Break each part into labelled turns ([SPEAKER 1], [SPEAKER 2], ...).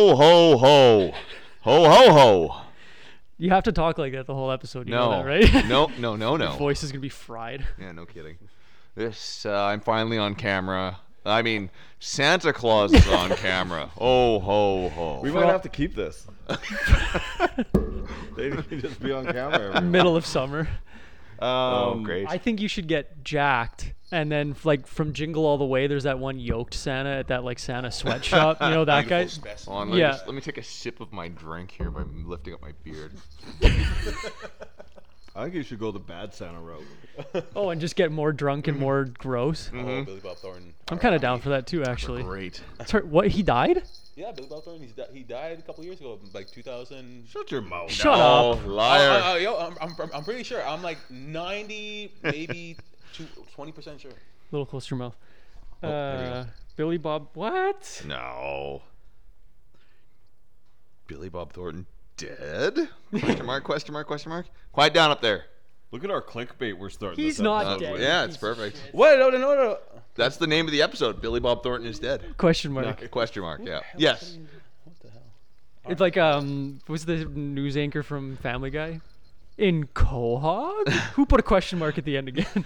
[SPEAKER 1] Ho ho ho, ho ho ho.
[SPEAKER 2] You have to talk like that the whole episode. You
[SPEAKER 1] No,
[SPEAKER 2] know that, right?
[SPEAKER 1] no, no, no,
[SPEAKER 2] Your
[SPEAKER 1] no.
[SPEAKER 2] voice is gonna be fried.
[SPEAKER 1] Yeah, no kidding. This, uh, I'm finally on camera. I mean, Santa Claus is on camera. Oh ho ho.
[SPEAKER 3] We might have to keep this. they can just be on camera. Everywhere.
[SPEAKER 2] Middle of summer.
[SPEAKER 1] oh,
[SPEAKER 3] Um,
[SPEAKER 1] great.
[SPEAKER 2] I think you should get jacked, and then f- like from Jingle All the Way, there's that one yoked Santa at that like Santa sweatshop. You know that guy.
[SPEAKER 1] Hold on, let,
[SPEAKER 2] yeah.
[SPEAKER 1] me just- let me take a sip of my drink here by lifting up my beard.
[SPEAKER 3] I think you should go the bad Santa route.
[SPEAKER 2] Oh, and just get more drunk and more gross.
[SPEAKER 4] Oh, Billy Bob Thornton. Uh,
[SPEAKER 2] I'm kind of down for that too, actually.
[SPEAKER 1] Mm. Great.
[SPEAKER 2] Sorry, what? He died?
[SPEAKER 4] Yeah, Billy Bob Thornton. He's di- he died a couple years ago, like 2000.
[SPEAKER 3] Shut your mouth.
[SPEAKER 2] Shut up.
[SPEAKER 1] oh, liar.
[SPEAKER 4] Oh, oh, yo, I'm, I'm, I'm pretty sure. I'm like 90, maybe two- 20% sure.
[SPEAKER 2] A little closer to your mouth.
[SPEAKER 1] Oh,
[SPEAKER 4] there we go.
[SPEAKER 2] Uh, Billy Bob. What?
[SPEAKER 1] No. Billy Bob Thornton dead? question mark, question mark, question mark. Quiet down up there.
[SPEAKER 3] Look at our clickbait we're starting.
[SPEAKER 2] He's
[SPEAKER 3] this
[SPEAKER 2] not
[SPEAKER 3] episode
[SPEAKER 2] dead.
[SPEAKER 3] with.
[SPEAKER 1] Uh, yeah, it's perfect.
[SPEAKER 4] What? No, no, no, no.
[SPEAKER 1] That's the name of the episode. Billy Bob Thornton is dead.
[SPEAKER 2] Question mark.
[SPEAKER 1] Question mark, yeah. Yes.
[SPEAKER 4] What the hell?
[SPEAKER 2] It's like um, was the news anchor from Family Guy? In Quahog? Who put a question mark at the end again?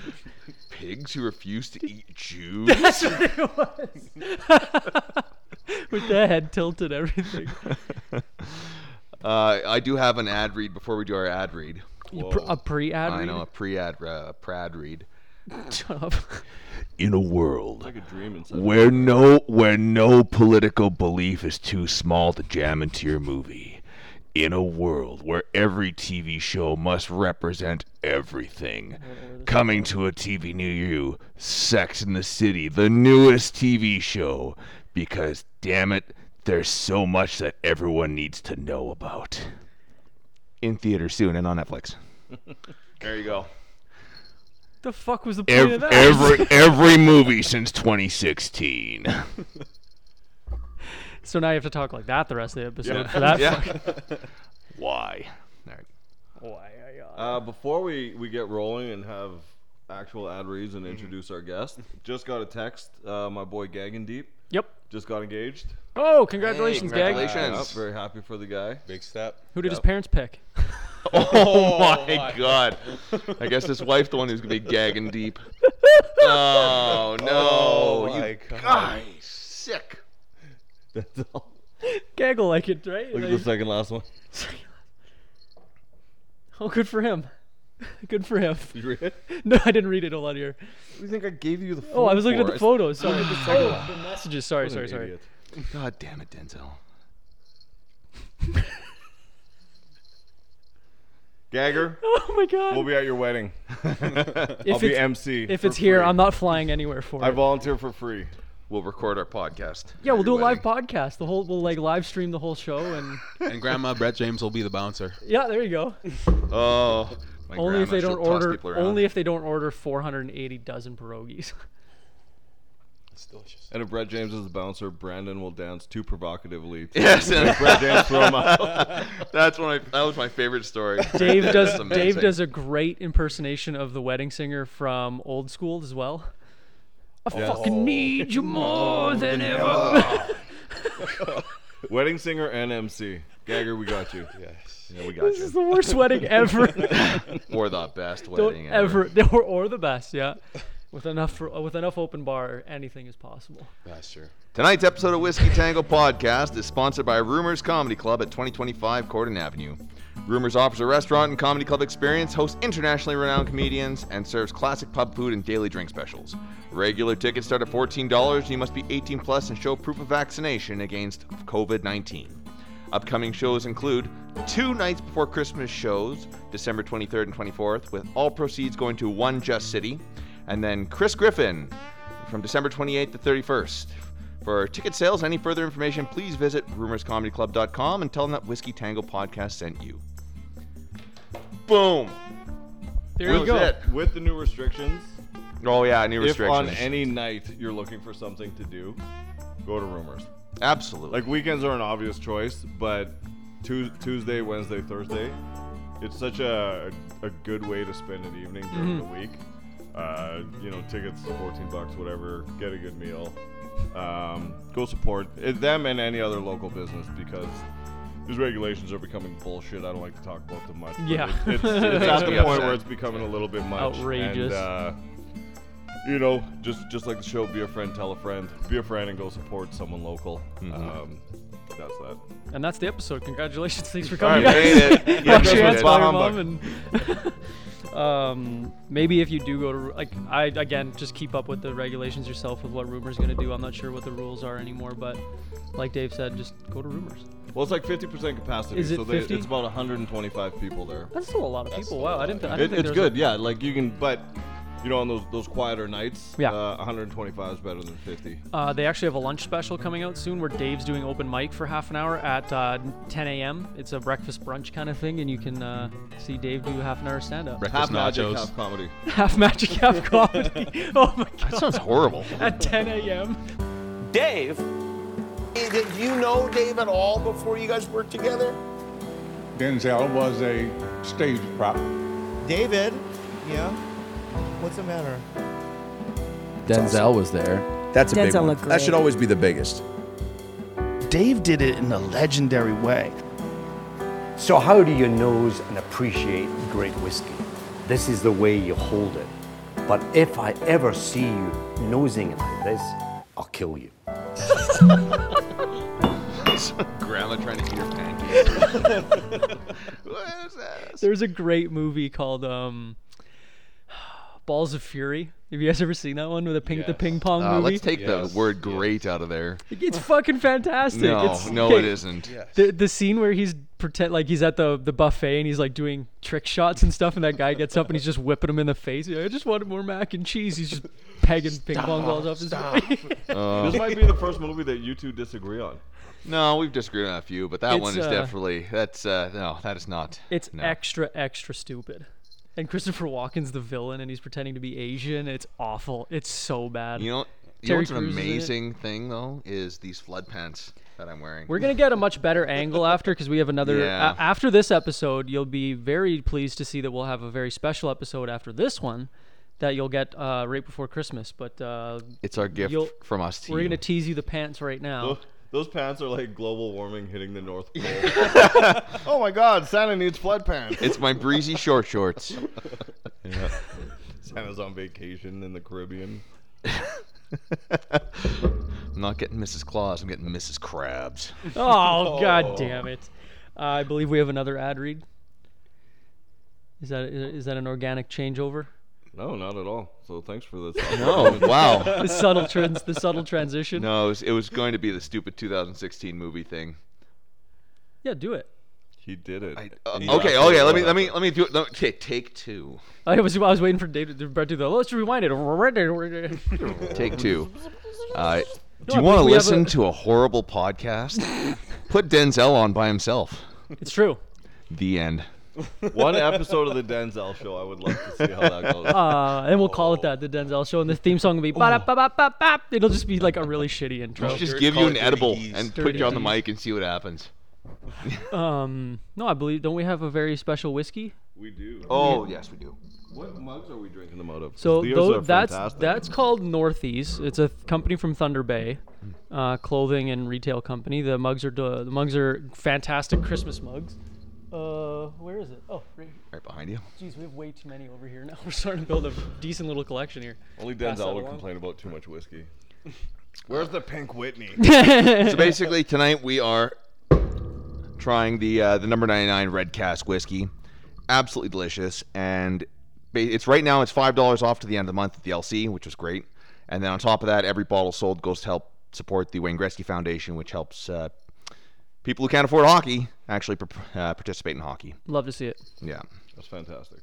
[SPEAKER 1] Pigs who refuse to eat Jews.
[SPEAKER 2] That's what it was. With the head tilted, everything.
[SPEAKER 1] Uh, I do have an ad read before we do our ad read.
[SPEAKER 2] You pr- a pre-ad
[SPEAKER 1] I
[SPEAKER 2] read?
[SPEAKER 1] know, a pre-ad, uh, prad read.
[SPEAKER 2] Shut up.
[SPEAKER 5] in a world
[SPEAKER 3] It's like a dream inside.
[SPEAKER 5] where no where no political belief is too small to jam into your movie in a world where every TV show must represent everything coming to a TV near you Sex in the City the newest TV show because damn it there's so much that everyone needs to know about
[SPEAKER 1] In theater soon and on Netflix. there you go.
[SPEAKER 2] the fuck was the point
[SPEAKER 5] Ev-
[SPEAKER 2] of that?
[SPEAKER 5] every every movie since 2016
[SPEAKER 2] so now you have to talk like that the rest of the episode for that.
[SPEAKER 1] Yeah.
[SPEAKER 2] fuck-
[SPEAKER 5] why
[SPEAKER 1] All right.
[SPEAKER 2] Why, I, uh,
[SPEAKER 3] Uh, before we, we get rolling and have actual ad reads
[SPEAKER 2] Mm-hmm.
[SPEAKER 3] and introduce our guest, just got a text. Uh, my boy Gagging Deep
[SPEAKER 2] Yep.
[SPEAKER 3] just got engaged.
[SPEAKER 2] Oh, congratulations,
[SPEAKER 1] Hey,
[SPEAKER 2] Gag.
[SPEAKER 1] congratulations.
[SPEAKER 3] Yep, very happy for the guy.
[SPEAKER 4] Big step.
[SPEAKER 2] Who did his parents pick?
[SPEAKER 1] Oh my,
[SPEAKER 4] my.
[SPEAKER 1] god. I guess his wife's the one who's gonna be gagging deep.
[SPEAKER 3] Uh,
[SPEAKER 1] Oh no. you
[SPEAKER 4] God.
[SPEAKER 1] guys sick.
[SPEAKER 3] That's all.
[SPEAKER 2] Gaggle like it, right?
[SPEAKER 3] Look at the
[SPEAKER 2] Like-
[SPEAKER 3] second last one.
[SPEAKER 2] oh, good for him. Good for him.
[SPEAKER 3] Did you read it?
[SPEAKER 2] No, I didn't read it. Hold on here.
[SPEAKER 3] What do you think I gave you the phone
[SPEAKER 2] Oh, I was looking at
[SPEAKER 3] for?
[SPEAKER 2] the
[SPEAKER 3] I-
[SPEAKER 2] photos. Sorry. Oh, the messages. Sorry,
[SPEAKER 3] What
[SPEAKER 2] sorry,
[SPEAKER 3] an
[SPEAKER 2] sorry.
[SPEAKER 3] idiot.
[SPEAKER 1] God damn it, Denzel.
[SPEAKER 3] Gagger,
[SPEAKER 2] Oh my god.
[SPEAKER 3] we'll be at your wedding. I'll
[SPEAKER 2] if
[SPEAKER 3] be
[SPEAKER 2] it's,
[SPEAKER 3] MC.
[SPEAKER 2] if
[SPEAKER 3] for
[SPEAKER 2] it's here,
[SPEAKER 3] free.
[SPEAKER 2] I'm not flying anywhere for
[SPEAKER 3] I
[SPEAKER 2] it.
[SPEAKER 3] volunteer for free.
[SPEAKER 1] We'll record our podcast.
[SPEAKER 2] Yeah, we'll do a
[SPEAKER 1] Your
[SPEAKER 2] live
[SPEAKER 1] wedding.
[SPEAKER 2] podcast. The whole we'll like live stream the whole show and
[SPEAKER 4] And Grandma Brett James will be the bouncer.
[SPEAKER 2] yeah, there you go.
[SPEAKER 1] Oh my
[SPEAKER 2] only if
[SPEAKER 1] grandma,
[SPEAKER 2] they
[SPEAKER 1] she'll
[SPEAKER 2] don't
[SPEAKER 1] toss
[SPEAKER 2] order
[SPEAKER 1] people around.
[SPEAKER 2] only if they don't order 480 dozen pierogies.
[SPEAKER 4] It's delicious.
[SPEAKER 3] And if Brett James is the bouncer, Brandon will dance too provocatively. To
[SPEAKER 1] Yes, and-
[SPEAKER 3] Brett James throw him out.
[SPEAKER 1] that's one of that was my favorite story.
[SPEAKER 2] Dave does
[SPEAKER 1] That's amazing.
[SPEAKER 2] Dave does a great impersonation of the wedding singer from Old School as well. I
[SPEAKER 1] Oh.
[SPEAKER 2] fucking need you more than ever.
[SPEAKER 3] Wedding singer and MC. Gagger, we got you.
[SPEAKER 4] Yes.
[SPEAKER 3] Yeah, we got
[SPEAKER 2] This is
[SPEAKER 3] you.
[SPEAKER 2] the worst wedding ever.
[SPEAKER 1] or the best
[SPEAKER 2] Don't
[SPEAKER 1] wedding
[SPEAKER 2] ever or, or the best, yeah. With enough for, uh, with enough open bar, anything is possible.
[SPEAKER 4] That's true.
[SPEAKER 1] Tonight's episode of Whiskey Tango Podcast is sponsored by Rumors Comedy Club at 2025 Corden Avenue. Rumors offers a restaurant and comedy club experience, hosts internationally renowned comedians, and serves classic pub food and daily drink specials. Regular tickets start at $14 and you must be 18 plus and show proof of vaccination against COVID 19. Upcoming shows include two nights before Christmas shows, December 23rd and 24th, with all proceeds going to One Just City, and then Chris Griffin from December 28th to 31st. For ticket sales, any further information, please visit rumorscomedyclub.com and tell them that Whiskey Tango Podcast sent you. Boom!
[SPEAKER 2] There you
[SPEAKER 1] With
[SPEAKER 2] go.
[SPEAKER 1] it.
[SPEAKER 3] With the new restrictions,
[SPEAKER 1] Oh yeah, new
[SPEAKER 3] if on
[SPEAKER 1] restrictions.
[SPEAKER 3] any night you're looking for something to do, go to Rumors.
[SPEAKER 1] Absolutely.
[SPEAKER 3] Like weekends are an obvious choice, but Tues- Tuesday, Wednesday, Thursday, it's such a a good way to spend an evening
[SPEAKER 1] Mm-hmm.
[SPEAKER 3] during the week. Uh, you know, tickets fourteen bucks, whatever. Get a good meal, Um, go support it- them and any other local business because these regulations are becoming bullshit. I don't like to talk about them much. but
[SPEAKER 2] Yeah.
[SPEAKER 3] it- it's, it's at the
[SPEAKER 1] me
[SPEAKER 3] point
[SPEAKER 1] upset.
[SPEAKER 3] where it's becoming a little bit much. and,
[SPEAKER 2] Outrageous.
[SPEAKER 3] uh, you know, just just like the show, be a friend, tell a friend, be a friend, and go support someone local. Um, that's that.
[SPEAKER 2] And that's the episode. Congratulations. Thanks for
[SPEAKER 1] All
[SPEAKER 2] coming.
[SPEAKER 1] right,
[SPEAKER 2] guys.
[SPEAKER 1] we made it. Yeah,
[SPEAKER 2] Wash your
[SPEAKER 1] that's
[SPEAKER 2] hands,
[SPEAKER 1] what
[SPEAKER 2] call
[SPEAKER 1] it
[SPEAKER 2] your
[SPEAKER 1] is.
[SPEAKER 2] mom, and um, maybe if you do go to like I again just keep up with the regulations yourself with what rumors going to do. I'm not sure what the rules are anymore, but like Dave said, just go to rumors.
[SPEAKER 3] Well, it's like 50% capacity,
[SPEAKER 2] Is it
[SPEAKER 3] so they,
[SPEAKER 2] 50?
[SPEAKER 3] it's about 125 people there.
[SPEAKER 2] That's still a lot of people.
[SPEAKER 4] still
[SPEAKER 2] Wow,
[SPEAKER 4] a
[SPEAKER 2] I didn't. Th- I didn't
[SPEAKER 3] It,
[SPEAKER 2] think
[SPEAKER 3] it's
[SPEAKER 2] there was
[SPEAKER 3] good, yeah. Like you can, but you know, on those those quieter nights,
[SPEAKER 2] Yeah.
[SPEAKER 3] uh, 125 is better than 50.
[SPEAKER 2] A, uh, they actually have a lunch special coming out soon where Dave's doing open mic for half an hour at uh, 10 a.m. It's a breakfast brunch kind of thing, and you can uh, see Dave do half an hour stand up.
[SPEAKER 3] Half
[SPEAKER 1] Breakfast
[SPEAKER 3] magic,
[SPEAKER 1] nachos.
[SPEAKER 3] half comedy.
[SPEAKER 2] half magic, half comedy. oh my god!
[SPEAKER 1] That sounds horrible.
[SPEAKER 2] At 10 a.m.
[SPEAKER 6] Dave. Did you know Dave at all before you guys worked together?
[SPEAKER 7] Denzel was a stage prop.
[SPEAKER 8] David. Yeah. What's the matter?
[SPEAKER 9] Denzel was there.
[SPEAKER 10] That's a big
[SPEAKER 11] Denzel
[SPEAKER 10] one.
[SPEAKER 11] looked
[SPEAKER 10] That should
[SPEAKER 11] great.
[SPEAKER 10] always be the biggest.
[SPEAKER 9] Dave did it in a legendary way.
[SPEAKER 6] So, how do you nose and appreciate great whiskey? This is the way you hold it. But if I ever see you nosing it like this, I'll kill you.
[SPEAKER 1] Grandma trying to eat her pancakes. what is that?
[SPEAKER 2] There's a great movie called um, Balls of Fury. Have you guys ever seen that one with a ping the ping pong
[SPEAKER 1] Uh,
[SPEAKER 2] movie?
[SPEAKER 1] let's take the word "great" out of there.
[SPEAKER 2] it's fucking fantastic.
[SPEAKER 1] No,
[SPEAKER 2] it's,
[SPEAKER 1] no,
[SPEAKER 2] okay,
[SPEAKER 1] it isn't.
[SPEAKER 2] The, the scene where he's pretend like he's at the, the buffet and he's like doing trick shots and stuff, and that guy gets up and he's just whipping him in the face. He's like, I just wanted more mac and cheese. He's just pegging ping pong balls off his
[SPEAKER 3] this might be the first movie that you two disagree on.
[SPEAKER 1] No, we've disagreed on a few, but that
[SPEAKER 2] It's,
[SPEAKER 1] one is
[SPEAKER 2] uh,
[SPEAKER 1] definitely that's uh, no, that is not.
[SPEAKER 2] It's
[SPEAKER 1] no.
[SPEAKER 2] extra extra stupid. And Christopher Walken's the villain, and he's pretending to be Asian. It's awful. It's so bad.
[SPEAKER 1] You know, you know
[SPEAKER 2] Terry
[SPEAKER 1] what's an
[SPEAKER 2] Crews is in it.
[SPEAKER 1] amazing thing though is these flood pants that I'm wearing.
[SPEAKER 2] We're gonna get a much better angle after because we have another.
[SPEAKER 1] Yeah.
[SPEAKER 2] a- after this episode, you'll be very pleased to see that we'll have a very special episode after this one, that you'll get uh, right before Christmas. But uh,
[SPEAKER 1] it's our gift
[SPEAKER 2] you'll-
[SPEAKER 1] from us to
[SPEAKER 2] we're
[SPEAKER 1] you.
[SPEAKER 2] gonna tease you the pants right now.
[SPEAKER 3] Those, those pants are like global warming hitting the North Pole. oh my God, Santa needs flood pants.
[SPEAKER 1] it's my breezy short shorts.
[SPEAKER 3] Santa's on vacation in the Caribbean.
[SPEAKER 1] I'm not getting Mrs. Claus. I'm getting Mrs. Krabs.
[SPEAKER 2] Oh, god damn it! Uh, I believe we have another ad read. Is that is that an organic changeover?
[SPEAKER 3] No, not at all. So thanks for this.
[SPEAKER 1] Oh wow.
[SPEAKER 2] The subtle trans the subtle transition.
[SPEAKER 1] No, it was, it was going to be the stupid 2016 movie thing.
[SPEAKER 2] Yeah, do it.
[SPEAKER 3] He did it.
[SPEAKER 1] Uh,
[SPEAKER 3] He
[SPEAKER 1] okay,
[SPEAKER 3] laughed
[SPEAKER 1] okay.
[SPEAKER 3] at
[SPEAKER 1] Let me
[SPEAKER 3] that.
[SPEAKER 1] let me let me do it. let me- Okay, take two.
[SPEAKER 2] I was I was waiting for Dave to- to do the let's rewind it. No,
[SPEAKER 1] Take two. Uh, do
[SPEAKER 2] I
[SPEAKER 1] you want to
[SPEAKER 2] think we have a-
[SPEAKER 1] listen to a horrible podcast? Put Denzel on by himself.
[SPEAKER 2] It's true.
[SPEAKER 1] The end.
[SPEAKER 3] One episode of the Denzel show. I would love to see how that goes.
[SPEAKER 2] Uh, and we'll call it that, the Denzel show, and the theme song will be ba-da-ba-ba-ba-bap. It'll just be like a really shitty intro.
[SPEAKER 1] Just
[SPEAKER 4] Dirt
[SPEAKER 1] give you
[SPEAKER 4] called
[SPEAKER 1] an
[SPEAKER 4] Dirty
[SPEAKER 1] edible
[SPEAKER 4] D's.
[SPEAKER 1] and put
[SPEAKER 2] Dirty
[SPEAKER 1] you on the
[SPEAKER 2] D's.
[SPEAKER 1] mic and see what happens.
[SPEAKER 2] Um, no, I believe don't we have a very special whiskey?
[SPEAKER 3] we do.
[SPEAKER 1] Oh yes, we do.
[SPEAKER 3] What mugs are we drinking them out of?
[SPEAKER 2] So
[SPEAKER 3] These
[SPEAKER 2] tho-
[SPEAKER 3] are
[SPEAKER 2] that's
[SPEAKER 3] fantastic.
[SPEAKER 2] that's called Northeast. It's a th- company from Thunder Bay, uh, clothing and retail company. The mugs are do- the mugs are fantastic Christmas mugs. Uh, where is it? Oh, right.
[SPEAKER 1] Right behind you.
[SPEAKER 2] Jeez, we have way too many over here now. We're starting to build a decent little collection here.
[SPEAKER 3] Only
[SPEAKER 2] Pass that
[SPEAKER 3] Denzel would
[SPEAKER 2] along.
[SPEAKER 3] complain about too much whiskey. Where's the pink Whitney?
[SPEAKER 1] So basically, tonight we are trying the uh, the number ninety nine Red Cask whiskey. Absolutely delicious, and ba- it's right now it's five dollars off to the end of the month at the LC, which was great. And then on top of that, every bottle sold goes to help support the Wayne Gretzky Foundation, which helps uh, people who can't afford hockey actually par- uh, participate in hockey.
[SPEAKER 2] Love to see it.
[SPEAKER 1] Yeah,
[SPEAKER 3] That's fantastic.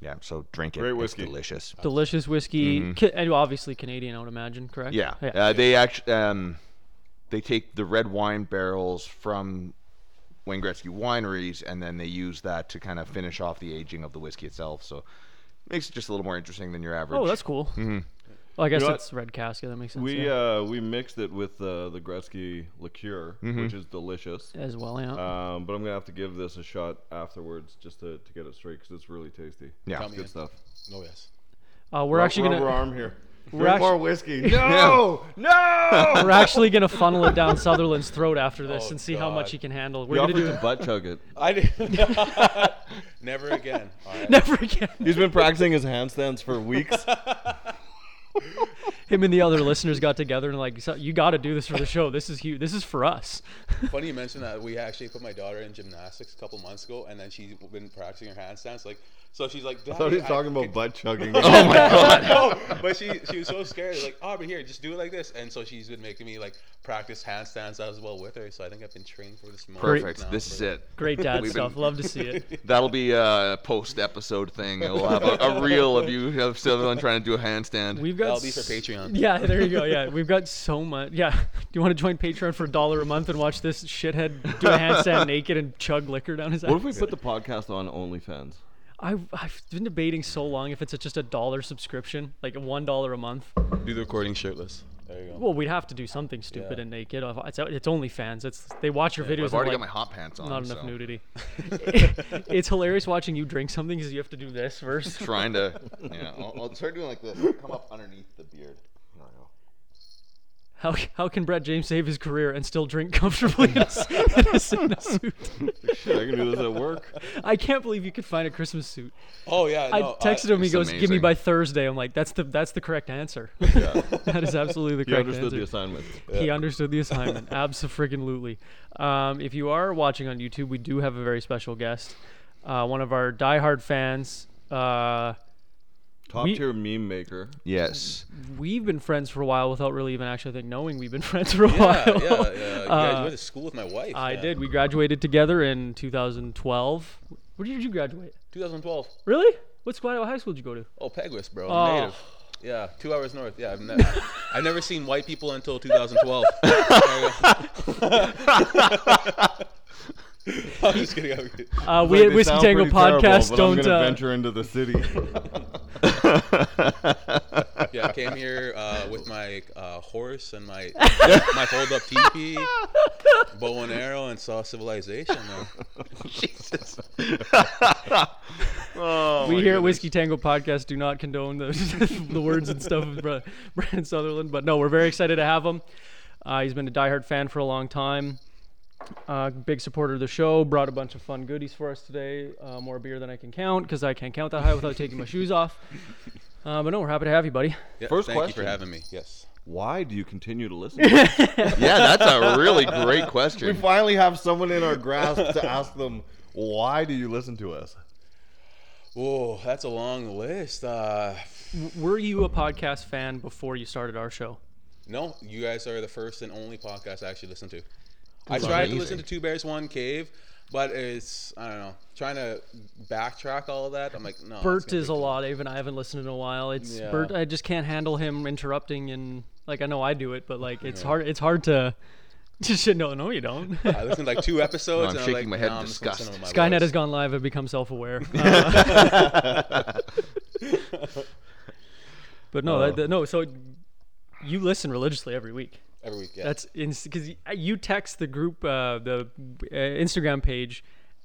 [SPEAKER 1] yeah. So drink it.
[SPEAKER 3] Great
[SPEAKER 1] It's
[SPEAKER 3] whiskey.
[SPEAKER 1] delicious.
[SPEAKER 2] Delicious whiskey,
[SPEAKER 3] Mm-hmm.
[SPEAKER 2] Ca- and obviously Canadian, I would imagine, correct?
[SPEAKER 1] Yeah. Uh, they actually um, they take the red wine barrels from Wayne Gretzky wineries, and then they use that to kind of finish off the aging of the whiskey itself. So makes it just a little more interesting than your average.
[SPEAKER 2] Oh, that's cool. Well, I guess
[SPEAKER 3] know what?
[SPEAKER 2] that's red cask. Yeah, that makes sense.
[SPEAKER 3] We
[SPEAKER 2] yeah.
[SPEAKER 3] uh, we mixed it with uh, the Gretzky liqueur, which is delicious.
[SPEAKER 2] as well. Mm-hmm. Yeah.
[SPEAKER 3] Um, but I'm gonna have to give this a shot afterwards just to, to get it straight because it's really tasty.
[SPEAKER 1] Yeah.
[SPEAKER 3] it's good stuff.
[SPEAKER 4] Oh yes.
[SPEAKER 2] Uh, we're actually
[SPEAKER 3] Rubber
[SPEAKER 2] gonna
[SPEAKER 3] arm here.
[SPEAKER 2] We're,
[SPEAKER 12] Drink
[SPEAKER 2] actu-
[SPEAKER 12] more whiskey. No, no.
[SPEAKER 2] we're actually gonna funnel it down Sutherland's throat after this
[SPEAKER 4] Oh,
[SPEAKER 2] and see how much
[SPEAKER 4] God.
[SPEAKER 2] he can handle. We're
[SPEAKER 1] You
[SPEAKER 2] gonna
[SPEAKER 1] offered
[SPEAKER 2] do
[SPEAKER 1] to butt chug it.
[SPEAKER 4] I did. Never again. All right.
[SPEAKER 2] never again.
[SPEAKER 12] He's been practicing his handstands for weeks.
[SPEAKER 2] Him and the other listeners got together and like, "So- you got to do this for the show. This is huge. This is for us.
[SPEAKER 4] Funny you mentioned that we actually put my daughter in gymnastics a couple months ago, and then she's been practicing her handstands. Like, so she's like,
[SPEAKER 12] I thought he was talking about butt chugging. oh
[SPEAKER 5] my god.
[SPEAKER 4] no, but she she was so scared. Like, oh, but here, just do it like this. And so she's been making me like practice handstands as well with her. So I think I've been trained for this moment.
[SPEAKER 1] Perfect.
[SPEAKER 4] now
[SPEAKER 1] This
[SPEAKER 4] for-
[SPEAKER 1] is it.
[SPEAKER 2] Great dad
[SPEAKER 1] We've
[SPEAKER 2] stuff.
[SPEAKER 1] been-
[SPEAKER 2] Love to see it.
[SPEAKER 1] That'll be a post episode thing. We'll have a, a reel of you of Sutherland trying to do a handstand.
[SPEAKER 2] We've got.
[SPEAKER 4] That'll be for
[SPEAKER 2] s-
[SPEAKER 4] Patreon.
[SPEAKER 2] Yeah, there you go. Yeah, we've got so much. Yeah, do you want to join Patreon for a dollar a month and watch this shithead do a handstand naked and chug liquor down his ass?
[SPEAKER 3] What if we put the podcast on OnlyFans?
[SPEAKER 2] I, I've been debating so long if it's a, just a dollar subscription, like one dollar a month.
[SPEAKER 4] Do the recording shirtless. There you go.
[SPEAKER 2] Well, we'd have to do something stupid
[SPEAKER 4] Yeah.
[SPEAKER 2] and naked. It's it's OnlyFans. It's they watch your videos.
[SPEAKER 1] I've already
[SPEAKER 2] and
[SPEAKER 1] got my
[SPEAKER 2] they're
[SPEAKER 1] hot pants on.
[SPEAKER 2] like, Not enough
[SPEAKER 1] so
[SPEAKER 2] nudity. it's hilarious watching you drink something because you have to do this first.
[SPEAKER 1] Trying to, yeah. I'll, I'll start doing like this. I'll Come up underneath the beard. There we go.
[SPEAKER 2] How, how can Brett James save his career and still drink comfortably in a, s- in a sauna suit?
[SPEAKER 12] shit! I can do this at work.
[SPEAKER 2] I can't believe you could find a Christmas suit.
[SPEAKER 4] Oh yeah.
[SPEAKER 2] I
[SPEAKER 4] no,
[SPEAKER 2] texted him. He
[SPEAKER 1] it's
[SPEAKER 2] goes, "Give me
[SPEAKER 1] amazing.
[SPEAKER 2] by Thursday." I'm like, "That's the that's the correct answer. that is absolutely the
[SPEAKER 3] You
[SPEAKER 2] correct
[SPEAKER 3] understood the
[SPEAKER 2] answer."
[SPEAKER 3] assignment.
[SPEAKER 2] He understood the assignment. Absolutely. Um, if you are watching on YouTube, we do have a very special guest. Uh, one of our diehard fans. Uh,
[SPEAKER 3] Top
[SPEAKER 2] We-
[SPEAKER 3] tier meme maker.
[SPEAKER 1] Yes.
[SPEAKER 2] we've been friends for a while without really even actually I think knowing we've been friends for a
[SPEAKER 4] Yeah, yeah,
[SPEAKER 2] while.
[SPEAKER 4] yeah. You guys went to school with my wife.
[SPEAKER 2] Uh, I
[SPEAKER 4] yeah.
[SPEAKER 2] did. We graduated together in 2012. Where did you graduate?
[SPEAKER 4] 2012.
[SPEAKER 2] Really? What squad high school did you go to?
[SPEAKER 4] Oh, Peguis, bro.
[SPEAKER 2] Oh.
[SPEAKER 4] I'm native. Yeah, two hours north. Yeah, I've, ne- I've never seen white people until 2012. There you go. I'm just kidding. I'm kidding.
[SPEAKER 2] Uh, we at
[SPEAKER 12] They
[SPEAKER 2] Whiskey
[SPEAKER 12] sound
[SPEAKER 2] Tango
[SPEAKER 12] pretty terrible,
[SPEAKER 2] podcast
[SPEAKER 12] but I'm
[SPEAKER 2] don't.
[SPEAKER 12] gonna
[SPEAKER 2] uh,
[SPEAKER 12] venture into the city.
[SPEAKER 4] Yeah, I came here uh, with my uh, horse and my my hold up teepee, bow and arrow, and saw civilization. Man.
[SPEAKER 2] we here at Whiskey Tango Podcast do not condone the, the words and stuff of Bra- Brandon Sutherland, but no, we're very excited to have him. Uh, he's been a diehard fan for a long time. Uh, big supporter of the show. Brought a bunch of fun goodies for us today. Uh, more beer than I can count because I can't count that high without taking my shoes off. Uh, but no, we're happy to have you, buddy.
[SPEAKER 4] Yeah,
[SPEAKER 3] First
[SPEAKER 4] thank you
[SPEAKER 3] question.
[SPEAKER 4] for having me. Yes.
[SPEAKER 3] Why do you continue to listen?
[SPEAKER 1] Yeah, that's a really great
[SPEAKER 12] we
[SPEAKER 1] question.
[SPEAKER 12] finally have someone in our grasp to ask them, "Why do you listen to us?"
[SPEAKER 4] Whoa, that's a long list. Uh,
[SPEAKER 2] Were you a podcast fan before you started our show?
[SPEAKER 4] No, you guys are the first and only podcast I actually listen to. I tried to listen to Two Bears One Cave, but it's I don't know. Trying to backtrack all of that, I'm like, no. it's
[SPEAKER 2] Bert
[SPEAKER 4] gonna
[SPEAKER 2] is a
[SPEAKER 4] take too
[SPEAKER 2] lot, even I haven't listened in a while. It's
[SPEAKER 4] Yeah.
[SPEAKER 2] Bert. I just can't handle him interrupting and like I know I do it, but like it's hard. It's hard to. Just shit. No, no, you don't.
[SPEAKER 4] long. I listened to like two
[SPEAKER 1] No,
[SPEAKER 4] episodes.
[SPEAKER 1] I'm
[SPEAKER 4] and
[SPEAKER 1] shaking
[SPEAKER 4] like,
[SPEAKER 1] my head
[SPEAKER 4] nah,
[SPEAKER 1] in
[SPEAKER 4] I'm just gonna send
[SPEAKER 1] disgust.
[SPEAKER 4] them my
[SPEAKER 2] Skynet
[SPEAKER 4] voice.
[SPEAKER 2] has gone live. I've become self-aware. Uh, but no, that, that- no. So you listen religiously every week.
[SPEAKER 4] every week. Yeah.
[SPEAKER 2] That's because uh, you text the group, uh, the uh, Instagram page,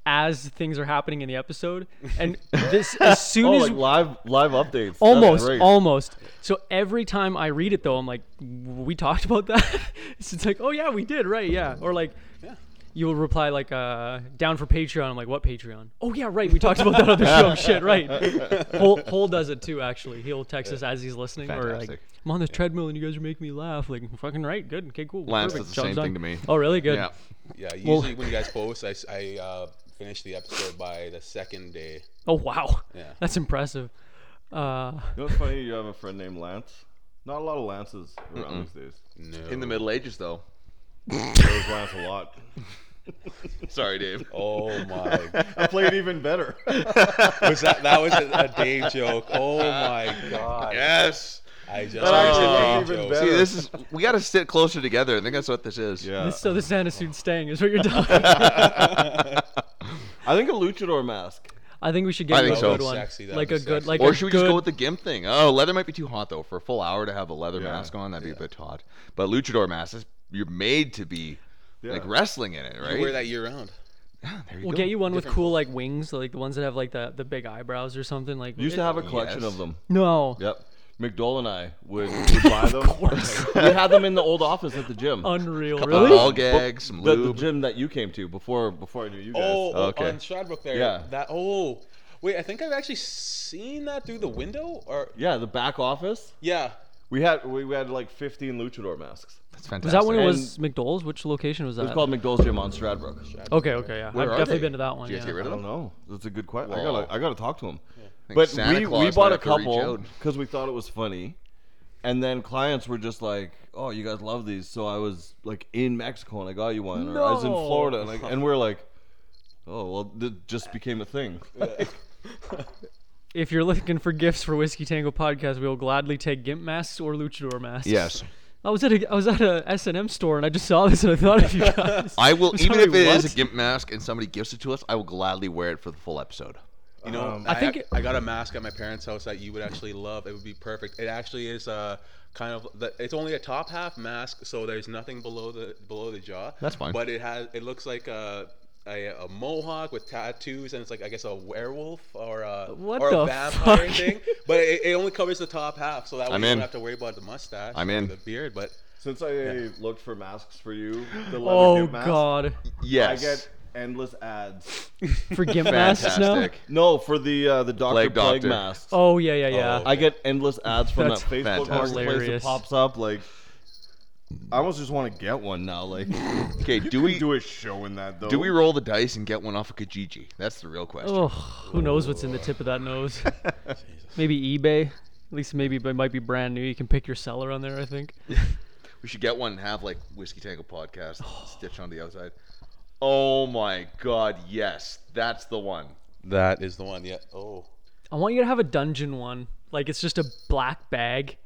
[SPEAKER 2] as things are happening in the episode, and this as soon
[SPEAKER 12] Oh,
[SPEAKER 2] as
[SPEAKER 12] like live live updates. That's
[SPEAKER 2] almost,
[SPEAKER 12] great.
[SPEAKER 2] almost. So every time I read it though, I'm like, we talked about that. so it's like, oh yeah, we did, right? Yeah, or like. You will reply like uh, down for Patreon. I'm like, what Patreon? Oh yeah, right. We talked about that other show. Shit, right. Hole, Hole does it too. Actually, he'll text us as he's listening, or like,
[SPEAKER 1] Fantastic.
[SPEAKER 2] I'm on this treadmill and you guys are making me laugh. Like, fucking right, good, okay, cool.
[SPEAKER 1] Lance
[SPEAKER 2] perfect,
[SPEAKER 1] does the
[SPEAKER 2] job's
[SPEAKER 1] same
[SPEAKER 2] done.
[SPEAKER 1] thing to me.
[SPEAKER 2] Oh really? Good.
[SPEAKER 1] Yeah.
[SPEAKER 4] yeah. Usually
[SPEAKER 2] well-
[SPEAKER 4] when you guys post, I, s- I, uh, finish the episode by the second day.
[SPEAKER 2] Oh wow,
[SPEAKER 4] Yeah.
[SPEAKER 2] that's impressive. Uh,
[SPEAKER 12] You know what's funny? You have a friend named Lance. Not a lot of Lances around these days.
[SPEAKER 4] No.
[SPEAKER 1] In the Middle Ages, though.
[SPEAKER 12] There was Lance a lot.
[SPEAKER 1] Sorry, Dave.
[SPEAKER 4] Oh my!
[SPEAKER 12] I played even better.
[SPEAKER 4] Was that that was a, a Dave joke? Oh my god!
[SPEAKER 1] Yes.
[SPEAKER 4] I just
[SPEAKER 12] actually
[SPEAKER 4] made
[SPEAKER 12] makes it
[SPEAKER 4] Dave
[SPEAKER 12] even
[SPEAKER 4] jokes.
[SPEAKER 1] See, this is we got to sit closer together. I think that's what this is.
[SPEAKER 12] Yeah.
[SPEAKER 2] this, so
[SPEAKER 1] Uh,
[SPEAKER 2] this Xanasuit staying is what you're talking. about.
[SPEAKER 12] I think a luchador mask.
[SPEAKER 2] I think we should get
[SPEAKER 1] I
[SPEAKER 2] you a
[SPEAKER 1] think so.
[SPEAKER 2] good one,
[SPEAKER 4] Sexy, that'd
[SPEAKER 2] like
[SPEAKER 4] be
[SPEAKER 2] a good,
[SPEAKER 4] sexy.
[SPEAKER 2] like
[SPEAKER 1] Or
[SPEAKER 2] a
[SPEAKER 1] should we
[SPEAKER 2] good,
[SPEAKER 1] just go with the gimp thing? Oh, leather might be too hot though for a full hour to have a leather
[SPEAKER 12] Yeah.
[SPEAKER 1] mask on. That'd be a bit hot. But luchador mask, is, you're made to be like wrestling in it, right? Ah,
[SPEAKER 4] You wear that year round.
[SPEAKER 1] There you
[SPEAKER 2] We'll
[SPEAKER 1] go.
[SPEAKER 2] get you one with cool like wings, like the ones that have like the, the big eyebrows or something. Like
[SPEAKER 3] Used to have a collection
[SPEAKER 1] Yes.
[SPEAKER 3] of them.
[SPEAKER 2] no,
[SPEAKER 3] Yep. McDowell and I would, would buy them. we had them in the old office at the gym.
[SPEAKER 2] Unreal,
[SPEAKER 1] Couple
[SPEAKER 2] really?
[SPEAKER 1] ball gags, some
[SPEAKER 3] the, the
[SPEAKER 1] lube.
[SPEAKER 3] gym that you came to before before I knew you guys.
[SPEAKER 4] Oh, oh,
[SPEAKER 1] Okay.
[SPEAKER 4] on Stradbrook there.
[SPEAKER 3] Yeah.
[SPEAKER 4] That. Oh, wait. I think I've actually seen that through the window. Or
[SPEAKER 3] Yeah, the back office.
[SPEAKER 4] yeah,
[SPEAKER 3] We had we, we had like 15 luchador masks.
[SPEAKER 1] That's fantastic.
[SPEAKER 2] Was that when it was McDowell's? Which location was that?
[SPEAKER 3] It was called McDowell's Gym on Stradbrook.
[SPEAKER 2] okay, okay, yeah.
[SPEAKER 1] Where
[SPEAKER 2] I've
[SPEAKER 1] are
[SPEAKER 2] definitely
[SPEAKER 1] they?
[SPEAKER 2] been to that one.
[SPEAKER 1] Did you guys
[SPEAKER 2] yeah.
[SPEAKER 1] get rid
[SPEAKER 3] I
[SPEAKER 1] of
[SPEAKER 3] don't
[SPEAKER 1] them?
[SPEAKER 3] know. That's a good question. I
[SPEAKER 1] Wow.
[SPEAKER 3] gotta I gotta talk to him.
[SPEAKER 1] I think
[SPEAKER 3] But
[SPEAKER 1] Santa
[SPEAKER 3] we,
[SPEAKER 1] Claus
[SPEAKER 3] we
[SPEAKER 1] might
[SPEAKER 3] bought a
[SPEAKER 1] have to reach
[SPEAKER 3] couple
[SPEAKER 1] out.
[SPEAKER 3] because we thought it was funny, and then clients were just like, "Oh, you guys love these." So I was like in Mexico and I got you one, or I was in
[SPEAKER 2] No.
[SPEAKER 3] Florida and, I, and we're like, "Oh, well, it just became a thing."
[SPEAKER 2] If you're looking for gifts for Whiskey Tango podcast, we will gladly take gimp masks or luchador masks.
[SPEAKER 1] Yes.
[SPEAKER 2] I was at a I was at a S and M store and I just saw this and I thought of you guys.
[SPEAKER 1] I will, even
[SPEAKER 2] Sorry,
[SPEAKER 1] if it is
[SPEAKER 2] what?
[SPEAKER 1] a gimp mask and somebody gifts it to us, I will gladly wear it for the full episode.
[SPEAKER 4] You know,
[SPEAKER 2] I
[SPEAKER 4] I,
[SPEAKER 2] think
[SPEAKER 4] I,
[SPEAKER 2] it-
[SPEAKER 4] got a mask at my parents' house that you would actually love. It would be perfect. It actually is uh, kind of the, it's only a top half mask, so there's nothing below the below the jaw.
[SPEAKER 1] That's fine.
[SPEAKER 4] But it has it looks like a a, a mohawk with tattoos, and it's like I guess a werewolf or a
[SPEAKER 2] What
[SPEAKER 4] or
[SPEAKER 2] the
[SPEAKER 4] a vampire
[SPEAKER 2] fuck?
[SPEAKER 4] thing. But it, it only covers the top half, so that way
[SPEAKER 1] I'm
[SPEAKER 4] you
[SPEAKER 1] in.
[SPEAKER 4] don't have to worry about the mustache.
[SPEAKER 1] I'm
[SPEAKER 4] or
[SPEAKER 1] in.
[SPEAKER 4] the beard, but.
[SPEAKER 3] Since I looked for masks for you, the leather
[SPEAKER 2] Oh
[SPEAKER 3] gimp mask,
[SPEAKER 2] God,
[SPEAKER 1] Yes.
[SPEAKER 3] I get endless ads.
[SPEAKER 2] for gimp masks now.
[SPEAKER 1] Fantastic.
[SPEAKER 3] No, for the uh, the Doctor
[SPEAKER 1] Plague
[SPEAKER 3] Plague,
[SPEAKER 1] Doctor.
[SPEAKER 3] masks.
[SPEAKER 2] Oh yeah, yeah, yeah.
[SPEAKER 3] I get endless ads from
[SPEAKER 2] That's
[SPEAKER 3] that Facebook
[SPEAKER 1] fantastic.
[SPEAKER 3] marketplace that
[SPEAKER 2] Hilarious.
[SPEAKER 3] pops up like. I almost just want to get one now. Like,
[SPEAKER 1] Okay, do we
[SPEAKER 3] do a show in that though.
[SPEAKER 1] do we roll the dice and get one off of Kijiji? That's the real question.
[SPEAKER 2] Oh, who knows what's in the tip of that nose? maybe eBay. At least maybe it might be brand new. You can pick your seller on there. I think.
[SPEAKER 1] We should get one and have like Whiskey Tango podcast stitched on the outside. Oh my god, yes. That's the one.
[SPEAKER 4] That is the one, yeah. Oh.
[SPEAKER 2] I want you to have a dungeon one. Like it's just a black bag,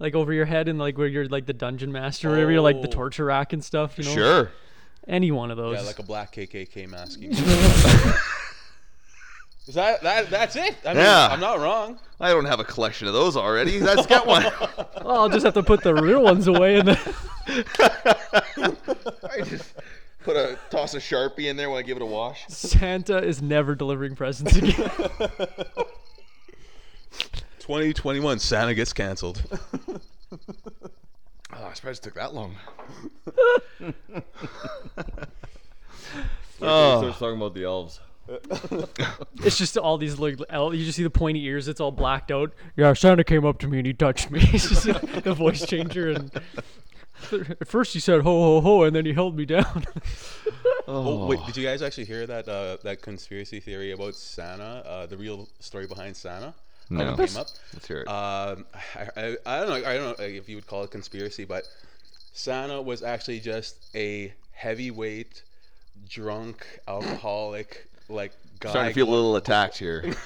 [SPEAKER 2] like over your head, and like where you're like the dungeon master, wherever you're like the
[SPEAKER 4] Oh.
[SPEAKER 2] torture rack and stuff. You know,
[SPEAKER 1] Sure.
[SPEAKER 2] any one of those.
[SPEAKER 4] Yeah, like a black KKK mask. you know. Is that, that that's it? I mean,
[SPEAKER 1] Yeah.
[SPEAKER 4] I'm not wrong.
[SPEAKER 1] I don't have a collection of those already. Let's get one.
[SPEAKER 2] well, Oh, I'll just have to put the real ones away, and then
[SPEAKER 1] I just put a toss a Sharpie in there when I give it a wash.
[SPEAKER 2] Santa is never delivering presents again.
[SPEAKER 4] 2021 Santa gets canceled.
[SPEAKER 1] Oh, I'm surprised it took that long.
[SPEAKER 3] Oh. Starts talking about the elves.
[SPEAKER 2] it's just all these like el- you just see the pointy ears. It's all blacked out. Yeah, Santa came up to me and he touched me. it's just the voice changer, and at first he said ho ho ho, and then he held me down.
[SPEAKER 4] oh. wait, did you guys actually hear that uh, that conspiracy theory about Santa? Uh, the real story behind Santa? How
[SPEAKER 1] No.
[SPEAKER 4] it Came up?
[SPEAKER 1] Let's hear it.
[SPEAKER 4] Um, I, I, I don't know. I don't know if you would call it conspiracy, but Santa was actually just a heavyweight, drunk, alcoholic, like guy.
[SPEAKER 1] Starting to feel a little attacked here.
[SPEAKER 4] no,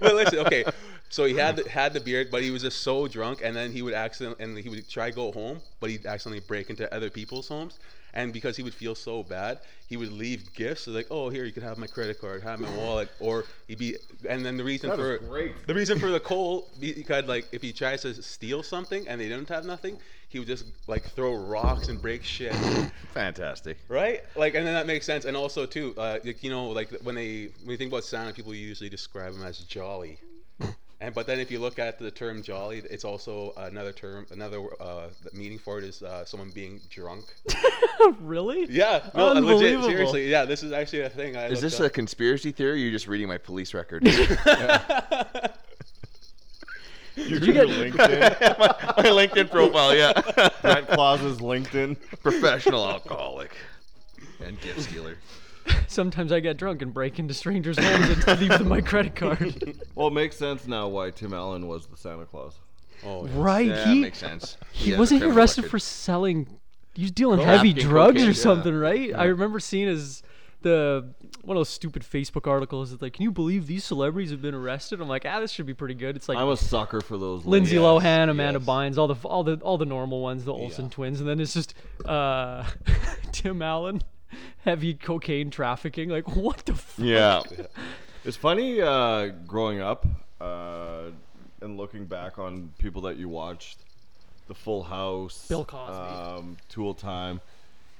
[SPEAKER 4] but listen, okay. So he had the, had the beard, but he was just so drunk, and then he would accident and he would try to go home, but he'd accidentally break into other people's homes, and because he would feel so bad, he would leave gifts so like, oh, here you can have my credit card, have my wallet, or he'd be, and then the reason for the reason for the coal because like if he tries to steal something and they didn't have nothing, he would just like throw rocks and break shit.
[SPEAKER 1] Fantastic.
[SPEAKER 4] Right? Like, and then that makes sense. And also, too, uh, like, you know, like when they when you think about Santa, people usually describe him as jolly. And but then if you look at the term jolly, it's also another term, another uh, meaning for it is uh, someone being drunk.
[SPEAKER 2] really?
[SPEAKER 4] Yeah, no, uh, legit,
[SPEAKER 2] Unbelievable.
[SPEAKER 4] seriously, yeah, this is actually a thing. I
[SPEAKER 1] Is
[SPEAKER 4] looked
[SPEAKER 1] this
[SPEAKER 2] uh,
[SPEAKER 4] up.
[SPEAKER 1] a conspiracy theory or you're just reading my police record?
[SPEAKER 3] Did you get LinkedIn?
[SPEAKER 1] my, my LinkedIn profile, yeah.
[SPEAKER 3] Brett Claus's LinkedIn.
[SPEAKER 1] Professional alcoholic and gift stealer.
[SPEAKER 2] Sometimes I get drunk and break into strangers' homes and leave them my credit card.
[SPEAKER 3] Well, it makes sense now why Tim Allen was the Santa Claus.
[SPEAKER 4] Oh, yeah.
[SPEAKER 2] right?
[SPEAKER 1] Yeah, that
[SPEAKER 2] he
[SPEAKER 1] makes sense.
[SPEAKER 2] he
[SPEAKER 1] has a
[SPEAKER 2] wasn't he
[SPEAKER 1] criminal
[SPEAKER 2] arrested
[SPEAKER 1] record.
[SPEAKER 2] for selling? He was dealing heavy
[SPEAKER 1] Trafficking
[SPEAKER 2] drugs
[SPEAKER 1] cocaine,
[SPEAKER 2] or
[SPEAKER 1] yeah.
[SPEAKER 2] something, right? I remember seeing his the one of those stupid Facebook articles that like, can you believe these celebrities have been arrested? I'm like, ah, this should be pretty good. It's like
[SPEAKER 3] I'm a sucker for those.
[SPEAKER 2] Lindsay
[SPEAKER 3] links.
[SPEAKER 2] Lohan, Amanda Bynes, all the all the all the normal ones, the Olsen twins, and then it's just uh, Tim Allen, heavy cocaine trafficking. Like, what the? F-
[SPEAKER 1] Yeah.
[SPEAKER 3] It's funny uh, growing up uh, and looking back on people that you watched, The Full House,
[SPEAKER 2] Bill Cosby.
[SPEAKER 3] um, Tool Time,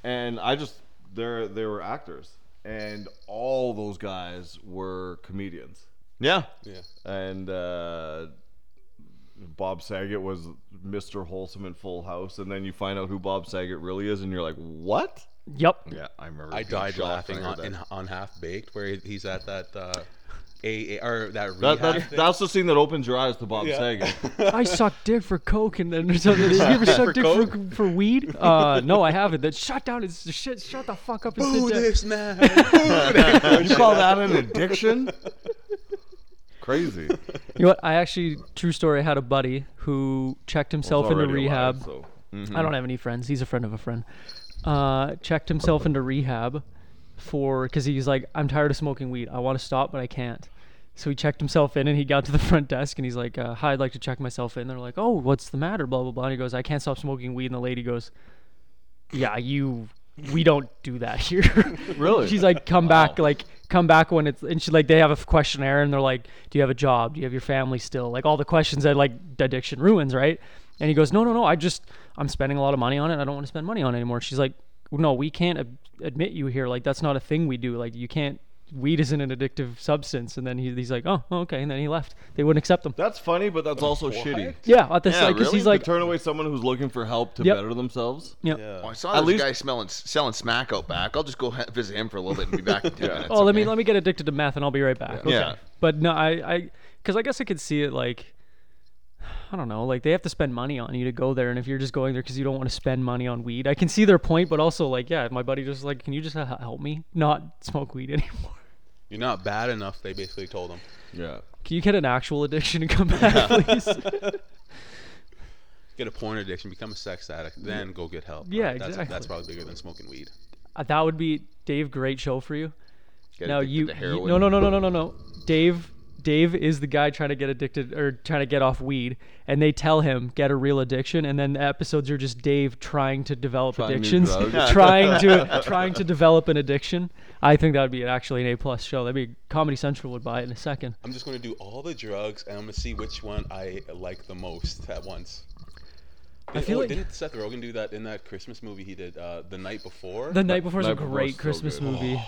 [SPEAKER 3] and I just there they were actors, and all those guys were comedians,
[SPEAKER 1] Yeah.
[SPEAKER 4] yeah.
[SPEAKER 3] and uh, Bob Saget was Mr. Wholesome in Full House, and then you find out who Bob Saget really is, and you're like, what?
[SPEAKER 2] Yep.
[SPEAKER 1] Yeah, I remember.
[SPEAKER 4] I
[SPEAKER 1] being
[SPEAKER 4] died
[SPEAKER 1] shocked when I
[SPEAKER 4] laughing
[SPEAKER 1] heard
[SPEAKER 4] on,
[SPEAKER 1] that.
[SPEAKER 4] in, on Half Baked, where he- he's at that uh, AA or that
[SPEAKER 3] That,
[SPEAKER 4] rehab
[SPEAKER 3] that,
[SPEAKER 4] thing.
[SPEAKER 3] that's the scene that opens your eyes to Bob Saget.
[SPEAKER 2] I sucked dick for coke and then or something. Did you ever suck dick for, for weed? Uh, no, I haven't. Then shut down his shit. Shut the fuck up and
[SPEAKER 4] Boo
[SPEAKER 2] sit down.
[SPEAKER 4] this man. Boo this-
[SPEAKER 3] you call that an addiction? Crazy.
[SPEAKER 2] You know what? I actually, true story, I had a buddy who checked himself into
[SPEAKER 3] Already
[SPEAKER 2] rehab.
[SPEAKER 3] alive, so.
[SPEAKER 2] I don't have any friends. He's a friend of a friend. Uh, checked himself into rehab for because he's like, I'm tired of smoking weed. I want to stop, but I can't. So he checked himself in and he got to the front desk and he's like, uh, Hi, I'd like to check myself in. They're like, Oh, what's the matter? Blah, blah, blah. And he goes, I can't stop smoking weed. And the lady goes, Yeah, you, we don't do that here.
[SPEAKER 3] Really?
[SPEAKER 2] She's like, Come back, like, come back when it's, and she like, they have a questionnaire and they're like, Do you have a job? Do you have your family still? Like, all the questions that like addiction ruins, right? And he goes, No, no, no. I just, I'm spending a lot of money on it. I don't want to spend money on it anymore. She's like, No, we can't ad- admit you here. Like, that's not a thing we do. Like, you can't, weed isn't an addictive substance. And then he, he's like, Oh, okay. And then he left. They wouldn't accept him.
[SPEAKER 3] That's funny, but that's also shitty.
[SPEAKER 2] yeah. At this,
[SPEAKER 1] Yeah,
[SPEAKER 2] like, 'cause
[SPEAKER 1] really?
[SPEAKER 2] he's like,
[SPEAKER 3] to turn away someone who's looking for help to
[SPEAKER 2] Yep.
[SPEAKER 3] better themselves.
[SPEAKER 2] yeah.
[SPEAKER 1] Oh, I saw
[SPEAKER 3] At
[SPEAKER 1] this
[SPEAKER 3] least-
[SPEAKER 1] guy smelling, selling smack out back. I'll just go ha- visit him for a little bit and be back in ten minutes.
[SPEAKER 2] Oh, let me
[SPEAKER 1] okay?
[SPEAKER 2] let me get addicted to meth and I'll be right back. Okay.
[SPEAKER 1] Yeah.
[SPEAKER 2] But no, I I because I guess I could see it like I don't know, like they have to spend money on you to go there, and if you're just going there because you don't want to spend money on weed, I can see their point. But also, like, yeah, my buddy just like, can you just h- help me not smoke weed anymore?
[SPEAKER 4] You're not bad enough. They basically told him.
[SPEAKER 3] Yeah.
[SPEAKER 2] Can you get an actual addiction and come back, please?
[SPEAKER 4] Get a porn addiction, become a sex addict, then go get help.
[SPEAKER 2] Yeah,
[SPEAKER 4] that's,
[SPEAKER 2] exactly.
[SPEAKER 4] That's probably bigger than smoking weed.
[SPEAKER 2] Uh, that would be Dave. Great show for you.
[SPEAKER 1] Get
[SPEAKER 2] No,
[SPEAKER 1] addicted
[SPEAKER 2] you,
[SPEAKER 1] to
[SPEAKER 2] you
[SPEAKER 1] heroin.
[SPEAKER 2] no no no no no no no. Dave Dave is the guy trying to get addicted or trying to get off weed, and they tell him get a real addiction, and then the episodes are just Dave trying to develop
[SPEAKER 3] new
[SPEAKER 2] addictions,
[SPEAKER 3] drugs.
[SPEAKER 2] trying to trying to develop an addiction. I think that would be actually an A plus show. That'd be Comedy Central would buy it in a second.
[SPEAKER 4] I'm just gonna do all the drugs, and I'm gonna see which one I like the most at once.
[SPEAKER 2] I feel
[SPEAKER 4] oh,
[SPEAKER 2] like
[SPEAKER 4] didn't Seth Rogen do that in that Christmas movie he did uh, the night before?
[SPEAKER 2] the night before is a
[SPEAKER 3] Night Before is
[SPEAKER 2] great
[SPEAKER 3] so
[SPEAKER 2] Christmas
[SPEAKER 3] good.
[SPEAKER 2] movie.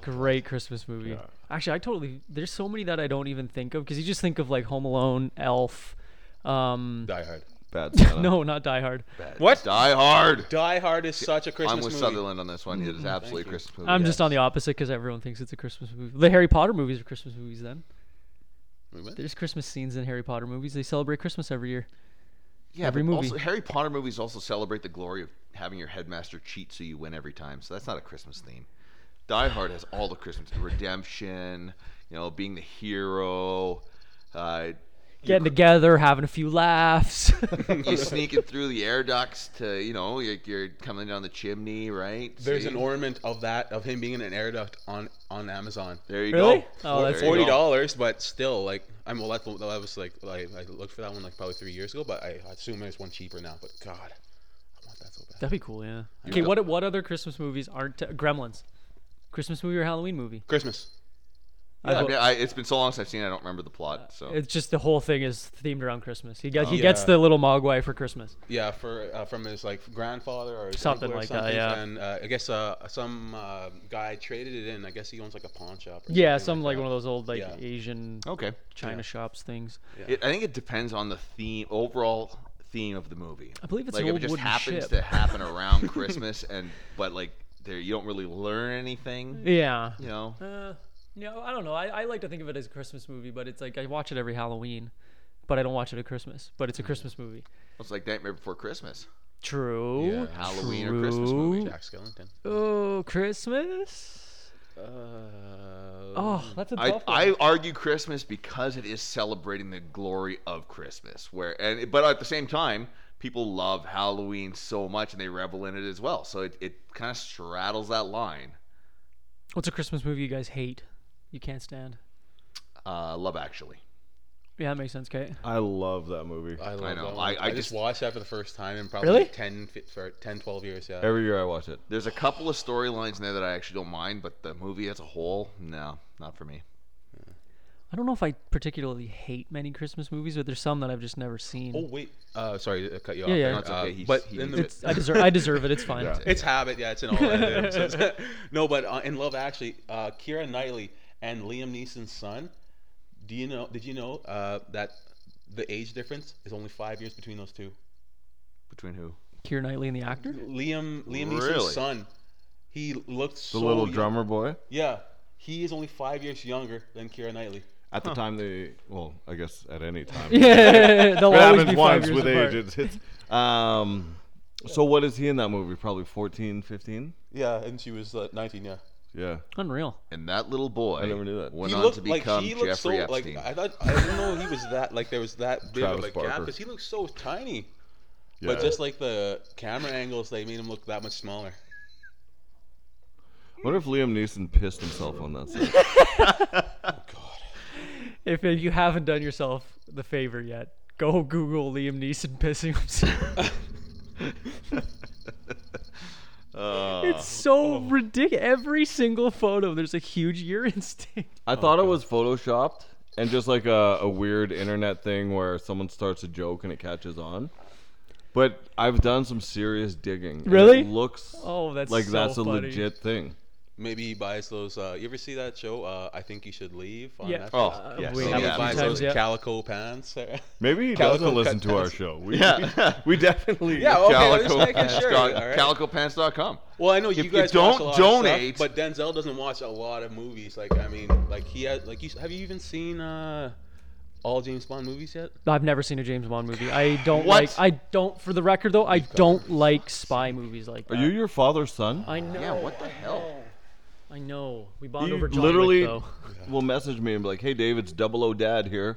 [SPEAKER 2] Great Christmas movie. Actually, I totally. There's so many that I don't even think of because you just think of like Home Alone, Elf. Um,
[SPEAKER 4] Die Hard.
[SPEAKER 3] Bad Santa.
[SPEAKER 2] no, not Die Hard.
[SPEAKER 4] What?
[SPEAKER 1] Die hard.
[SPEAKER 4] Die Hard is such a
[SPEAKER 1] I'm
[SPEAKER 4] Christmas
[SPEAKER 1] with
[SPEAKER 4] movie.
[SPEAKER 1] Sutherland on this one. It is absolutely Christmas movie.
[SPEAKER 2] I'm just on the opposite because everyone thinks it's a Christmas movie. The Harry Potter movies are Christmas movies. Then
[SPEAKER 4] Wait, what?
[SPEAKER 2] there's Christmas scenes in Harry Potter movies. They celebrate Christmas every year.
[SPEAKER 1] yeah,
[SPEAKER 2] every
[SPEAKER 1] but
[SPEAKER 2] movie.
[SPEAKER 1] Also, Harry Potter movies also celebrate the glory of having your headmaster cheat so you win every time. So that's not a Christmas theme. Die Hard has all the Christmas redemption, you know, being the hero, uh,
[SPEAKER 2] Getting together, having a few laughs.
[SPEAKER 1] you sneaking through the air ducts to, you know, you're, you're coming down the chimney, right?
[SPEAKER 4] There's
[SPEAKER 1] See?
[SPEAKER 4] an ornament of that of him being in an air duct on on Amazon.
[SPEAKER 1] There you
[SPEAKER 2] Really?
[SPEAKER 1] go.
[SPEAKER 2] Oh, that's
[SPEAKER 1] There
[SPEAKER 4] Forty
[SPEAKER 1] you go.
[SPEAKER 4] dollars, but still, like I'm well. That, that was like, like I looked for that one like probably three years ago, but I, I assume there's one cheaper now. But God, I want that so bad.
[SPEAKER 2] That'd be cool, yeah. Okay,
[SPEAKER 1] go.
[SPEAKER 2] what what other Christmas movies aren't t- Gremlins? Christmas movie or Halloween movie?
[SPEAKER 4] Christmas.
[SPEAKER 1] Yeah, I mean, I, it's been so long since I've seen it, I don't remember the plot. So
[SPEAKER 2] It's just the whole thing is themed around Christmas. He
[SPEAKER 1] Oh,
[SPEAKER 2] gets he gets the little Mogwai for Christmas.
[SPEAKER 4] Yeah, for uh, from his like grandfather or his
[SPEAKER 2] Something
[SPEAKER 4] uncle or
[SPEAKER 2] like that,
[SPEAKER 4] something,
[SPEAKER 2] yeah.
[SPEAKER 4] And uh, I guess uh, some uh, guy traded it in. I guess he owns like a pawn shop. Or
[SPEAKER 2] Yeah,
[SPEAKER 4] something
[SPEAKER 2] some like one of those old like
[SPEAKER 4] Yeah.
[SPEAKER 2] Asian
[SPEAKER 1] Okay.
[SPEAKER 2] China shops things.
[SPEAKER 1] It, I think it depends on the theme, overall theme of the movie. I
[SPEAKER 2] believe it's
[SPEAKER 1] like
[SPEAKER 2] an
[SPEAKER 1] if
[SPEAKER 2] old
[SPEAKER 1] it just
[SPEAKER 2] wooden
[SPEAKER 1] happens
[SPEAKER 2] ship.
[SPEAKER 1] to happen around Christmas, and but like there you don't really learn anything,
[SPEAKER 2] Yeah.
[SPEAKER 1] you know.
[SPEAKER 2] Uh, no, I don't know. I, I like to think of it as a Christmas movie, but it's like I watch it every Halloween, but I don't watch it at Christmas. But
[SPEAKER 1] Mm-hmm.
[SPEAKER 2] it's a Christmas movie.
[SPEAKER 1] It's like Nightmare Before Christmas,
[SPEAKER 2] True.
[SPEAKER 1] Halloween or Christmas movie.
[SPEAKER 4] Jack Skellington.
[SPEAKER 2] Oh, Christmas.
[SPEAKER 4] Uh,
[SPEAKER 2] Oh, that's a
[SPEAKER 1] Mm-hmm. I,
[SPEAKER 2] tough one.
[SPEAKER 1] I argue Christmas because it is celebrating the glory of Christmas, where and but at the same time, people love Halloween so much and they revel in it as well. So it, it kind of straddles that line.
[SPEAKER 2] What's a Christmas movie you guys hate? You can't stand.
[SPEAKER 1] Uh, love Actually.
[SPEAKER 2] Yeah, that makes sense, Kate.
[SPEAKER 3] I love that movie.
[SPEAKER 4] I, love
[SPEAKER 1] I know.
[SPEAKER 4] that one.
[SPEAKER 1] I- I
[SPEAKER 4] just,
[SPEAKER 1] just-
[SPEAKER 4] watched that for the first time in probably
[SPEAKER 2] Really?
[SPEAKER 4] 10, fi- for 10, 12 years. Yeah.
[SPEAKER 3] Every year I watch it.
[SPEAKER 1] There's a couple of storylines in there that I actually don't mind, but the movie as a whole, no, not for me.
[SPEAKER 2] I don't know if I particularly hate many Christmas movies, but there's some that I've just never seen.
[SPEAKER 4] Oh wait, uh, sorry to cut you
[SPEAKER 2] Yeah,
[SPEAKER 4] off.
[SPEAKER 2] yeah.
[SPEAKER 4] there.
[SPEAKER 2] No, it's
[SPEAKER 4] Uh,
[SPEAKER 1] okay. He's-
[SPEAKER 4] but
[SPEAKER 1] he-
[SPEAKER 4] in the,
[SPEAKER 2] It's, I deserve. I deserve it. It's fine.
[SPEAKER 4] It's habit, yeah. It's in all. of them. no, but uh, in Love Actually, uh, Kira Knightley and Liam Neeson's son. Do you know? Did you know uh, that the age difference is only five years between those two.
[SPEAKER 1] Between who?
[SPEAKER 2] Keira Knightley and the actor.
[SPEAKER 4] Liam Liam Neeson's
[SPEAKER 1] Really?
[SPEAKER 4] son. He looked
[SPEAKER 3] The
[SPEAKER 4] so
[SPEAKER 3] little
[SPEAKER 4] young.
[SPEAKER 3] drummer boy.
[SPEAKER 4] Yeah, he is only five years younger than Kira Knightley.
[SPEAKER 3] At the time they, well, I guess at any time.
[SPEAKER 2] Yeah, they'll always
[SPEAKER 3] it happens
[SPEAKER 2] be five
[SPEAKER 3] once
[SPEAKER 2] years
[SPEAKER 3] with
[SPEAKER 2] apart.
[SPEAKER 3] age. It's, it's, um, so what is he in that movie? Probably 14, 15?
[SPEAKER 4] Yeah, and she was uh, 19. Yeah,
[SPEAKER 3] Yeah.
[SPEAKER 2] Unreal.
[SPEAKER 1] And that little boy
[SPEAKER 3] I never knew that.
[SPEAKER 1] went
[SPEAKER 4] he
[SPEAKER 1] on
[SPEAKER 4] looked
[SPEAKER 1] to
[SPEAKER 4] like
[SPEAKER 1] become
[SPEAKER 4] he looked so
[SPEAKER 1] Jeffrey
[SPEAKER 4] like
[SPEAKER 1] Epstein.
[SPEAKER 4] I thought I didn't know he was that like there was that big
[SPEAKER 3] Travis
[SPEAKER 4] of a gap
[SPEAKER 3] Barker.
[SPEAKER 4] because he looked so tiny.
[SPEAKER 3] Yeah.
[SPEAKER 4] But just like the camera angles, they made him look that much smaller.
[SPEAKER 3] wonder if Liam Neeson pissed himself on that set.
[SPEAKER 2] If, if you haven't done yourself the favor yet, go Google Liam Neeson pissing himself.
[SPEAKER 3] Uh,
[SPEAKER 2] it's so
[SPEAKER 3] oh.
[SPEAKER 2] ridiculous. Every single photo, there's a huge urine stain.
[SPEAKER 3] I thought it was photoshopped and just like a, a weird internet thing where someone starts a joke and it catches on. But I've done some serious digging. and
[SPEAKER 2] Really?
[SPEAKER 3] It looks
[SPEAKER 2] Oh, that's
[SPEAKER 3] like
[SPEAKER 2] so
[SPEAKER 3] that's a
[SPEAKER 2] funny.
[SPEAKER 3] legit thing.
[SPEAKER 4] Maybe he buys those. Uh, you ever see that show? Uh, I think you should leave. On
[SPEAKER 2] Yeah.
[SPEAKER 4] Netflix?
[SPEAKER 1] Oh,
[SPEAKER 2] Uh,
[SPEAKER 1] yes.
[SPEAKER 2] we
[SPEAKER 1] Oh,
[SPEAKER 4] He
[SPEAKER 2] have
[SPEAKER 1] yeah.
[SPEAKER 2] a
[SPEAKER 4] buys
[SPEAKER 2] few times,
[SPEAKER 4] those
[SPEAKER 2] yeah.
[SPEAKER 4] calico pants. yeah,
[SPEAKER 3] Maybe he
[SPEAKER 4] Calico
[SPEAKER 3] doesn't listen
[SPEAKER 4] cut
[SPEAKER 3] to our
[SPEAKER 4] pants.
[SPEAKER 3] show. We,
[SPEAKER 1] yeah.
[SPEAKER 3] we definitely.
[SPEAKER 4] okay, I'm just
[SPEAKER 1] Calico,
[SPEAKER 4] making sure.
[SPEAKER 1] Cal-
[SPEAKER 4] all right?
[SPEAKER 1] CalicoPants.com.
[SPEAKER 4] Well, I know you
[SPEAKER 1] If you
[SPEAKER 4] guys watch
[SPEAKER 1] don't
[SPEAKER 4] a lot
[SPEAKER 1] donate-
[SPEAKER 4] of stuff, but Denzel doesn't watch a lot of movies. Like I mean, like he has, like you have you even seen uh, all James Bond movies yet?
[SPEAKER 2] I've never seen a James Bond movie. I don't
[SPEAKER 1] What?
[SPEAKER 2] like. I don't. For the record, though, I don't like spy movies like that.
[SPEAKER 3] Are you your father's son?
[SPEAKER 2] I know.
[SPEAKER 1] Yeah, Oh, what the hell?
[SPEAKER 2] I know. We bond
[SPEAKER 3] You
[SPEAKER 2] over John
[SPEAKER 3] literally
[SPEAKER 2] Wick, though.
[SPEAKER 3] will message me and be like, "Hey, David's double O dad here."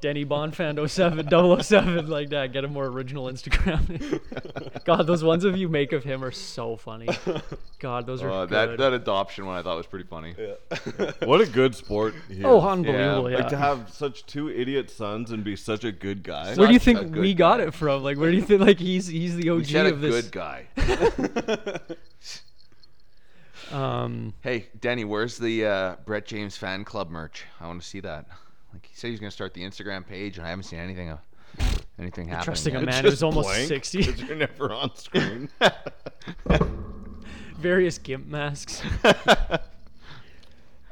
[SPEAKER 2] Denny Bonfan 07, 007, like that. Get a more original Instagram. God, those ones of you make of him are so funny. God, those are
[SPEAKER 1] Uh, that
[SPEAKER 2] good.
[SPEAKER 1] that adoption one I thought was pretty funny.
[SPEAKER 3] What a good sport. He is.
[SPEAKER 2] oh, unbelievable! Yeah.
[SPEAKER 3] Like to have such two idiot sons and be such a good guy.
[SPEAKER 2] where do you
[SPEAKER 1] such a
[SPEAKER 2] think
[SPEAKER 1] good
[SPEAKER 2] we got it from? Like, where do you think like he's he's the
[SPEAKER 1] We
[SPEAKER 2] OG
[SPEAKER 1] said a
[SPEAKER 2] of this?
[SPEAKER 1] good guy.
[SPEAKER 2] Um,
[SPEAKER 1] Hey, Danny, where's the uh, Brett James fan club merch? I want to see that. Like he said, he's gonna start the Instagram page, and I haven't seen anything of anything happening.
[SPEAKER 2] trusting a
[SPEAKER 1] yet.
[SPEAKER 2] man
[SPEAKER 3] Just
[SPEAKER 2] who's almost
[SPEAKER 3] blank,
[SPEAKER 2] sixty.
[SPEAKER 3] 'cause You're never on screen.
[SPEAKER 2] Various gimp masks.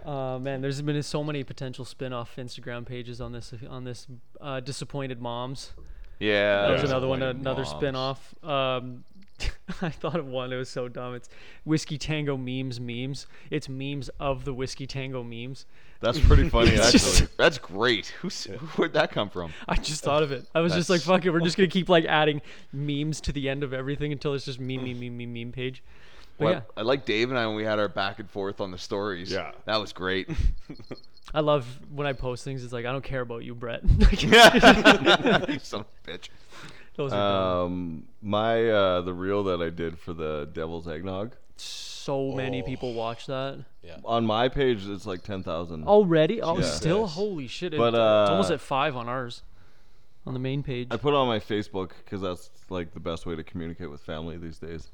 [SPEAKER 2] Uh, man, there's been so many potential spin-off Instagram pages on this on this uh, disappointed moms.
[SPEAKER 1] Yeah,
[SPEAKER 2] That was another one, another
[SPEAKER 1] Moms.
[SPEAKER 2] spin-off. Um, I thought of one. It was so dumb. It's Whiskey Tango memes, memes. It's memes of the Whiskey Tango memes.
[SPEAKER 3] That's pretty funny,
[SPEAKER 2] It's
[SPEAKER 3] actually.
[SPEAKER 2] just-
[SPEAKER 1] That's great. Who's, Where'd that come from?
[SPEAKER 2] I just thought of it. I was just like, fuck it. We're just gonna keep like adding memes to the end of everything until it's just meme, meme, meme, meme, meme page. But
[SPEAKER 1] Well,
[SPEAKER 2] yeah,
[SPEAKER 1] I like Dave and I when we had our back and forth on the stories.
[SPEAKER 12] Yeah.
[SPEAKER 1] that was great.
[SPEAKER 2] I love when I post things. It's like I don't care about you, Brett.
[SPEAKER 1] You Son of a bitch.
[SPEAKER 2] Those are dumb.
[SPEAKER 3] Um, my uh, the reel that I did for the Devil's Eggnog
[SPEAKER 2] so
[SPEAKER 3] oh.
[SPEAKER 2] many people watch that
[SPEAKER 3] on my page, it's like ten thousand.
[SPEAKER 2] already. Oh,
[SPEAKER 3] Yeah.
[SPEAKER 2] still holy shit! It,
[SPEAKER 3] But,
[SPEAKER 2] it's almost
[SPEAKER 3] uh,
[SPEAKER 2] at five on ours, on the main page.
[SPEAKER 3] I put it on my Facebook because that's like the best way to communicate with family these days.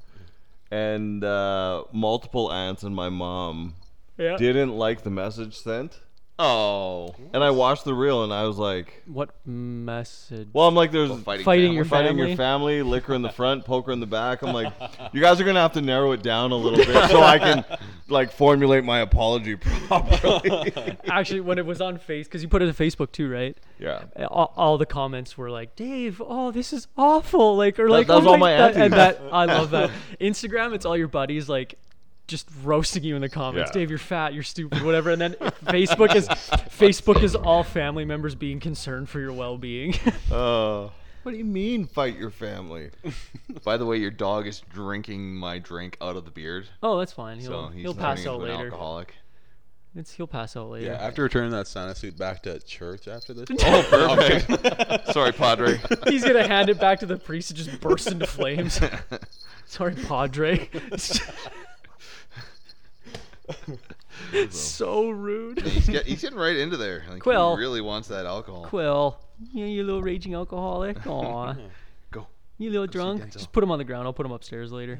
[SPEAKER 3] And uh, multiple aunts and my mom
[SPEAKER 2] Yeah.
[SPEAKER 3] didn't like the message sent.
[SPEAKER 1] Oh,
[SPEAKER 3] And I watched the reel and I was like,
[SPEAKER 2] What message?
[SPEAKER 3] well, I'm like, there's
[SPEAKER 1] fighting,
[SPEAKER 2] Fighting
[SPEAKER 1] family.
[SPEAKER 2] your
[SPEAKER 3] fighting
[SPEAKER 2] family.
[SPEAKER 3] your family, liquor in the front, poker in the back. I'm like, you guys are gonna have to narrow it down a little bit so I can like formulate my apology properly.
[SPEAKER 2] Actually, when it was on Face, because you put it on Facebook too, right?
[SPEAKER 3] yeah.
[SPEAKER 2] All, all the comments were like, "Dave, oh, this is awful!" Like, or like,
[SPEAKER 3] that was
[SPEAKER 2] "Oh
[SPEAKER 3] all my
[SPEAKER 2] that, and that.
[SPEAKER 3] aunties.
[SPEAKER 2] I love that. Instagram, it's all your buddies like just roasting you in the comments.
[SPEAKER 3] Yeah.
[SPEAKER 2] Dave, you're fat, you're stupid, whatever. And then Facebook is Facebook is all family members being concerned for your well-being.
[SPEAKER 3] Uh, what do you mean fight your family?
[SPEAKER 1] By the way, your dog is drinking my drink out of the beard,
[SPEAKER 2] oh, that's fine. He'll
[SPEAKER 1] so he's
[SPEAKER 2] he'll pass
[SPEAKER 1] turning
[SPEAKER 2] out
[SPEAKER 1] into an
[SPEAKER 2] later.
[SPEAKER 1] alcoholic.
[SPEAKER 2] It's he'll pass out later.
[SPEAKER 4] Yeah, after returning that Santa suit back to church after this.
[SPEAKER 1] Oh, perfect. Sorry, Padre.
[SPEAKER 2] He's gonna hand it back to the priest and just burst into flames. Sorry, Padre. so rude.
[SPEAKER 1] He's, get, he's getting right into there. Like,
[SPEAKER 2] Quill.
[SPEAKER 1] he really wants that alcohol.
[SPEAKER 2] Quill, you, you little raging alcoholic. Aw,
[SPEAKER 1] Go.
[SPEAKER 2] you little drunk.
[SPEAKER 1] Denzel.
[SPEAKER 2] Just put him on the ground. I'll put him upstairs later.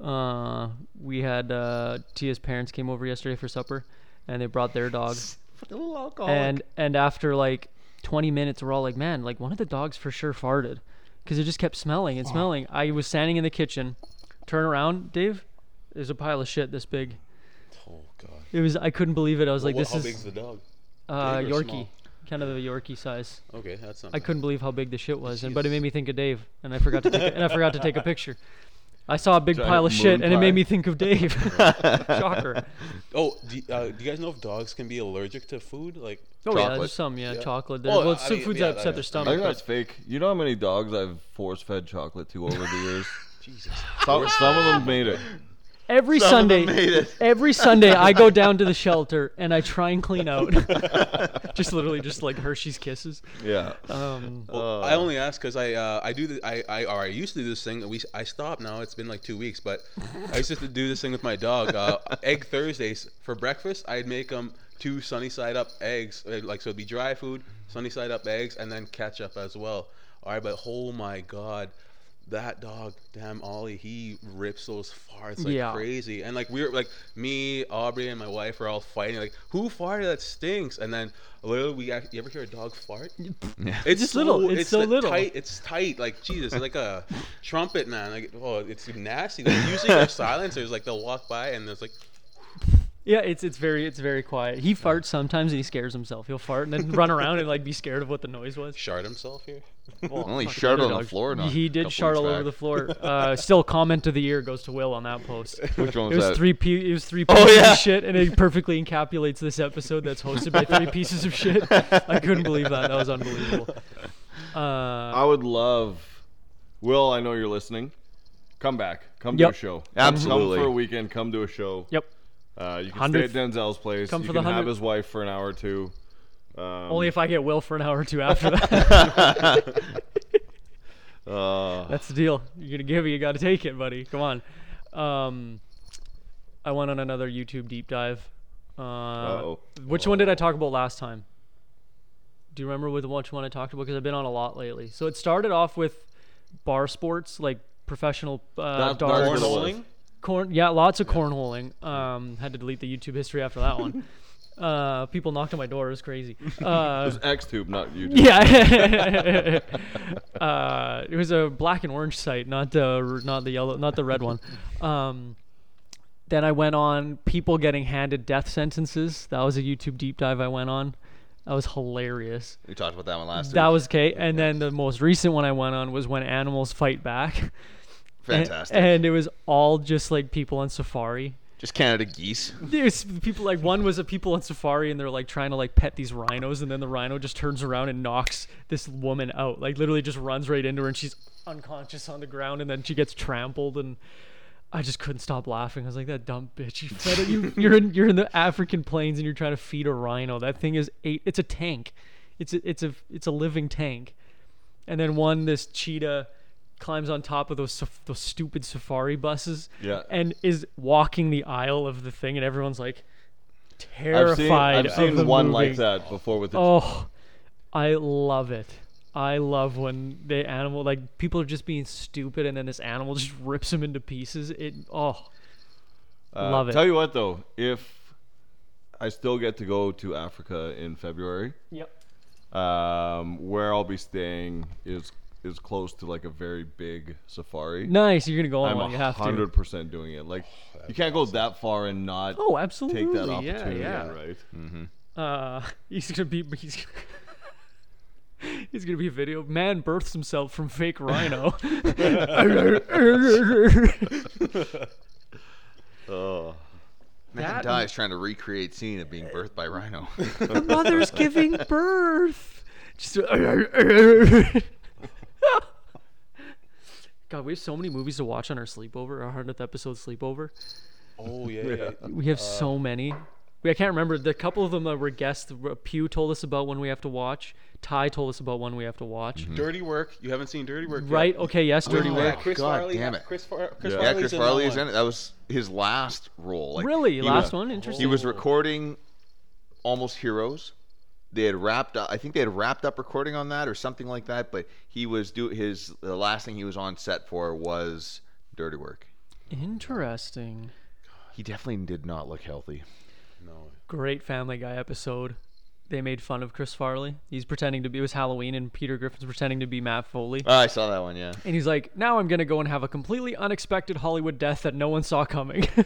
[SPEAKER 2] Uh, we had uh, Tia's parents came over yesterday for supper, and they brought their dog.
[SPEAKER 1] little alcohol.
[SPEAKER 2] and and after like 20 minutes we're all like man like one of the dogs for sure farted because it just kept smelling and smelling i was standing in the kitchen turn around dave there's a pile of shit this big
[SPEAKER 4] Oh God.
[SPEAKER 2] it was i couldn't believe it i was like
[SPEAKER 4] What-
[SPEAKER 2] this
[SPEAKER 4] how
[SPEAKER 2] is
[SPEAKER 4] big's the dog?
[SPEAKER 2] uh
[SPEAKER 4] big or
[SPEAKER 2] yorkie
[SPEAKER 4] small?
[SPEAKER 2] kind of the Yorkie size.
[SPEAKER 4] Okay, that's
[SPEAKER 2] I
[SPEAKER 4] something.
[SPEAKER 2] couldn't believe how big the shit was, and but it made me think of Dave, and I forgot to take, and I forgot to take a picture. I saw a big
[SPEAKER 3] Giant
[SPEAKER 2] pile of shit,
[SPEAKER 3] moon
[SPEAKER 2] and it
[SPEAKER 3] pie.
[SPEAKER 2] made me think of Dave. Shocker.
[SPEAKER 4] Oh, do, y- uh, do you guys know if dogs can be allergic to food? Like,
[SPEAKER 2] Oh yeah,
[SPEAKER 1] Chocolate.
[SPEAKER 2] there's some yeah,
[SPEAKER 4] Yeah.
[SPEAKER 2] chocolate.
[SPEAKER 4] Oh,
[SPEAKER 2] well, it's
[SPEAKER 4] I
[SPEAKER 2] some
[SPEAKER 4] mean,
[SPEAKER 2] foods
[SPEAKER 4] yeah,
[SPEAKER 2] that upset their
[SPEAKER 4] that-
[SPEAKER 3] I think
[SPEAKER 2] stomach.
[SPEAKER 3] that's
[SPEAKER 2] But
[SPEAKER 3] fake. You know how many dogs I've force fed chocolate to over the years?
[SPEAKER 4] Jesus.
[SPEAKER 3] some, some of them made it.
[SPEAKER 2] every
[SPEAKER 1] Some of them made
[SPEAKER 2] Sunday,
[SPEAKER 1] it.
[SPEAKER 2] every Sunday, I go down to the shelter and I try and clean out. just literally, just like Hershey's Kisses.
[SPEAKER 3] Yeah.
[SPEAKER 2] Um,
[SPEAKER 4] Well, I only ask because I uh, I do the, I I or I used to do this thing. We I stopped now. It's been like two weeks, but I used to do this thing with my dog. Uh, egg Thursdays for breakfast. I'd make them two sunny side up eggs. uh, Like so, it'd be dry food, sunny side up eggs, and then ketchup as well. All right, but oh my god. That dog, damn Ollie, he rips those farts like
[SPEAKER 2] Yeah.
[SPEAKER 4] crazy. And like we were like me, Aubrey, and my wife were all fighting, like who farted that stinks? And then literally, we act- you ever hear a dog fart? It's
[SPEAKER 2] Just
[SPEAKER 4] so,
[SPEAKER 2] little. It's so
[SPEAKER 4] the
[SPEAKER 2] little.
[SPEAKER 4] Tight, it's tight. Like Jesus, it's like a trumpet man. Like oh, it's nasty. Like, usually their silencers, like they'll walk by and there's like
[SPEAKER 2] yeah, it's it's very it's very quiet. He farts sometimes and he scares himself. He'll fart and then run around and like be scared of what the noise was.
[SPEAKER 4] shard himself here.
[SPEAKER 1] Only
[SPEAKER 2] Fucking
[SPEAKER 1] shard on the
[SPEAKER 2] underdogs.
[SPEAKER 1] floor. Not
[SPEAKER 2] He did shard all over the floor. Uh, still, comment of the year goes to Will on that post. It
[SPEAKER 1] Which one was,
[SPEAKER 2] was
[SPEAKER 1] that?
[SPEAKER 2] three p. It was three
[SPEAKER 1] Oh,
[SPEAKER 2] pieces
[SPEAKER 1] yeah.
[SPEAKER 2] of shit, and it perfectly encapsulates this episode that's hosted by three pieces of shit. I couldn't believe that. That was unbelievable. Uh,
[SPEAKER 3] I would love. Will, I know you're listening. Come back. Come
[SPEAKER 2] Yep.
[SPEAKER 3] to a show.
[SPEAKER 1] Absolutely.
[SPEAKER 3] Come for a weekend. Come to a show.
[SPEAKER 2] yep.
[SPEAKER 3] Uh, you can
[SPEAKER 2] Hundred-
[SPEAKER 3] stay at Denzel's place.
[SPEAKER 2] come
[SPEAKER 3] you
[SPEAKER 2] for the
[SPEAKER 3] can have
[SPEAKER 2] hundred-
[SPEAKER 3] his wife for an hour or two. Um,
[SPEAKER 2] Only if I get Will for an hour or two after that.
[SPEAKER 3] uh,
[SPEAKER 2] that's the deal. You're gonna give it. You gotta take it, buddy. Come on. Um, I went on another YouTube deep dive. Uh,
[SPEAKER 3] Uh-oh.
[SPEAKER 2] Which one did I talk about last time? Do you remember with which one I talked about? Because I've been on a lot lately. So it started off with bar sports, like professional uh,
[SPEAKER 3] That- that's
[SPEAKER 2] darts,
[SPEAKER 3] what it was.
[SPEAKER 4] Cornholing?
[SPEAKER 2] corn. Yeah, lots of cornholing. Um, had to delete the YouTube history after that one. uh, people knocked on my door. It was crazy. Uh,
[SPEAKER 3] X Tube, not YouTube.
[SPEAKER 2] yeah. uh, it was a black and orange site, not the not the yellow, not the red one. Um, then I went on people getting handed death sentences. That was a YouTube deep dive I went on. That was hilarious.
[SPEAKER 1] We talked about that one last
[SPEAKER 2] That
[SPEAKER 1] week.
[SPEAKER 2] was okay. And then the most recent one I went on was when animals fight back. And-
[SPEAKER 1] fantastic.
[SPEAKER 2] And, it was all just like people on safari.
[SPEAKER 1] Just Canada geese.
[SPEAKER 2] There's people like one was a people on safari and they're like trying to like pet these rhinos and then the rhino just turns around and knocks this woman out. Like literally just runs right into her and she's unconscious on the ground and then she gets trampled and I just couldn't stop laughing. I was like, "That dumb bitch! You fed it. You, you're in you're in the African plains and you're trying to feed a rhino. That thing is eight. It's a tank. It's a, it's a it's a living tank." And then one, this cheetah climbs on top of those saf- those stupid safari buses.
[SPEAKER 3] Yeah.
[SPEAKER 2] And is walking the aisle of the thing, and everyone's like
[SPEAKER 3] I've seen,
[SPEAKER 2] terrified.
[SPEAKER 3] I've seen
[SPEAKER 2] of them
[SPEAKER 3] one like
[SPEAKER 2] moving.
[SPEAKER 3] that before with the
[SPEAKER 2] Oh, I love it. I love when the animal like people are just being stupid, and then this animal just rips them into pieces. It oh.
[SPEAKER 3] Uh,
[SPEAKER 2] Love it.
[SPEAKER 3] Tell you what though, if I still get to go to Africa in February,
[SPEAKER 2] Yep.
[SPEAKER 3] um, where I'll be staying is is close to like a very big safari.
[SPEAKER 2] Nice. You're gonna go on
[SPEAKER 3] I'm
[SPEAKER 2] one. You have to.
[SPEAKER 3] hundred percent doing it. Like
[SPEAKER 4] Oh,
[SPEAKER 3] you can't go that far and not
[SPEAKER 2] Oh,
[SPEAKER 3] take
[SPEAKER 2] absolutely.
[SPEAKER 3] that opportunity,
[SPEAKER 2] yeah, yeah.
[SPEAKER 3] right?
[SPEAKER 2] Uh, he's gonna be he's gonna, he's gonna be a video man births himself from fake rhino.
[SPEAKER 3] Oh.
[SPEAKER 1] Man
[SPEAKER 2] That-
[SPEAKER 1] dies trying to recreate scene of being birthed by rhino.
[SPEAKER 2] Mother's giving birth. Just a- God, we have so many movies to watch on our sleepover, our hundredth episode sleepover.
[SPEAKER 4] Oh yeah, yeah.
[SPEAKER 2] We have
[SPEAKER 1] Uh,
[SPEAKER 2] so many. We, I can't remember the couple of them that were guests. uh, Pew told us about one we have to watch. Ty told us about one we have to watch.
[SPEAKER 1] Mm-hmm.
[SPEAKER 4] Dirty work. You haven't seen Dirty Work, yet.
[SPEAKER 2] Right? Okay. Yes. Dirty
[SPEAKER 4] Yeah,
[SPEAKER 2] work.
[SPEAKER 4] Chris
[SPEAKER 1] God
[SPEAKER 4] Farley.
[SPEAKER 1] damn it.
[SPEAKER 4] Chris, Far- Chris
[SPEAKER 3] Yeah.
[SPEAKER 1] yeah,
[SPEAKER 4] Farley's
[SPEAKER 1] Chris
[SPEAKER 4] in
[SPEAKER 1] Farley
[SPEAKER 4] that
[SPEAKER 1] is
[SPEAKER 4] one.
[SPEAKER 1] in it. That was his last role. Like,
[SPEAKER 2] really?
[SPEAKER 1] he
[SPEAKER 2] Last
[SPEAKER 1] was-
[SPEAKER 2] one? Interesting.
[SPEAKER 1] He was recording almost heroes. They had wrapped up. I think they had wrapped up recording on that or something like that. But he was do his the last thing he was on set for was dirty work.
[SPEAKER 2] Interesting.
[SPEAKER 1] He definitely did not look healthy.
[SPEAKER 2] Great Family Guy episode. They made fun of Chris Farley. He's pretending to be it was Halloween, and Peter Griffin's pretending to be Matt Foley.
[SPEAKER 1] Oh, I saw that one. Yeah.
[SPEAKER 2] And he's like, now I'm going to go and have a completely unexpected Hollywood death that no one saw coming.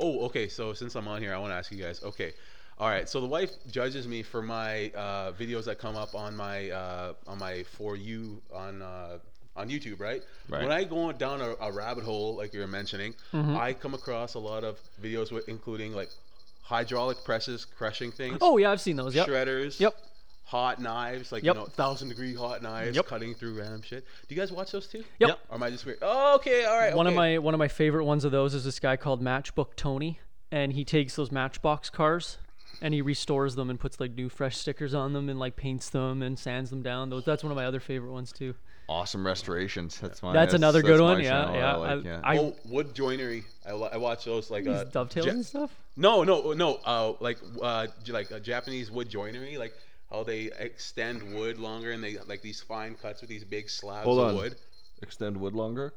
[SPEAKER 4] Oh, okay. So since I'm on here, I want to ask you guys. Okay, All right, so the wife judges me for my uh, videos that come up on my uh, on my for you on uh, on YouTube, right?
[SPEAKER 1] Right.
[SPEAKER 4] When I go on down a, a rabbit hole, like you were mentioning,
[SPEAKER 2] Mhm.
[SPEAKER 4] I come across a lot of videos with, including like hydraulic presses crushing things.
[SPEAKER 2] Oh yeah, I've seen those. Yep.
[SPEAKER 4] Shredders.
[SPEAKER 2] Yep.
[SPEAKER 4] Hot knives, like
[SPEAKER 2] Yep.
[SPEAKER 4] you know, thousand degree hot knives,
[SPEAKER 2] Yep.
[SPEAKER 4] cutting through random shit. Do you guys watch those too?
[SPEAKER 2] Yep. Yep.
[SPEAKER 4] Or am I just weird? Oh, okay, all right.
[SPEAKER 2] One of
[SPEAKER 4] okay.
[SPEAKER 2] my one of my favorite ones of those is this guy called Matchbook Tony, and he takes those Matchbox cars and he restores them and puts like new fresh stickers on them and like paints them and sands them down. Those that's one of my other favorite ones too.
[SPEAKER 1] Awesome restorations. That's my.
[SPEAKER 2] That's another good one,
[SPEAKER 1] my
[SPEAKER 2] yeah,
[SPEAKER 1] channel
[SPEAKER 2] yeah,
[SPEAKER 1] I like,
[SPEAKER 2] I-
[SPEAKER 1] yeah.
[SPEAKER 2] I-
[SPEAKER 4] oh, wood joinery. I, wa- I watch those like
[SPEAKER 2] These
[SPEAKER 4] uh,
[SPEAKER 2] dovetails
[SPEAKER 4] Ja-
[SPEAKER 2] and stuff.
[SPEAKER 4] No, no, no. Uh, like uh, j- like uh, Japanese wood joinery, like how they extend wood longer and they like these fine cuts with these big slabs
[SPEAKER 3] Hold
[SPEAKER 4] of
[SPEAKER 3] on.
[SPEAKER 4] wood.
[SPEAKER 3] Extend wood longer.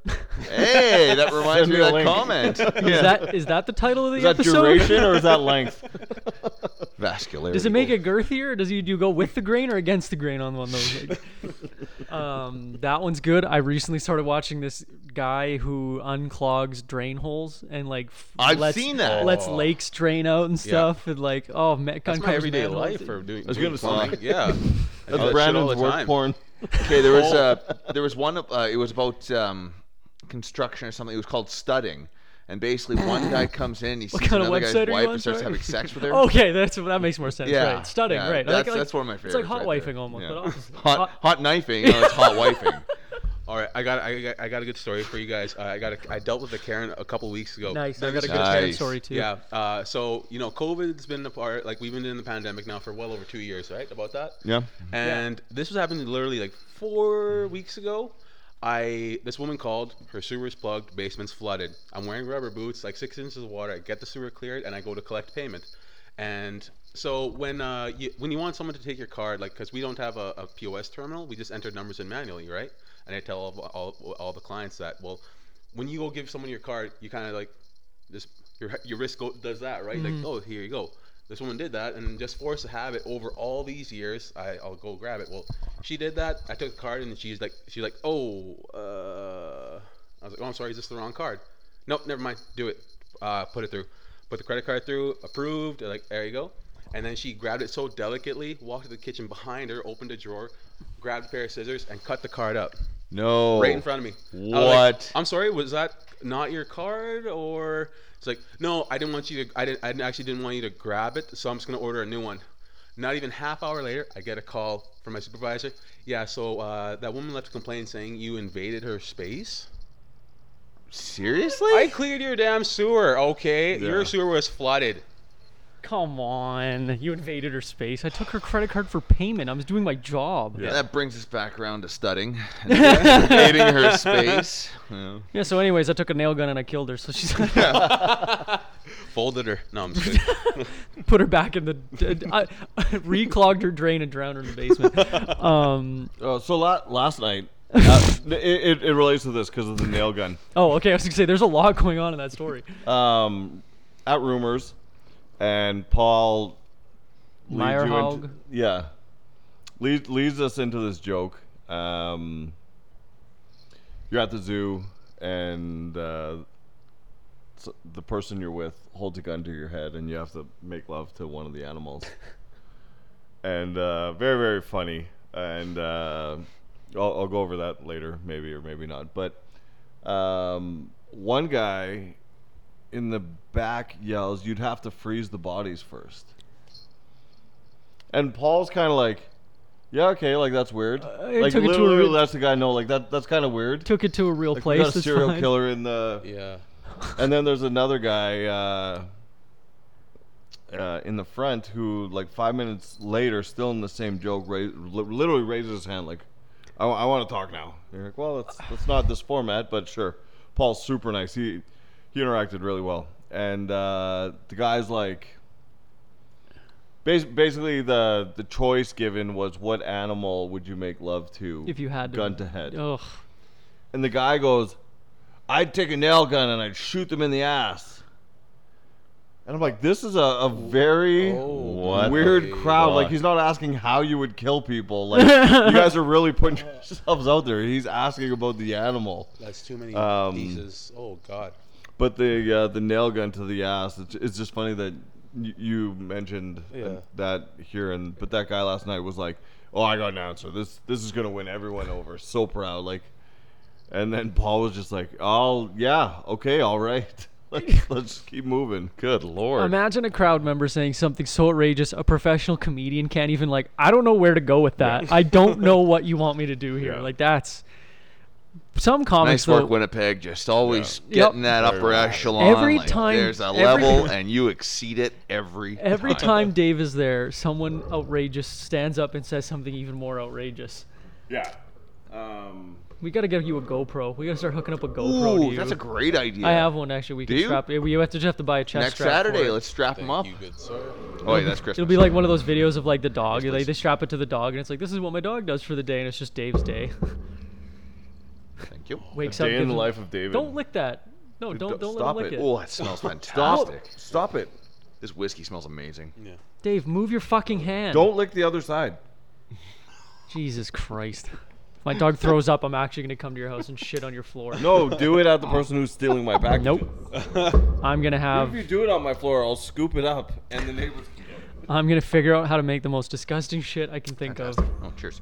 [SPEAKER 1] hey, that reminds
[SPEAKER 3] Send
[SPEAKER 1] me
[SPEAKER 3] me a
[SPEAKER 1] of that
[SPEAKER 3] link.
[SPEAKER 1] comment.
[SPEAKER 2] Is
[SPEAKER 1] Yeah.
[SPEAKER 2] that is that the title of the
[SPEAKER 3] Is that
[SPEAKER 2] episode?
[SPEAKER 3] duration or is that length?
[SPEAKER 1] vascular?
[SPEAKER 2] Does it make it girthier? Or does you do you go with the grain or against the grain on one of those? like? um, that one's good. I recently started watching this guy who unclogs drain holes and like f-
[SPEAKER 1] I've
[SPEAKER 2] lets,
[SPEAKER 1] seen that.
[SPEAKER 2] lets lakes drain out and stuff and like oh man,
[SPEAKER 4] That's my everyday life for doing.
[SPEAKER 3] was
[SPEAKER 4] doing
[SPEAKER 3] gonna say.
[SPEAKER 4] plumbing. yeah. I do that shit all
[SPEAKER 3] That's Brandon's
[SPEAKER 4] the
[SPEAKER 3] work
[SPEAKER 4] time.
[SPEAKER 3] porn.
[SPEAKER 1] Okay, there was a there was one. Uh, it was about um, construction or something. It was called studding, and basically one guy comes in, and he sees
[SPEAKER 2] kind of
[SPEAKER 1] another guy's
[SPEAKER 2] website are you
[SPEAKER 1] wife
[SPEAKER 2] on,
[SPEAKER 1] and starts
[SPEAKER 2] sorry?
[SPEAKER 1] having sex with her.
[SPEAKER 2] Okay, that's that makes more sense.
[SPEAKER 1] Yeah,
[SPEAKER 2] right. Studying,
[SPEAKER 1] yeah,
[SPEAKER 2] right. I
[SPEAKER 1] That's,
[SPEAKER 2] like-
[SPEAKER 1] that's one of my favorites.
[SPEAKER 2] It's like hot
[SPEAKER 1] right
[SPEAKER 2] wifing
[SPEAKER 1] there.
[SPEAKER 2] almost,
[SPEAKER 1] Yeah.
[SPEAKER 2] but opposite.
[SPEAKER 1] hot hot knifing. No, it's hot wifing.
[SPEAKER 4] All right, I got, I got, I got a good story for you guys. Uh, I got, a, I dealt with a Karen a couple weeks ago.
[SPEAKER 2] Nice. I got a good
[SPEAKER 1] Nice.
[SPEAKER 2] Karen story too.
[SPEAKER 4] Yeah. Uh, so you know, COVID's been a part. Like we've been in the pandemic now for well over two years, right? About that.
[SPEAKER 1] Yeah.
[SPEAKER 4] And this was happening literally like four weeks ago. I this woman called. Her sewer's plugged. Basement's flooded. I'm wearing rubber boots, like six inches of water. I get the sewer cleared, and I go to collect payment. And so when uh, you, when you want someone to take your card, like because we don't have a, a POS terminal, we just enter numbers in manually, right? And I tell all, all, all the clients that well, when you go give someone your card, you kind of like this your your wrist go, does that right like oh here you go this woman did that and just forced to have it over all these years I, i'll go grab it well she did that i took the card and she's like she's like oh uh i was like oh i'm sorry is this the wrong card nope never mind do it uh put it through put the credit card through approved like there you go and then she grabbed it so delicately walked to the kitchen behind her opened a drawer grabbed a pair of scissors and cut the card up
[SPEAKER 1] No.
[SPEAKER 4] right in front of me. I was like,
[SPEAKER 1] What?
[SPEAKER 4] I'm sorry, was that not your card or it's like, no, I didn't want you to I didn't I didn't- actually didn't want you to grab it, so I'm just gonna order a new one. Not even half hour later, I get a call from my supervisor. Yeah, so uh, that woman left a complaint saying you invaded her space.
[SPEAKER 1] Seriously?
[SPEAKER 4] I cleared your damn sewer, okay?
[SPEAKER 3] Yeah.
[SPEAKER 4] Your sewer was flooded.
[SPEAKER 2] Come on. You invaded her space. I took her credit card for payment. I was doing my job.
[SPEAKER 1] Yeah, that brings us back around to studying, invading her space. Yeah.
[SPEAKER 2] Yeah, so anyways, I took a nail gun and I killed her. So she's
[SPEAKER 4] Folded her. No, I'm just kidding.
[SPEAKER 2] put her back in the d- I, reclogged her drain and drowned her in the basement. Um,
[SPEAKER 3] Uh, so la- last night, uh, it, it, it relates to this because of the nail gun.
[SPEAKER 2] oh, okay. I was gonna say there's a lot going on in that story.
[SPEAKER 3] Um, at rumors, and Paul leads you
[SPEAKER 2] Meyerhog.
[SPEAKER 3] into, yeah leads leads us into this joke. Um, you're at the zoo, and uh, s the person you're with holds a gun to your head, and you have to make love to one of the animals. and uh, very very funny. And uh, I'll, I'll go over that later, maybe or maybe not. But um, one guy in the back yells, "You'd have to freeze the bodies first. And Paul's kind of like, "Yeah, okay, like that's weird.
[SPEAKER 2] Uh, it
[SPEAKER 3] like
[SPEAKER 2] took it to a
[SPEAKER 3] literally,
[SPEAKER 2] re-
[SPEAKER 3] that's the guy. No, like that that's kind of weird.
[SPEAKER 2] Took it to a real
[SPEAKER 3] Like, we
[SPEAKER 2] place.
[SPEAKER 3] got a
[SPEAKER 2] that's
[SPEAKER 3] serial
[SPEAKER 2] fine.
[SPEAKER 3] killer in the,
[SPEAKER 4] yeah.
[SPEAKER 3] and then there's another guy." Uh, uh, in the front, who like five minutes later, still in the same joke, ra- li- literally raises his hand like, "I, want to talk now." And you're like, "Well, that's that's not this format, but sure." Paul's super nice. He he interacted really well, and uh, the guy's like, bas- basically the the choice given was what animal would you make love to
[SPEAKER 2] If you had to.
[SPEAKER 3] gun to head,
[SPEAKER 2] Ugh.
[SPEAKER 3] and the guy goes, I'd take a nail gun and I'd shoot them in the ass. And I'm like, this is a, a very
[SPEAKER 4] Oh,
[SPEAKER 3] weird
[SPEAKER 4] what the
[SPEAKER 3] crowd. Like,
[SPEAKER 1] fuck?
[SPEAKER 3] he's not asking how you would kill people. Like, you guys are really putting yourselves out there. He's asking about the animal.
[SPEAKER 4] That's too many
[SPEAKER 3] Um,
[SPEAKER 4] pieces. Oh god.
[SPEAKER 3] But the uh, the nail gun to the ass, it's, it's just funny that y- you mentioned uh,
[SPEAKER 13] Yeah.
[SPEAKER 3] that here, and but that guy last night was like, "Oh, I got an answer. This this is gonna win everyone over. So proud." Like, and then Paul was just like, "Oh yeah, okay, all right. Let's let's keep moving." Good lord.
[SPEAKER 2] Imagine a crowd member saying something so outrageous, a professional comedian can't even like. I don't know where to go with that. I don't know what you want me to do here. Like that's some
[SPEAKER 1] nice
[SPEAKER 2] comics
[SPEAKER 1] work,
[SPEAKER 2] though.
[SPEAKER 1] Winnipeg. Just always
[SPEAKER 2] Yeah.
[SPEAKER 1] getting
[SPEAKER 2] Yep.
[SPEAKER 1] that upper echelon.
[SPEAKER 2] Every
[SPEAKER 1] like,
[SPEAKER 2] time-
[SPEAKER 1] there's a
[SPEAKER 2] every-
[SPEAKER 1] level and you exceed it every
[SPEAKER 2] Every time Dave is there, someone outrageous stands up and says something even more outrageous.
[SPEAKER 3] Yeah. Um,
[SPEAKER 2] We gotta give you a GoPro. We gotta start hooking up a GoPro.
[SPEAKER 1] Ooh,
[SPEAKER 2] to you.
[SPEAKER 1] that's a great idea.
[SPEAKER 2] I have one actually. We
[SPEAKER 1] Do
[SPEAKER 2] can
[SPEAKER 1] you?
[SPEAKER 2] strap. We have to just have to buy a chest
[SPEAKER 1] Next
[SPEAKER 2] strap. for
[SPEAKER 1] Saturday,
[SPEAKER 2] it.
[SPEAKER 1] let's strap them up. Oh,
[SPEAKER 2] It'll
[SPEAKER 1] yeah,
[SPEAKER 2] be-
[SPEAKER 1] that's Christmas.
[SPEAKER 2] It'll be like one of those videos of like the dog. Like they strap it to the dog, and it's like this is what my dog does for the day, and it's just Dave's day.
[SPEAKER 1] Thank you.
[SPEAKER 2] Wakes
[SPEAKER 3] A
[SPEAKER 2] up.
[SPEAKER 3] day
[SPEAKER 2] gives
[SPEAKER 3] in the
[SPEAKER 2] him-
[SPEAKER 3] life of David.
[SPEAKER 2] Don't lick that. No,
[SPEAKER 1] Dude,
[SPEAKER 2] don't
[SPEAKER 1] don't-
[SPEAKER 2] don't
[SPEAKER 1] stop
[SPEAKER 2] let him lick
[SPEAKER 1] it.
[SPEAKER 2] it.
[SPEAKER 1] Oh, that smells fantastic.
[SPEAKER 3] Stop it.
[SPEAKER 1] This whiskey smells amazing.
[SPEAKER 4] Yeah.
[SPEAKER 2] Dave, move your fucking hand.
[SPEAKER 3] Don't lick the other side.
[SPEAKER 2] Jesus Christ. If my dog throws up. I'm actually gonna come to your house and shit on your floor.
[SPEAKER 3] No, do it at the person who's stealing my back.
[SPEAKER 2] Nope. I'm gonna have.
[SPEAKER 3] If you do it on my floor, I'll scoop it up, and the neighbors can get it.
[SPEAKER 2] I'm gonna figure out how to make the most disgusting shit I can think of.
[SPEAKER 1] Oh, cheers.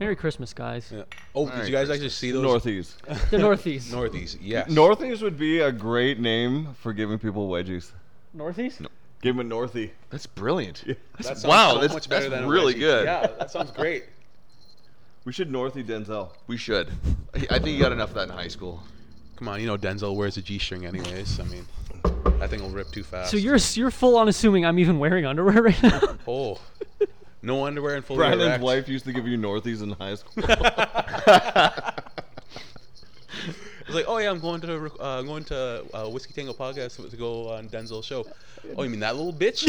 [SPEAKER 2] Merry Christmas, guys.
[SPEAKER 4] Oh, did you guys actually see those?
[SPEAKER 3] Northeast.
[SPEAKER 2] The Northeast.
[SPEAKER 4] Northeast, yes.
[SPEAKER 3] Northeast would be a great name for giving people wedgies.
[SPEAKER 2] Northeast?
[SPEAKER 3] Give them a Northie.
[SPEAKER 1] That's brilliant.
[SPEAKER 4] That sounds
[SPEAKER 1] wow,
[SPEAKER 4] so
[SPEAKER 1] that's,
[SPEAKER 4] much better
[SPEAKER 1] that's
[SPEAKER 4] than a
[SPEAKER 1] really
[SPEAKER 4] wedgie.
[SPEAKER 1] good.
[SPEAKER 4] Yeah, that sounds great.
[SPEAKER 3] We should Northie Denzel.
[SPEAKER 1] We should. I I think you got enough of that in high school.
[SPEAKER 4] Come on, you know Denzel wears a G-string anyways. I mean, that thing will rip too fast.
[SPEAKER 2] So you're you're full on assuming I'm even wearing underwear right now.
[SPEAKER 4] oh, no underwear and full
[SPEAKER 3] Brandon's
[SPEAKER 4] erect.
[SPEAKER 3] wife used to give you Northies in high school.
[SPEAKER 4] It's like, oh yeah, I'm going to the rec- uh, I'm going to uh, Whiskey Tango podcast to go on Denzel's show. Oh, you mean that little bitch?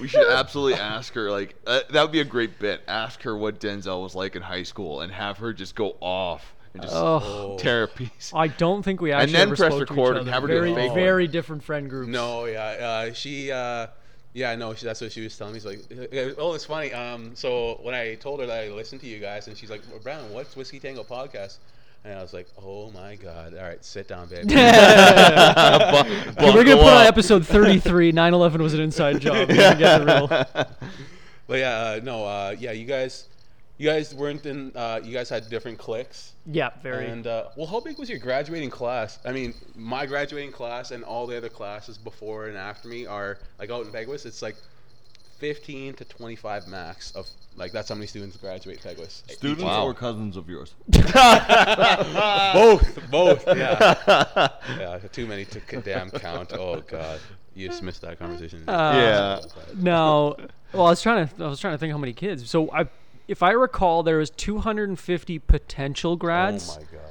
[SPEAKER 1] We should absolutely ask her. Like uh, that would be a great bit. Ask her what Denzel was like in high school, and have her just go off and just
[SPEAKER 2] Oh.
[SPEAKER 1] tear a piece.
[SPEAKER 2] I don't think we
[SPEAKER 1] And
[SPEAKER 2] actually
[SPEAKER 1] then
[SPEAKER 2] ever
[SPEAKER 1] press
[SPEAKER 2] spoke to each
[SPEAKER 1] record and
[SPEAKER 2] other.
[SPEAKER 1] have her do a
[SPEAKER 2] very
[SPEAKER 1] fake one.
[SPEAKER 2] very different friend groups.
[SPEAKER 4] No, yeah, uh, she, uh, yeah, no, she, that's what she was telling me. She's like, oh, it's funny. Um, so when I told her that I listened to you guys, and she's like, well, Brandon, what's Whiskey Tango podcast? And I was like, oh my god, all right, sit down, baby.
[SPEAKER 2] Okay, we're gonna
[SPEAKER 1] Buckle
[SPEAKER 2] put on
[SPEAKER 1] up.
[SPEAKER 2] episode 33. 9/11 was an inside job. We can get the real-
[SPEAKER 4] but yeah, uh, no, uh, yeah, you guys, you guys weren't in. Uh, you guys had different cliques.
[SPEAKER 2] Yeah, very.
[SPEAKER 4] And uh, well, how big was your graduating class? I mean, my graduating class and all the other classes before and after me are like out in Pegwas. It's like fifteen to twenty-five max of like that's how many students graduate Pegwas.
[SPEAKER 3] Students
[SPEAKER 1] Wow.
[SPEAKER 3] or cousins of yours?
[SPEAKER 4] both, both, yeah, yeah. Too many to c- damn count. Oh god, you just missed that conversation.
[SPEAKER 2] Uh, no. Well, I was trying to I was trying to think how many kids. So I, if I recall, there was 250 potential grads
[SPEAKER 4] Oh my god.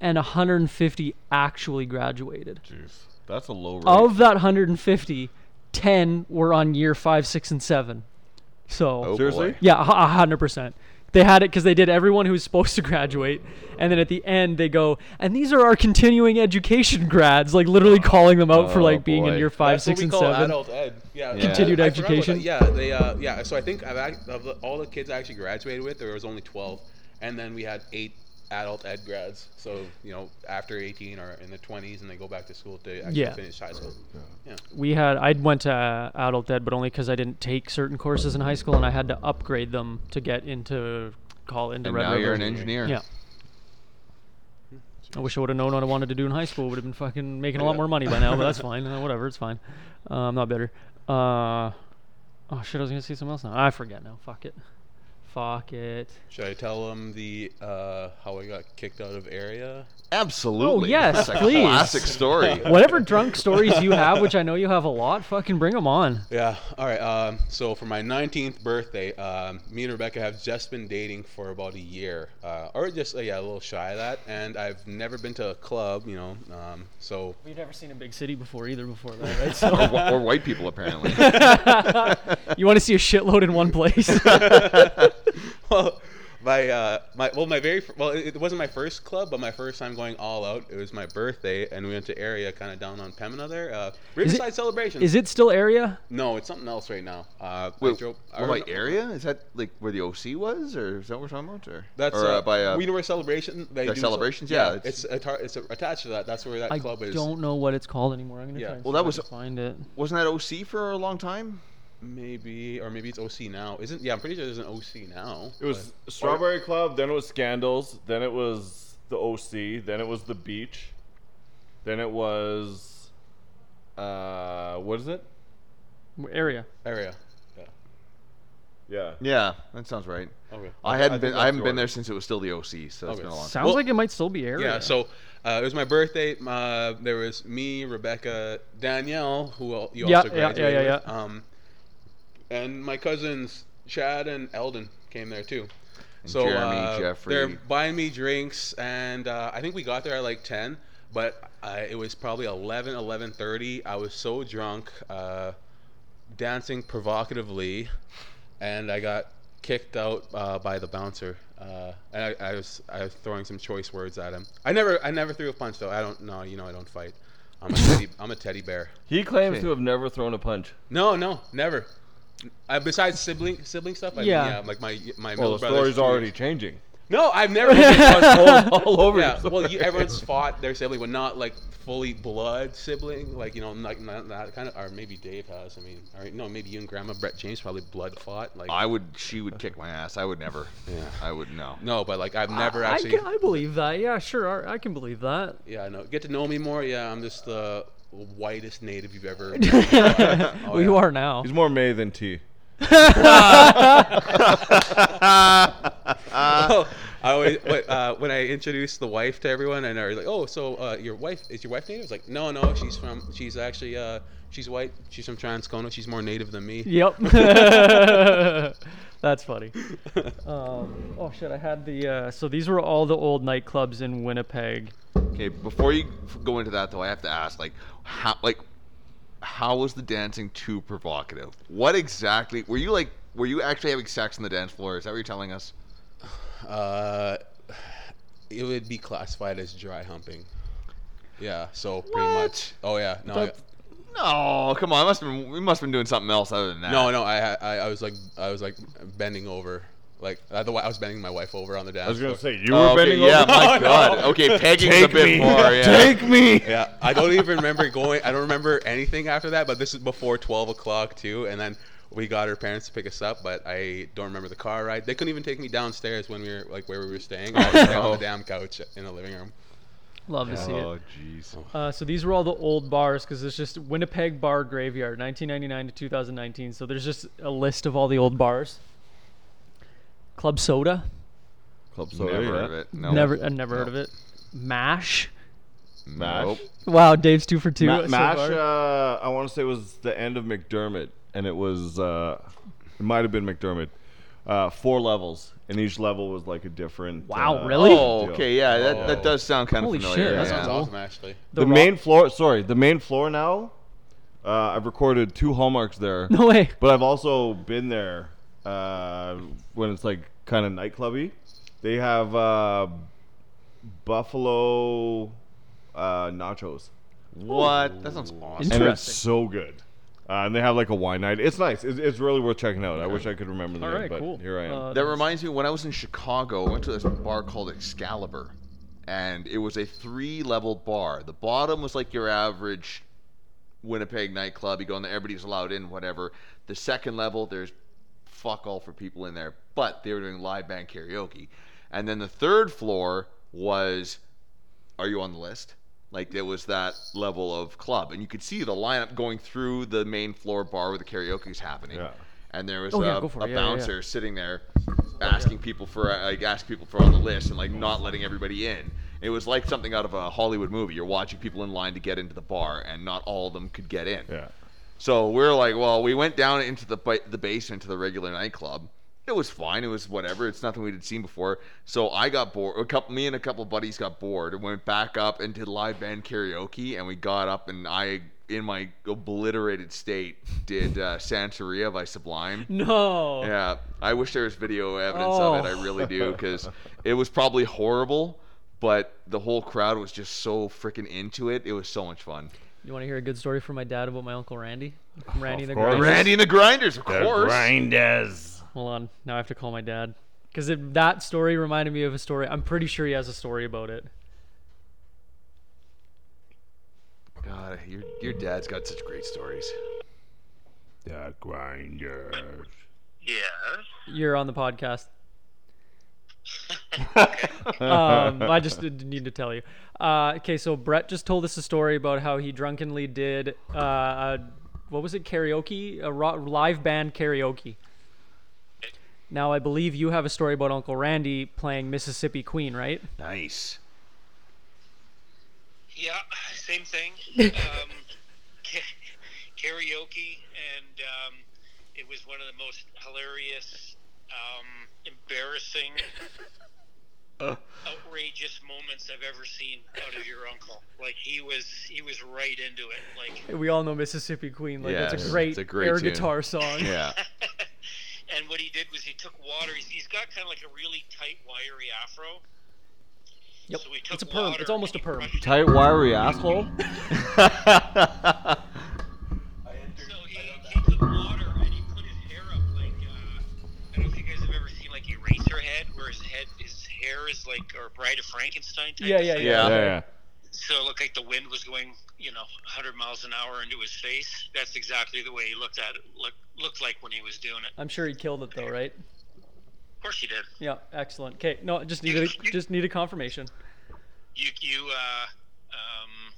[SPEAKER 2] and 150 actually graduated.
[SPEAKER 3] That's a low rate.
[SPEAKER 4] Oh,
[SPEAKER 2] Of that 150, 10 were on year five, six, and seven. So
[SPEAKER 1] Oh,
[SPEAKER 3] Seriously?
[SPEAKER 1] boy.
[SPEAKER 2] Yeah, a hu- a hundred percent. They had it because they did everyone who was supposed to graduate, and then at the end they go, and these are our continuing education grads, like literally calling them out for
[SPEAKER 1] Oh,
[SPEAKER 2] like being in
[SPEAKER 1] boy.
[SPEAKER 2] year five,
[SPEAKER 4] That's
[SPEAKER 2] six,
[SPEAKER 4] what we
[SPEAKER 2] and
[SPEAKER 4] call
[SPEAKER 2] seven.
[SPEAKER 4] Adult ed. Yeah.
[SPEAKER 2] Continued
[SPEAKER 4] I forgot about
[SPEAKER 2] education.
[SPEAKER 4] that. Yeah, they. Uh, yeah. So I think I've act- of the- all the kids I actually graduated with, there was only twelve, and then we had eight adult ed grads. So you know, after eighteen or in the twenties, and they go back to school to actually
[SPEAKER 2] Yeah.
[SPEAKER 4] finish high school. Yeah.
[SPEAKER 2] We had I went to uh, adult ed, but only because I didn't take certain courses in high school, and I had to upgrade them to get into call into
[SPEAKER 1] And
[SPEAKER 2] Red
[SPEAKER 1] now
[SPEAKER 2] River.
[SPEAKER 1] you're an engineer.
[SPEAKER 2] Yeah. I wish I would have known what I wanted to do in high school. Would have been fucking making a lot more money by now, but that's fine. Uh, whatever, it's fine. Uh, I'm not bitter. Uh, oh shit, I was gonna say something else now. I forget now. Fuck it. Fuck it.
[SPEAKER 4] Should I tell them the uh, how I got kicked out of area?
[SPEAKER 1] Absolutely.
[SPEAKER 2] Oh, yes,
[SPEAKER 1] That's a
[SPEAKER 2] please.
[SPEAKER 1] classic story.
[SPEAKER 2] Whatever drunk stories you have, which I know you have a lot, fucking bring them on.
[SPEAKER 4] Yeah. All right. Um, so for my 19th birthday, um, me and Rebecca have just been dating for about a year, uh, or just uh, yeah, a little shy of that. And I've never been to a club, you know. Um, so
[SPEAKER 2] We've never seen a big city before either. Before that, right? So
[SPEAKER 1] or, wh- or white people apparently.
[SPEAKER 2] you want to see a shitload in one place?
[SPEAKER 4] well, my uh my well my very fir- well it it wasn't my first club but my first time going all out it was my birthday and we went to area kind of down on Pemina there uh Riverside Celebration
[SPEAKER 2] Is it still area?
[SPEAKER 4] no it's something else right now uh I
[SPEAKER 1] Wait,
[SPEAKER 4] drove-
[SPEAKER 1] oh,
[SPEAKER 4] I don't
[SPEAKER 1] by
[SPEAKER 4] know.
[SPEAKER 1] area? Is that like where the OC was, or is that what we're talking about? Or
[SPEAKER 4] that's
[SPEAKER 1] or,
[SPEAKER 4] uh,
[SPEAKER 1] uh, by uh,
[SPEAKER 4] Wienerwurst Celebration they
[SPEAKER 1] Their
[SPEAKER 4] do so-
[SPEAKER 1] celebrations? Yeah, it's-
[SPEAKER 4] it's atta- it's attached to that that's where that
[SPEAKER 2] I
[SPEAKER 4] club is
[SPEAKER 2] don't know what it's called anymore. I'm gonna
[SPEAKER 4] Yeah.
[SPEAKER 2] try and
[SPEAKER 1] Well,
[SPEAKER 2] see
[SPEAKER 1] that
[SPEAKER 2] if I
[SPEAKER 1] was-
[SPEAKER 2] can find it.
[SPEAKER 1] wasn't that OC for a long time?
[SPEAKER 4] maybe or maybe it's OC now isn't yeah I'm pretty sure there's an OC now
[SPEAKER 3] It was Strawberry Club, then it was Scandals, then it was the OC, then it was the Beach, then it was uh what is it?
[SPEAKER 2] W- Area.
[SPEAKER 4] area yeah
[SPEAKER 3] Yeah.
[SPEAKER 1] Yeah, that sounds right.
[SPEAKER 4] okay
[SPEAKER 1] I hadn't
[SPEAKER 3] I
[SPEAKER 1] been
[SPEAKER 3] think
[SPEAKER 1] I haven't
[SPEAKER 3] that's
[SPEAKER 1] been
[SPEAKER 3] the
[SPEAKER 1] there since it was still the OC, so it's
[SPEAKER 4] Okay.
[SPEAKER 1] been a long time.
[SPEAKER 2] Sounds
[SPEAKER 4] Well-
[SPEAKER 2] like it might still be area.
[SPEAKER 4] Yeah, so uh, it was my birthday. Uh, there was me, Rebecca, Danielle, who al- you
[SPEAKER 2] Yeah,
[SPEAKER 4] also
[SPEAKER 2] yeah, yeah,
[SPEAKER 4] graduated
[SPEAKER 2] yeah,
[SPEAKER 4] with, um, and my cousins Chad and Eldon came there too. so
[SPEAKER 1] Jeremy,
[SPEAKER 4] uh,
[SPEAKER 1] Jeffrey.
[SPEAKER 4] they're buying me drinks, and uh, I think we got there at like ten, but I, it was probably 11, 11.30. I was so drunk, uh, dancing provocatively, and I got kicked out uh, by the bouncer. Uh, and I, I was I was throwing some choice words at him. I never I never threw a punch though. I don't know. You know I don't fight. I'm a teddy, I'm a teddy bear.
[SPEAKER 3] He claims to have never thrown a punch.
[SPEAKER 4] No, no, never. I, besides sibling sibling stuff, I
[SPEAKER 2] Yeah.
[SPEAKER 4] mean, yeah, like my my
[SPEAKER 3] Well,
[SPEAKER 4] middle
[SPEAKER 3] the
[SPEAKER 4] brother's
[SPEAKER 3] story's already changing.
[SPEAKER 4] No, I've never. been
[SPEAKER 3] all, all over.
[SPEAKER 4] yeah,
[SPEAKER 3] the
[SPEAKER 4] well, you,
[SPEAKER 3] place.
[SPEAKER 4] everyone's fought their sibling, but not like fully blood sibling, like you know, like not that kind of. Or maybe Dave has. I mean, or no, maybe you and Grandma Brett James probably blood fought. Like
[SPEAKER 1] I would. She would kick my ass. I would never. I would no.
[SPEAKER 4] no, but like I've never
[SPEAKER 2] I,
[SPEAKER 4] actually.
[SPEAKER 2] can, I believe that. Yeah, sure. I, I can believe that.
[SPEAKER 4] Yeah, no. Get to know me more. Yeah, I'm just the whitest native you've ever.
[SPEAKER 2] well, you are now.
[SPEAKER 3] He's more May than T.
[SPEAKER 4] I always but, uh, when I introduce the wife to everyone, and they're like, "Oh, so uh, your wife is your wife native?" It's like, "No, no, she's from. She's actually uh, she's white. She's from Transcona. She's more native than me."
[SPEAKER 2] Yep. That's funny. Um, oh shit! I had the. Uh, so these were all the old nightclubs in Winnipeg.
[SPEAKER 1] Okay, before you f- go into that though, I have to ask, like, how, like, how was the dancing too provocative? What exactly were you like? Were you actually having sex on the dance floor? Is that what you're telling us?
[SPEAKER 4] Uh, it would be classified as dry humping. Yeah. So pretty much. Oh yeah. No. I,
[SPEAKER 1] No, come on. I must have been, we must have been doing something else other than that.
[SPEAKER 4] no. No. I, had- I I was like I was like bending over. Like otherwise, I was bending my wife over on the dance.
[SPEAKER 3] I was gonna
[SPEAKER 4] floor.
[SPEAKER 3] say you
[SPEAKER 1] Oh,
[SPEAKER 3] were
[SPEAKER 1] okay,
[SPEAKER 3] bending
[SPEAKER 1] yeah,
[SPEAKER 3] over.
[SPEAKER 1] my God. Okay, pegging's a bit more. Yeah.
[SPEAKER 3] Take me.
[SPEAKER 4] Yeah, I don't even remember going. I don't remember anything after that. But this is before twelve o'clock too, and then we got our parents to pick us up. But I don't remember the car ride. They couldn't even take me downstairs when we were like where we were staying. I was staying on the damn couch in the living room.
[SPEAKER 2] Love to see it.
[SPEAKER 1] Oh, jeez.
[SPEAKER 2] Uh, so these were all the old bars because it's just Winnipeg Bar Graveyard, 1999 to 2019. So there's just a list of all the old bars. Club Soda.
[SPEAKER 3] Club soda.
[SPEAKER 1] Never heard of
[SPEAKER 3] yeah.
[SPEAKER 1] it. No.
[SPEAKER 2] Never, I've never heard of it. Mash.
[SPEAKER 3] Mash.
[SPEAKER 1] Nope.
[SPEAKER 2] Wow, Dave's two for two.
[SPEAKER 3] Ma-
[SPEAKER 2] so
[SPEAKER 3] Mash.
[SPEAKER 2] far.
[SPEAKER 3] Uh, I want to say was the end of McDermott, and it was uh, it might have been McDermott. Uh, four levels, and each level was like a different.
[SPEAKER 2] Wow,
[SPEAKER 3] uh,
[SPEAKER 2] really?
[SPEAKER 1] Oh, okay. Yeah, that, that
[SPEAKER 4] Oh.
[SPEAKER 1] does sound kind of
[SPEAKER 2] Holy
[SPEAKER 1] familiar.
[SPEAKER 2] shit, that
[SPEAKER 1] yeah.
[SPEAKER 4] Sounds
[SPEAKER 2] cool.
[SPEAKER 4] awesome, actually.
[SPEAKER 3] The,
[SPEAKER 2] The Rock-
[SPEAKER 3] main floor. Sorry, the main floor now. Uh, I've recorded two hallmarks there,
[SPEAKER 2] No way.
[SPEAKER 3] but I've also been there uh, when it's like kind of nightclubby. They have uh, buffalo uh, nachos.
[SPEAKER 1] What? That sounds awesome.
[SPEAKER 3] and it's
[SPEAKER 2] Interesting.
[SPEAKER 3] so good. Uh, and they have like a wine night. It's nice. It's, it's really worth checking out. I wish I could remember the
[SPEAKER 2] All
[SPEAKER 3] name,
[SPEAKER 2] right,
[SPEAKER 3] but
[SPEAKER 2] cool.
[SPEAKER 3] here I am.
[SPEAKER 2] Uh,
[SPEAKER 1] That reminds me when I was in Chicago, I went to this bar called Excalibur. And it was a three level bar. The bottom was like your average Winnipeg nightclub. You go in there, everybody's allowed in, whatever. The second level, there's fuck all for people in there, but they were doing live band karaoke. And then the third floor was are you on the list? Like it was that level of club, and you could see the lineup going through the main floor bar where the karaoke's happening.
[SPEAKER 3] Yeah.
[SPEAKER 1] And there was
[SPEAKER 2] Oh,
[SPEAKER 1] a,
[SPEAKER 2] yeah, go for it.
[SPEAKER 1] a
[SPEAKER 2] Yeah, yeah, yeah.
[SPEAKER 1] bouncer sitting there asking people for uh, like asking people for on the list and like not letting everybody in. It was like something out of a Hollywood movie. You're watching people in line to get into the bar, and not all of them could get in.
[SPEAKER 3] yeah.
[SPEAKER 1] So we're like, well, we went down into the ba- the basement to the regular nightclub. It was fine. It was whatever. It's nothing we'd seen before. So I got bored. A couple, me and a couple buddies got bored and went back up and did live band karaoke. And we got up and I in my obliterated state, did uh, Santeria by Sublime.
[SPEAKER 2] No.
[SPEAKER 1] Yeah, I wish there was video evidence of it. I
[SPEAKER 2] Oh.
[SPEAKER 1] really do because it was probably horrible, but the whole crowd was just so freaking into it. It was so much fun.
[SPEAKER 2] You want to hear a good story from my dad about my uncle Randy? Randy the
[SPEAKER 1] Oh, course.
[SPEAKER 2] Grinder.
[SPEAKER 1] Randy and the Grinders, of course.
[SPEAKER 5] Grinders.
[SPEAKER 2] Hold on. Now I have to call my dad. Because that story reminded me of a story. I'm pretty sure he has a story about it.
[SPEAKER 1] God, your your dad's got such great stories.
[SPEAKER 5] The grinders.
[SPEAKER 2] You're on the podcast. um, I just did need to tell you. Uh, okay, so Brett just told us a story about how he drunkenly did uh, a, what was it karaoke, a ro- live band karaoke. Now I believe you have a story about Uncle Randy playing Mississippi Queen, right?
[SPEAKER 1] Nice.
[SPEAKER 13] Yeah, same thing. Um, ka- karaoke, and um, it was one of the most hilarious, um, embarrassing,
[SPEAKER 2] Uh.
[SPEAKER 13] outrageous moments I've ever seen out of your uncle. Like he was, he was right into it. Like
[SPEAKER 2] We all know Mississippi Queen. Like that's
[SPEAKER 1] Yes,
[SPEAKER 2] a great,
[SPEAKER 1] it's a great
[SPEAKER 2] air
[SPEAKER 1] tune.
[SPEAKER 2] guitar song.
[SPEAKER 1] Yeah.
[SPEAKER 13] and what he did was he took water. He's, he's got kind of like a really tight, wiry afro.
[SPEAKER 2] Yep. it's a perm. it's almost a perm.
[SPEAKER 3] Tight wiry asshole.
[SPEAKER 13] uh, head where his head his hair is like or bride of frankenstein type
[SPEAKER 2] Yeah,
[SPEAKER 13] of
[SPEAKER 2] yeah,
[SPEAKER 13] thing.
[SPEAKER 2] yeah.
[SPEAKER 13] so it looked like the wind was going you know 100 miles an hour into his face that's exactly the way he looked at it look, looked like when he was doing it
[SPEAKER 2] I'm sure he killed it though, right?
[SPEAKER 13] of course he did
[SPEAKER 2] Yeah, excellent. Okay, no, just need a, just need a confirmation.
[SPEAKER 13] you you uh um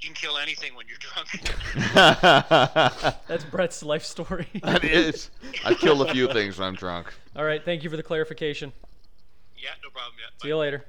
[SPEAKER 13] you can kill anything when you're drunk
[SPEAKER 2] That's Brett's life story.
[SPEAKER 1] That is. I've killed a few things when I'm drunk.
[SPEAKER 2] All right, thank you for the clarification.
[SPEAKER 13] Yeah, no problem. Yeah.
[SPEAKER 2] See you later.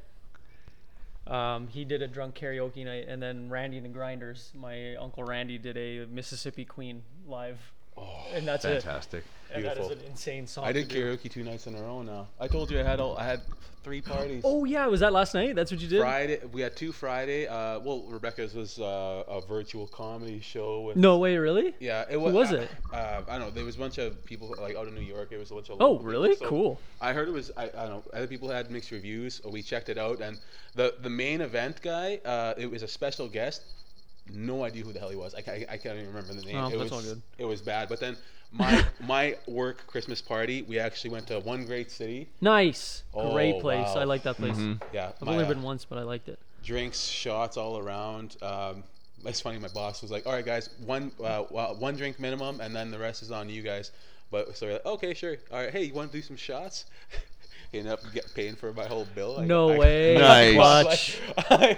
[SPEAKER 2] Um, he did a drunk karaoke night, and then Randy and the Grinders, my uncle Randy, did a Mississippi Queen live, oh, and that's
[SPEAKER 1] fantastic.
[SPEAKER 2] it. And that is
[SPEAKER 4] Beautiful.
[SPEAKER 2] an insane song.
[SPEAKER 4] I did
[SPEAKER 2] to do.
[SPEAKER 4] karaoke two nights in a row now. I told you I had all, I had three parties.
[SPEAKER 2] Oh yeah, was that last night? That's what you did.
[SPEAKER 4] Friday, we had two Friday. Uh, well, Rebecca's was uh, a virtual comedy show with.
[SPEAKER 2] No way, really?
[SPEAKER 4] Yeah, it
[SPEAKER 2] Who
[SPEAKER 4] was.
[SPEAKER 2] was
[SPEAKER 4] uh,
[SPEAKER 2] it?
[SPEAKER 4] Uh, I don't know. There was a bunch of people like out in New York. It was a bunch of.
[SPEAKER 2] Oh,
[SPEAKER 4] local people.
[SPEAKER 2] really? Cool.
[SPEAKER 4] I heard it was. I, I don't know. Other people had mixed reviews. Or we checked it out, and the the main event guy. Uh, it was a special guest. No idea who the hell he was. I, ca- I can't even remember the name.
[SPEAKER 2] Oh,
[SPEAKER 4] it
[SPEAKER 2] that's
[SPEAKER 4] was,
[SPEAKER 2] all good.
[SPEAKER 4] It was bad. But then my my work Christmas party. We actually went to one great city.
[SPEAKER 2] Nice,
[SPEAKER 4] Oh,
[SPEAKER 2] great place.
[SPEAKER 4] wow.
[SPEAKER 2] I like that place.
[SPEAKER 1] Mm-hmm.
[SPEAKER 4] Yeah,
[SPEAKER 2] I've only
[SPEAKER 4] my, uh,
[SPEAKER 2] been once, but I liked it.
[SPEAKER 4] drinks, shots all around. Um, it's funny. My boss was like, "All right, guys, one uh, well, one drink minimum, and then the rest is on you guys." But so we're like, "Okay, sure. All right, hey, you want to do some shots?" End up get paying for my whole bill. I-
[SPEAKER 2] No
[SPEAKER 4] I-
[SPEAKER 2] way.
[SPEAKER 1] Nice.
[SPEAKER 2] Clutch.
[SPEAKER 4] he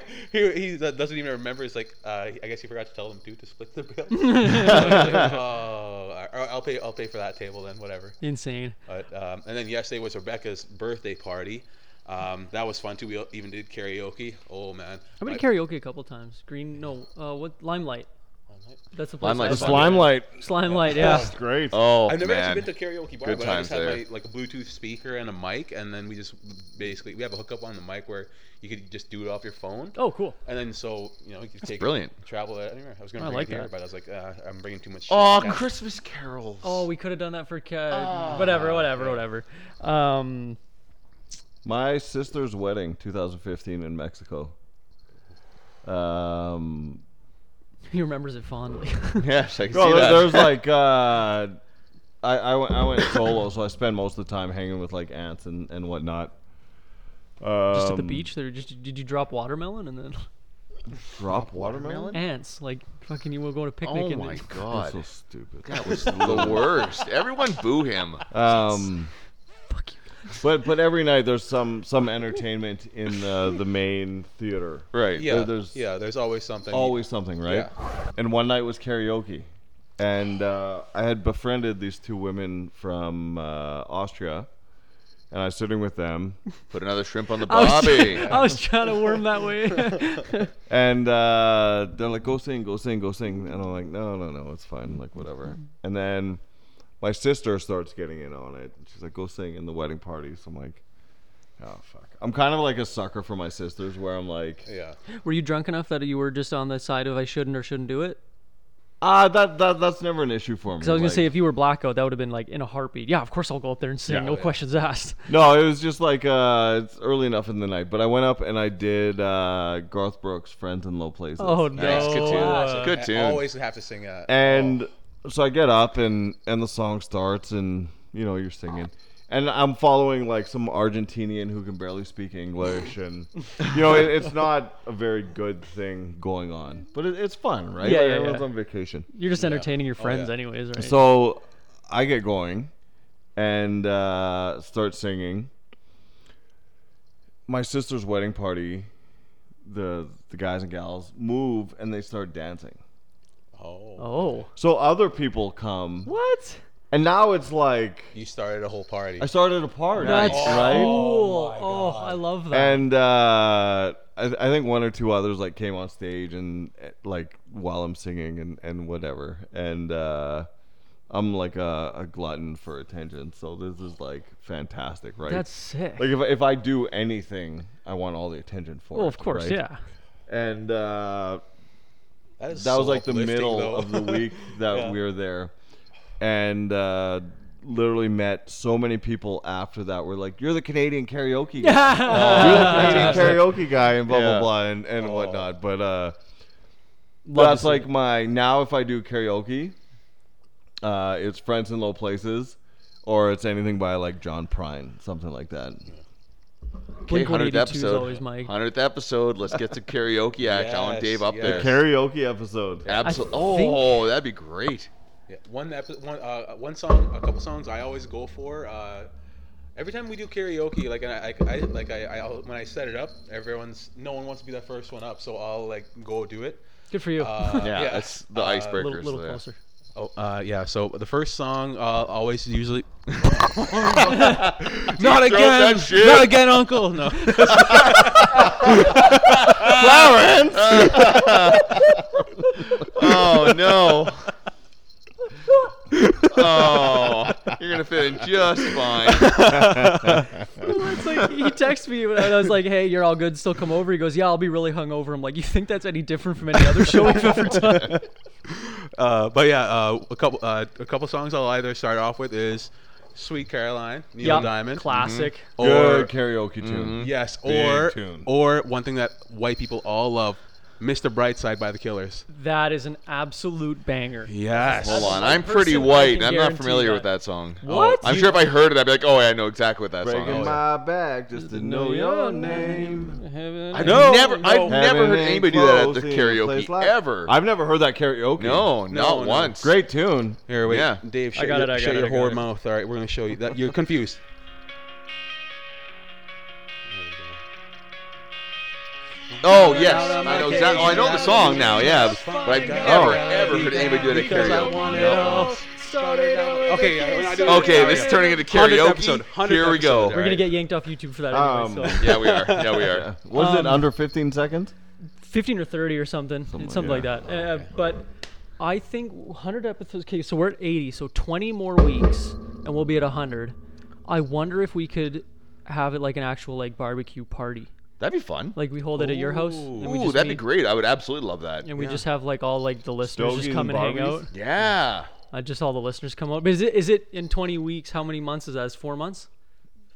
[SPEAKER 4] he doesn't even remember. It's like uh, I guess he forgot to tell them too to split the bill. So it's like, oh, I- I'll pay. I'll pay for that table then. Whatever.
[SPEAKER 2] Insane.
[SPEAKER 4] But, um, and then yesterday was Rebecca's birthday party. Um, that was fun too. We even did karaoke. Oh man.
[SPEAKER 2] I've been
[SPEAKER 4] I-
[SPEAKER 2] to karaoke a couple times. Green, no, uh, what? Limelight. That's the place.
[SPEAKER 1] Limelight.
[SPEAKER 2] I
[SPEAKER 1] That's
[SPEAKER 2] saw it.
[SPEAKER 3] Limelight.
[SPEAKER 2] It's Limelight, yeah.
[SPEAKER 3] Great.
[SPEAKER 1] Oh
[SPEAKER 4] I've never
[SPEAKER 1] man.
[SPEAKER 4] actually been to a karaoke bar,
[SPEAKER 1] Good
[SPEAKER 4] but I
[SPEAKER 1] times
[SPEAKER 4] just had
[SPEAKER 1] there.
[SPEAKER 4] my like a Bluetooth speaker and a mic, and then we just basically we have a hookup on the mic where you could just do it off your phone.
[SPEAKER 2] Oh, cool.
[SPEAKER 4] And then so you know you could take
[SPEAKER 1] brilliant.
[SPEAKER 4] travel it anywhere. I was gonna
[SPEAKER 2] I
[SPEAKER 4] bring
[SPEAKER 2] like
[SPEAKER 4] it here,
[SPEAKER 2] that.
[SPEAKER 4] but I was like, uh, I'm bringing too much. shit.
[SPEAKER 1] Oh,
[SPEAKER 4] Yeah.
[SPEAKER 1] Christmas carols.
[SPEAKER 2] Oh, we could have done that for uh,
[SPEAKER 4] Oh.
[SPEAKER 2] whatever, whatever, whatever. Um,
[SPEAKER 3] My sister's wedding, 2015 in Mexico. Um,
[SPEAKER 2] he remembers it fondly.
[SPEAKER 1] yes, I can
[SPEAKER 3] no,
[SPEAKER 1] see
[SPEAKER 3] there-
[SPEAKER 1] that.
[SPEAKER 3] there's like uh, I I went, I went solo, so I spent most of the time hanging with like aunts and and whatnot.
[SPEAKER 2] just at the
[SPEAKER 3] Um,
[SPEAKER 2] beach, there. Just did you drop watermelon and then
[SPEAKER 3] Drop watermelon.
[SPEAKER 2] ants? Like fucking, you will go to picnic
[SPEAKER 1] oh
[SPEAKER 2] and
[SPEAKER 1] my
[SPEAKER 2] then,
[SPEAKER 3] That's
[SPEAKER 1] god.
[SPEAKER 3] so stupid.
[SPEAKER 1] That was the worst. Everyone boo him.
[SPEAKER 3] Um,
[SPEAKER 2] fuck you.
[SPEAKER 3] but but every night there's some some entertainment in the the main theater.
[SPEAKER 1] Right.
[SPEAKER 4] Yeah,
[SPEAKER 3] There-
[SPEAKER 4] there's
[SPEAKER 3] there's-
[SPEAKER 4] yeah, there's always something.
[SPEAKER 3] always something, right? And one night was karaoke, and uh, I had befriended these two women from uh, Austria, and I was sitting with them,
[SPEAKER 1] Put another shrimp on the
[SPEAKER 4] Oh,
[SPEAKER 2] I was,
[SPEAKER 1] bobby.
[SPEAKER 2] I was trying to worm that way.
[SPEAKER 3] and uh, they're like, "Go sing, go sing, go sing," and I'm like, "No, no, no, it's fine, like
[SPEAKER 2] Mm-hmm.
[SPEAKER 3] whatever." And then my sister starts getting in on it. She's like, "Go sing in the wedding party." So I'm like. Oh fuck! I'm kind of like a sucker for my sisters, where I'm like,
[SPEAKER 4] Yeah.
[SPEAKER 2] were you drunk enough that you were just on the side of I shouldn't or shouldn't do it?
[SPEAKER 3] Ah, that, that that's never an issue for me.
[SPEAKER 2] Because I was gonna
[SPEAKER 3] like-
[SPEAKER 2] say if you were blackout, that would have been like in a heartbeat. Yeah, of course I'll go up there and sing.
[SPEAKER 3] Yeah,
[SPEAKER 2] no
[SPEAKER 3] yeah.
[SPEAKER 2] questions asked.
[SPEAKER 3] No, it was just like uh, it's early enough in the night. But I went up and I did uh, Garth Brooks' "Friends in Low Places."
[SPEAKER 2] Oh, Nice, good no. tune.
[SPEAKER 4] Classic.
[SPEAKER 1] Good
[SPEAKER 4] I
[SPEAKER 1] tune.
[SPEAKER 4] always have to sing that.
[SPEAKER 3] And so I get up and and the song starts and you know you're singing. And I'm following like some Argentinian who can barely speak English, and you know it, it's not a very good thing going on, but it, it's fun, right?
[SPEAKER 2] Yeah,
[SPEAKER 3] Like,
[SPEAKER 2] yeah,
[SPEAKER 3] everyone's
[SPEAKER 2] yeah.
[SPEAKER 3] on vacation.
[SPEAKER 2] You're just entertaining your friends,
[SPEAKER 4] yeah.
[SPEAKER 2] anyways, right?
[SPEAKER 3] So I get going and uh, start singing. My sister's wedding party, the the guys and gals move and they start dancing.
[SPEAKER 4] Oh,
[SPEAKER 2] oh,
[SPEAKER 3] So other people come.
[SPEAKER 2] what?
[SPEAKER 3] And now it's like
[SPEAKER 4] you started a whole party.
[SPEAKER 3] I started a party,
[SPEAKER 2] That's
[SPEAKER 3] right?
[SPEAKER 2] cool. Oh, I love that.
[SPEAKER 3] And uh, I, I think one or two others like came on stage and eh, like while I'm singing and, and whatever. And uh, I'm like a, a glutton for attention, so this is like fantastic, right?
[SPEAKER 2] That's sick.
[SPEAKER 3] like if if I do anything, I want all the attention for
[SPEAKER 2] well,
[SPEAKER 3] it.
[SPEAKER 2] Oh, of course,
[SPEAKER 3] right?
[SPEAKER 2] yeah.
[SPEAKER 3] And uh,
[SPEAKER 4] That, is
[SPEAKER 3] that was
[SPEAKER 4] so
[SPEAKER 3] like the
[SPEAKER 4] uplifting,
[SPEAKER 3] middle
[SPEAKER 4] though.
[SPEAKER 3] of the week that
[SPEAKER 4] Yeah.
[SPEAKER 3] we were there and uh literally met so many people after that were like you're the canadian karaoke guy you're the
[SPEAKER 2] Fantastic.
[SPEAKER 3] canadian karaoke guy and blah
[SPEAKER 12] Yeah.
[SPEAKER 3] blah blah and, and whatnot but uh
[SPEAKER 2] Love to
[SPEAKER 3] that's
[SPEAKER 2] see
[SPEAKER 3] like my now if i do karaoke uh it's friends in low places or it's anything by like john prine something like that
[SPEAKER 1] Okay,
[SPEAKER 2] Blink
[SPEAKER 1] 100th
[SPEAKER 2] 182 is
[SPEAKER 1] episode.
[SPEAKER 2] always my.
[SPEAKER 1] 100th episode. Let's get some karaoke action. I want
[SPEAKER 4] Yes,
[SPEAKER 1] Dave up
[SPEAKER 4] yes.
[SPEAKER 1] there.
[SPEAKER 3] karaoke episode
[SPEAKER 1] Absolutely.
[SPEAKER 2] I think-
[SPEAKER 1] Oh, that'd be great.
[SPEAKER 4] Yeah, one epi- one uh, one song, a couple songs I always go for. Uh, every time we do karaoke, like and I, I, I like I, I I'll- when I set it up, everyone's no one wants to be the first one up, so I'll like go do it.
[SPEAKER 2] Good for you.
[SPEAKER 4] Uh,
[SPEAKER 1] Yeah, that's the
[SPEAKER 4] Uh,
[SPEAKER 2] a
[SPEAKER 1] icebreakers.
[SPEAKER 2] little, little
[SPEAKER 1] there.
[SPEAKER 2] closer.
[SPEAKER 4] Oh, uh, yeah. So the first song uh, always usually. not
[SPEAKER 1] Throw
[SPEAKER 4] again!
[SPEAKER 1] that shit.
[SPEAKER 4] Not again, Uncle. No.
[SPEAKER 1] Oh no. oh, you're gonna fit in just fine.
[SPEAKER 2] It's like he texted me and I was like, "Hey, you're all good. Still come over." He goes, "Yeah, I'll be really hungover." I'm like, "You think that's any different from any other show we've ever done?"
[SPEAKER 4] Uh, but yeah, uh, a couple uh, a couple songs I'll either start off with is "Sweet Caroline," Neil
[SPEAKER 2] Yeah,
[SPEAKER 4] Diamond, Mm-hmm.
[SPEAKER 2] classic.
[SPEAKER 3] good
[SPEAKER 4] or
[SPEAKER 3] karaoke tune
[SPEAKER 4] yes,
[SPEAKER 12] Big
[SPEAKER 4] or
[SPEAKER 12] tune.
[SPEAKER 4] or one thing that white people all love, "Mr. Brightside" by the Killers.
[SPEAKER 2] That is an absolute banger.
[SPEAKER 4] Yes.
[SPEAKER 1] Hold on,
[SPEAKER 2] the
[SPEAKER 1] I'm
[SPEAKER 2] person
[SPEAKER 1] pretty
[SPEAKER 2] I can
[SPEAKER 1] white. and I'm not
[SPEAKER 2] guarantee
[SPEAKER 1] familiar
[SPEAKER 2] that.
[SPEAKER 1] with that song.
[SPEAKER 2] What?
[SPEAKER 1] I'm sure if I heard it, I'd be like, oh, yeah, I know exactly what that song
[SPEAKER 3] breaking
[SPEAKER 1] is.
[SPEAKER 3] my back just to know your name
[SPEAKER 1] I've
[SPEAKER 2] No,
[SPEAKER 1] never, I've never
[SPEAKER 3] Heaven
[SPEAKER 1] heard
[SPEAKER 3] ain't
[SPEAKER 1] anybody do that at the
[SPEAKER 3] close in a place
[SPEAKER 1] karaoke
[SPEAKER 3] like-
[SPEAKER 1] ever.
[SPEAKER 3] I've never heard that karaoke.
[SPEAKER 1] no, not
[SPEAKER 4] no.
[SPEAKER 1] once.
[SPEAKER 3] Great tune.
[SPEAKER 4] Here, wait,
[SPEAKER 1] Yeah.
[SPEAKER 4] Dave, shut
[SPEAKER 2] got
[SPEAKER 4] your,
[SPEAKER 2] it, I
[SPEAKER 4] shut
[SPEAKER 2] got it,
[SPEAKER 4] your
[SPEAKER 2] I got
[SPEAKER 4] whore
[SPEAKER 2] it.
[SPEAKER 4] mouth. All right, we're gonna show you that you're confused.
[SPEAKER 1] Oh yes, I know
[SPEAKER 2] my
[SPEAKER 1] exactly. Oh, I know the song now. Yeah, but I've never ever heard anybody do it at
[SPEAKER 4] Because I want
[SPEAKER 1] karaoke.
[SPEAKER 4] it all. Okay, yeah, we're not doing
[SPEAKER 1] Okay,
[SPEAKER 4] sorry.
[SPEAKER 1] this is turning into
[SPEAKER 4] 100th
[SPEAKER 1] karaoke.
[SPEAKER 4] episode, 100th
[SPEAKER 1] Here we go.
[SPEAKER 4] episode,
[SPEAKER 2] We're
[SPEAKER 4] all
[SPEAKER 2] gonna
[SPEAKER 4] right.
[SPEAKER 2] get yanked off YouTube for that anyway.
[SPEAKER 3] Um,
[SPEAKER 2] so
[SPEAKER 1] Yeah, we are. Yeah, we are.
[SPEAKER 3] Was
[SPEAKER 2] Um,
[SPEAKER 3] it under 15 seconds?
[SPEAKER 2] 15 or 30 or something, something, like
[SPEAKER 3] yeah.
[SPEAKER 2] that. Uh, But I think 100 episodes. Okay, so we're at 80, so 20 more weeks, and we'll be at 100. I wonder if we could have it like an actual like barbecue party,
[SPEAKER 1] That'd be fun.
[SPEAKER 2] like we hold it at your house. And we
[SPEAKER 1] Ooh,
[SPEAKER 2] just
[SPEAKER 1] that'd be
[SPEAKER 2] meet-
[SPEAKER 1] great. I would absolutely love that.
[SPEAKER 2] And we just have like all like the listeners
[SPEAKER 3] Stogies
[SPEAKER 2] just come
[SPEAKER 3] and
[SPEAKER 2] and, hang out.
[SPEAKER 3] Barbies?
[SPEAKER 1] Yeah.
[SPEAKER 2] Uh, just all the listeners come out. But is it is it in 20 weeks? How many months is that? Is four months?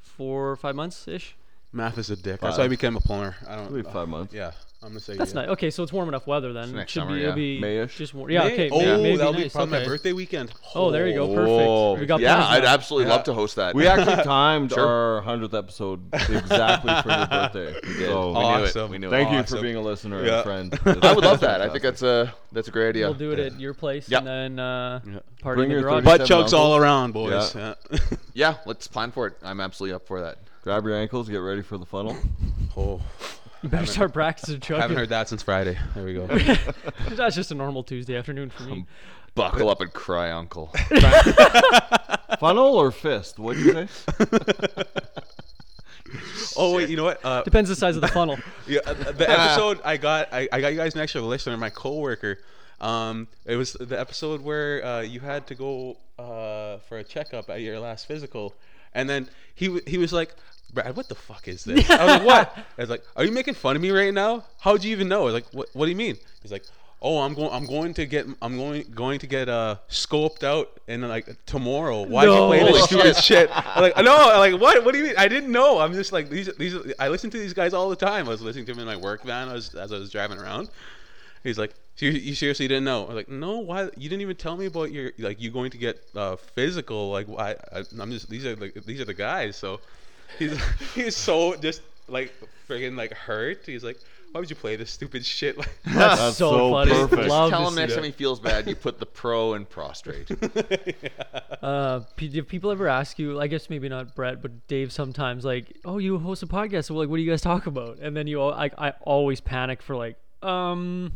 [SPEAKER 2] Four or five months ish?
[SPEAKER 4] Math is a dick. That's why I became a plumber. I don't.
[SPEAKER 3] Probably five months.
[SPEAKER 4] yeah, I'm gonna say.
[SPEAKER 2] That's
[SPEAKER 4] yeah.
[SPEAKER 2] nice. Okay, so it's warm enough weather then.
[SPEAKER 1] next
[SPEAKER 2] Should
[SPEAKER 1] summer,
[SPEAKER 2] be,
[SPEAKER 1] yeah.
[SPEAKER 2] it'll be
[SPEAKER 3] May-ish.
[SPEAKER 2] just warm. Yeah, okay.
[SPEAKER 4] Hey, Oh,
[SPEAKER 2] maybe
[SPEAKER 4] that'll be
[SPEAKER 2] nice,
[SPEAKER 4] probably
[SPEAKER 2] okay.
[SPEAKER 4] my birthday weekend.
[SPEAKER 2] Oh, there you go.
[SPEAKER 1] Oh,
[SPEAKER 2] Perfect. We got
[SPEAKER 1] yeah,
[SPEAKER 2] plans
[SPEAKER 1] I'd
[SPEAKER 2] now.
[SPEAKER 1] absolutely love to host that.
[SPEAKER 3] We actually timed
[SPEAKER 1] Sure.
[SPEAKER 3] our 100th episode exactly for your birthday. So,
[SPEAKER 1] We knew it.
[SPEAKER 4] Awesome.
[SPEAKER 1] We knew
[SPEAKER 3] Thank
[SPEAKER 1] it.
[SPEAKER 3] you for being a listener
[SPEAKER 4] Yeah.
[SPEAKER 3] and friend.
[SPEAKER 1] I would love that. I think that's a that's a great idea.
[SPEAKER 2] We'll do it at your place
[SPEAKER 1] Yep.
[SPEAKER 2] and then uh, party
[SPEAKER 3] Bring
[SPEAKER 2] in the
[SPEAKER 3] your
[SPEAKER 2] garage.
[SPEAKER 3] 30
[SPEAKER 4] Butt
[SPEAKER 3] Seven
[SPEAKER 4] chugs all
[SPEAKER 3] uncles.
[SPEAKER 4] around, boys. Yeah.
[SPEAKER 1] Yeah, let's plan for it. I'm absolutely up for that.
[SPEAKER 3] Grab your ankles, get ready for the funnel.
[SPEAKER 4] oh,
[SPEAKER 2] you better start practicing
[SPEAKER 4] haven't
[SPEAKER 2] chugging.
[SPEAKER 4] heard that since Friday. There we go.
[SPEAKER 2] That's just a normal Tuesday afternoon for me.
[SPEAKER 1] Buckle up and cry, Uncle.
[SPEAKER 3] funnel or fist? What do you say?
[SPEAKER 4] oh wait, you know what? Uh,
[SPEAKER 2] Depends the size of the funnel.
[SPEAKER 4] yeah, uh, the episode I got, I, I got you guys an extra listener, my coworker. Um, it was the episode where uh, you had to go uh, for a checkup at your last physical, and then he w- he was like, "Brad, what the fuck is this?" I was like, "What?" I was like, "Are you making fun of me right now? How'd you even know?" I was like, "What? What do you mean?" He's like. "Oh, I'm going. I'm going to get. I'm going going to get uh scoped out in like tomorrow. Why would you
[SPEAKER 2] No.
[SPEAKER 4] play
[SPEAKER 2] Holy
[SPEAKER 4] this stupid
[SPEAKER 2] shit.
[SPEAKER 4] shit?" I'm like, no, I'm like what? What do you mean? I didn't know. I'm just like these. These. I listen to these guys all the time. I was listening to them in my work van as, as I was driving around. He's like, "So you, you seriously didn't know? I was like, no. Why? You didn't even tell me about your like you going to get uh, physical. Like, why? I, I'm just these are the these are the guys. So he's he's so just like friggin' like hurt. He's like, why would you play this stupid shit? Like,
[SPEAKER 2] That's That's so so funny. perfect.
[SPEAKER 1] Just
[SPEAKER 2] Love
[SPEAKER 1] tell
[SPEAKER 2] to
[SPEAKER 1] him
[SPEAKER 2] see
[SPEAKER 1] next
[SPEAKER 2] that.
[SPEAKER 1] time he feels bad, you put the pro in prostrate.
[SPEAKER 2] Uh, p- do people ever ask you? I guess maybe not Brett, but Dave sometimes like, "Oh, you host a podcast. So like, what do you guys talk about?" And then you all like, I always panic for like, um,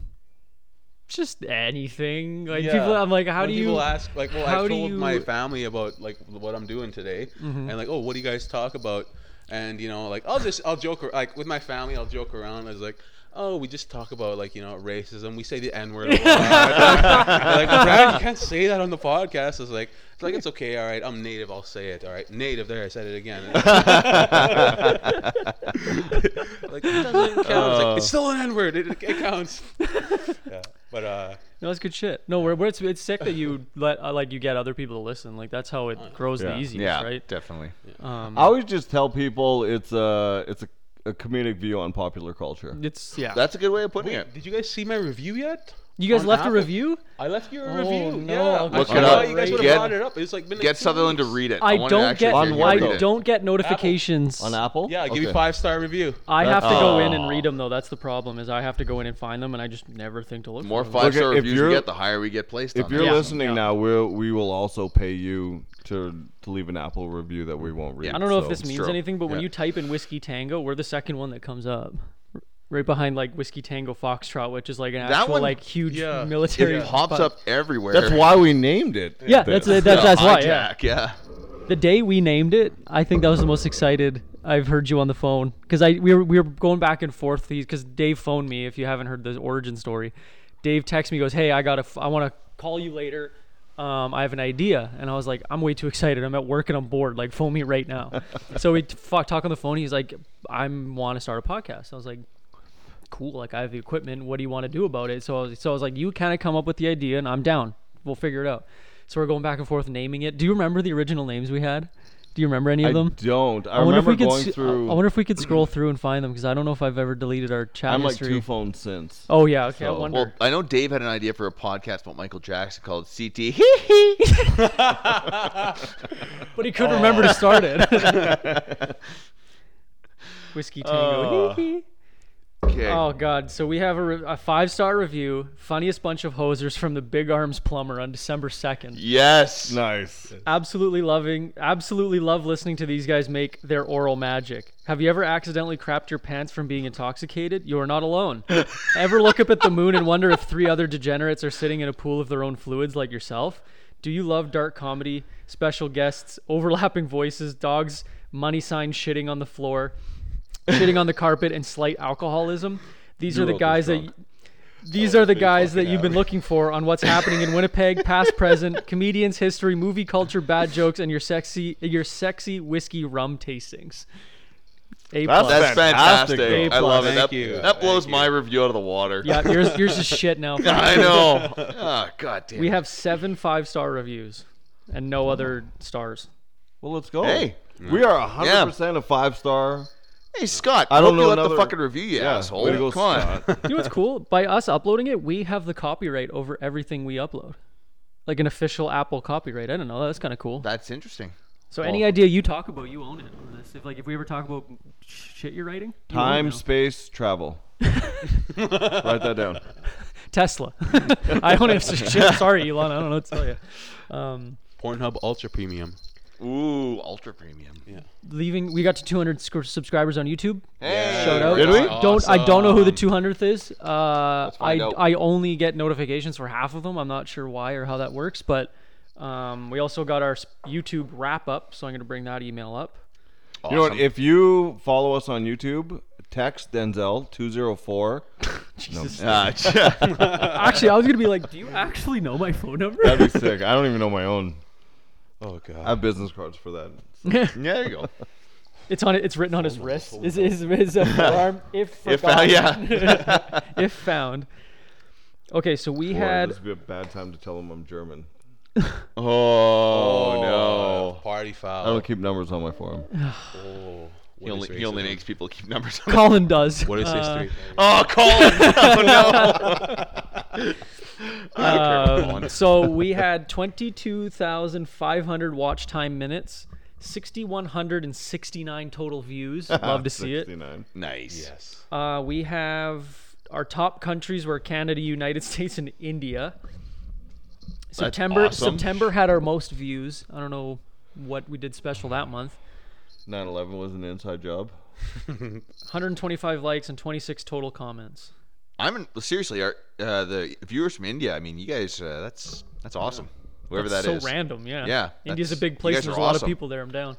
[SPEAKER 2] just anything. Like people, I'm like, how
[SPEAKER 4] When
[SPEAKER 2] do you
[SPEAKER 4] people ask like, well,
[SPEAKER 2] how
[SPEAKER 4] I
[SPEAKER 2] do
[SPEAKER 4] told
[SPEAKER 2] you-
[SPEAKER 4] my family about like what I'm doing today,
[SPEAKER 2] Mhm.
[SPEAKER 4] and like, oh, what do you guys talk about? And you know, like, I'll just I'll joke ar- like with my family, I'll joke around. I was like. Oh, we just talk about like you know racism. We say the N word a lot. like Brad, you can't say that on the podcast. It's like it's like it's okay. All right, I'm native. I'll say it. All right, native. There, I said it again. like it doesn't count. It's
[SPEAKER 2] Oh.
[SPEAKER 4] like, it's still an N word. It, it counts. yeah, but uh,
[SPEAKER 2] No, that's good shit. No, where, where it's it's sick that you let uh, like you get other people to listen. Like that's how it grows the easiest, right?
[SPEAKER 1] definitely.
[SPEAKER 2] Um,
[SPEAKER 3] I always just tell people it's a it's a, a comedic view on popular culture.
[SPEAKER 2] It's yeah.
[SPEAKER 1] That's a good way of putting
[SPEAKER 4] Wait,
[SPEAKER 1] it.
[SPEAKER 4] Did you guys see my review yet?
[SPEAKER 2] You guys
[SPEAKER 4] On
[SPEAKER 2] left
[SPEAKER 4] Apple?
[SPEAKER 2] a review.
[SPEAKER 4] I left you a
[SPEAKER 2] Oh,
[SPEAKER 4] review.
[SPEAKER 2] no,
[SPEAKER 4] yeah,
[SPEAKER 2] okay.
[SPEAKER 4] I
[SPEAKER 1] Look it
[SPEAKER 4] forgot
[SPEAKER 1] up.
[SPEAKER 4] You guys would have
[SPEAKER 1] Get-
[SPEAKER 4] brought it up. It's like been like
[SPEAKER 1] Get
[SPEAKER 4] two
[SPEAKER 1] Sutherland to
[SPEAKER 4] weeks.
[SPEAKER 1] read it.
[SPEAKER 2] I
[SPEAKER 1] want to
[SPEAKER 2] don't
[SPEAKER 1] actually
[SPEAKER 2] get
[SPEAKER 1] hear you
[SPEAKER 2] I
[SPEAKER 1] read it.
[SPEAKER 2] don't get notifications
[SPEAKER 3] on Apple.
[SPEAKER 4] Yeah, give me
[SPEAKER 1] Okay.
[SPEAKER 4] five star review.
[SPEAKER 2] I have to
[SPEAKER 3] That's-
[SPEAKER 2] go in and read them though. That's the problem is I have to go in and find them, and I just never think to look.
[SPEAKER 1] The more
[SPEAKER 2] for them.
[SPEAKER 1] five star
[SPEAKER 3] Look, if
[SPEAKER 1] reviews we
[SPEAKER 3] you're-
[SPEAKER 1] get, the higher we get placed.
[SPEAKER 3] If
[SPEAKER 1] on
[SPEAKER 3] you're
[SPEAKER 1] this.
[SPEAKER 3] listening now, we we will also pay you to to leave an Apple review that we won't read.
[SPEAKER 2] I don't know
[SPEAKER 3] so-
[SPEAKER 2] if this means
[SPEAKER 1] true.
[SPEAKER 2] anything, but when
[SPEAKER 1] Yeah.
[SPEAKER 2] you type in whiskey tango, we're the second one that comes up, R- right behind like whiskey tango foxtrot, which is like an
[SPEAKER 1] that
[SPEAKER 2] actual
[SPEAKER 1] one
[SPEAKER 2] like huge
[SPEAKER 4] yeah.
[SPEAKER 2] military.
[SPEAKER 1] it pops
[SPEAKER 2] spot.
[SPEAKER 1] up everywhere.
[SPEAKER 3] That's why we named it.
[SPEAKER 2] Yeah,
[SPEAKER 3] this.
[SPEAKER 2] that's that's, that's why. Yeah.
[SPEAKER 1] Hijack, yeah.
[SPEAKER 2] The day we named it, I think that was the most excited I've heard you on the phone because I we were, we were going back and forth because Dave phoned me. If you haven't heard the origin story, Dave texts me goes, "Hey, I got to I want to call you later. Um, I have an idea." And I was like, "I'm way too excited. I'm at work and I'm bored. Like, phone me right now." so we t- fuck, talk on the phone. He's like, "I want to start a podcast." I was like, cool like i have the equipment what do you want to do about it so I was, so I was like you kind of come up with the idea and i'm down we'll figure it out so we're going back and forth naming it do you remember the original names we had do you remember any of
[SPEAKER 3] I
[SPEAKER 2] them
[SPEAKER 3] don't. I,
[SPEAKER 2] wonder if
[SPEAKER 3] remember
[SPEAKER 2] we could
[SPEAKER 3] going
[SPEAKER 2] s-
[SPEAKER 3] through.
[SPEAKER 2] i wonder if we could scroll through and find them because i don't know if i've ever deleted our chat
[SPEAKER 3] I'm like
[SPEAKER 2] history
[SPEAKER 3] two phones since.
[SPEAKER 2] oh yeah okay i
[SPEAKER 3] So-
[SPEAKER 2] wonder
[SPEAKER 1] Well, I know Dave had an idea for a podcast about Michael Jackson called CT. Hee hee.
[SPEAKER 2] but he couldn't remember
[SPEAKER 3] oh.
[SPEAKER 2] to start it whiskey tango
[SPEAKER 3] Uh,
[SPEAKER 2] hee hee.
[SPEAKER 1] Okay.
[SPEAKER 2] Oh God! So we have a, re- a five-star review, funniest bunch of hosers from the Big Arms Plumber on December second.
[SPEAKER 1] Yes.
[SPEAKER 3] Nice.
[SPEAKER 2] absolutely loving absolutely love listening to these guys make their oral magic have you ever accidentally crapped your pants from being intoxicated you are not alone ever look up at the moon and wonder if three other degenerates are sitting in a pool of their own fluids like yourself do you love dark comedy special guests overlapping voices dogs money signs shitting on the floor shitting on the carpet and slight alcoholism these are the
[SPEAKER 3] wrote this
[SPEAKER 2] guys that
[SPEAKER 3] drunk.
[SPEAKER 2] these are the guys that you've been looking for on what's happening in Winnipeg, past, present, comedians, history, movie culture, bad jokes, and your sexy, your sexy whiskey rum tastings. A plus.
[SPEAKER 1] That's fantastic.
[SPEAKER 3] fantastic,
[SPEAKER 2] though.
[SPEAKER 1] I love it.
[SPEAKER 4] Thank
[SPEAKER 1] That,
[SPEAKER 4] you.
[SPEAKER 1] that blows my review out of the water.
[SPEAKER 2] yeah, yours, yours is shit now.
[SPEAKER 1] I know. Oh, God damn.
[SPEAKER 2] We have seven five star reviews and no other stars.
[SPEAKER 3] Well, let's go.
[SPEAKER 1] Hey.
[SPEAKER 3] we are 100 percent a five star.
[SPEAKER 1] Hey, Scott.
[SPEAKER 3] I don't
[SPEAKER 1] hope
[SPEAKER 3] know
[SPEAKER 1] you left
[SPEAKER 3] another-
[SPEAKER 1] the fucking review, you asshole.
[SPEAKER 3] way to go,
[SPEAKER 1] Come on.
[SPEAKER 3] Scott.
[SPEAKER 2] You know what's cool? By us uploading it, we have the copyright over everything we upload, like an official Apple copyright. I don't know. That's kind of cool.
[SPEAKER 1] That's interesting.
[SPEAKER 2] So any idea you talk about, you own it on this. If like if we ever talk about shit you're writing, you own it
[SPEAKER 3] Time,
[SPEAKER 2] now.
[SPEAKER 3] space, travel. Write that down.
[SPEAKER 2] Tesla. I own it. Shit, sorry, Elon. I don't know what to tell you. Um,
[SPEAKER 4] Pornhub Ultra Premium.
[SPEAKER 1] Ooh, ultra premium.
[SPEAKER 2] leaving, we got to 200 sc- subscribers on YouTube.
[SPEAKER 1] Hey,
[SPEAKER 2] Shout out.
[SPEAKER 3] Did we?
[SPEAKER 2] Don't I don't know who the
[SPEAKER 4] Awesome.
[SPEAKER 2] 200th is. Uh, I
[SPEAKER 1] find out.
[SPEAKER 2] I only get notifications for half of them. I'm not sure why or how that works, but um, we also got our s- YouTube wrap up. So I'm gonna bring that email up.
[SPEAKER 3] You know what? If you follow us on YouTube, text Denzel two zero four.
[SPEAKER 1] Ah, ch-
[SPEAKER 2] Actually, I was gonna be like, do you actually know my phone number?
[SPEAKER 3] That'd be sick. I don't even know my own.
[SPEAKER 4] Oh god.
[SPEAKER 3] I have business cards for that.
[SPEAKER 1] yeah, there you go.
[SPEAKER 2] It's on it. It's written on his wrist. Is is his uh, forearm if
[SPEAKER 1] If, uh,
[SPEAKER 2] forgotten.
[SPEAKER 1] yeah.
[SPEAKER 2] if found. Okay, so we
[SPEAKER 3] Boy,
[SPEAKER 2] had
[SPEAKER 3] This would be a bad time to tell them I'm German.
[SPEAKER 12] oh,
[SPEAKER 1] Oh,
[SPEAKER 12] no.
[SPEAKER 4] Oh, Party foul.
[SPEAKER 3] I don't keep numbers on my form.
[SPEAKER 4] Oh,
[SPEAKER 1] He only, he only makes people keep numbers. On
[SPEAKER 2] Colin does.
[SPEAKER 4] What is
[SPEAKER 2] Uh,
[SPEAKER 4] history?
[SPEAKER 1] Oh, Colin! Oh, no. I don't care,
[SPEAKER 2] Um,
[SPEAKER 1] Colin.
[SPEAKER 2] so we had 22,500 watch time minutes, 6,169 total views. Love to see it.
[SPEAKER 3] 69.
[SPEAKER 1] Nice.
[SPEAKER 4] Yes.
[SPEAKER 2] Uh, we have our top countries were Canada, United States, and India. September
[SPEAKER 1] awesome.
[SPEAKER 2] September had our most views. I don't know what we did special that month.
[SPEAKER 3] 9/11 was an inside job.
[SPEAKER 2] 125 likes and 26 total comments.
[SPEAKER 1] I'm seriously our, uh, the viewers from India. I mean, you guys, uh, that's that's awesome. Whoever
[SPEAKER 2] That's
[SPEAKER 1] that
[SPEAKER 2] so
[SPEAKER 1] is.
[SPEAKER 2] random, yeah.
[SPEAKER 1] Yeah,
[SPEAKER 2] India's a
[SPEAKER 1] that's-
[SPEAKER 2] big
[SPEAKER 1] you
[SPEAKER 2] place.
[SPEAKER 1] guys
[SPEAKER 2] and There's
[SPEAKER 1] are
[SPEAKER 2] a lot of
[SPEAKER 1] awesome.
[SPEAKER 2] people there. I'm down.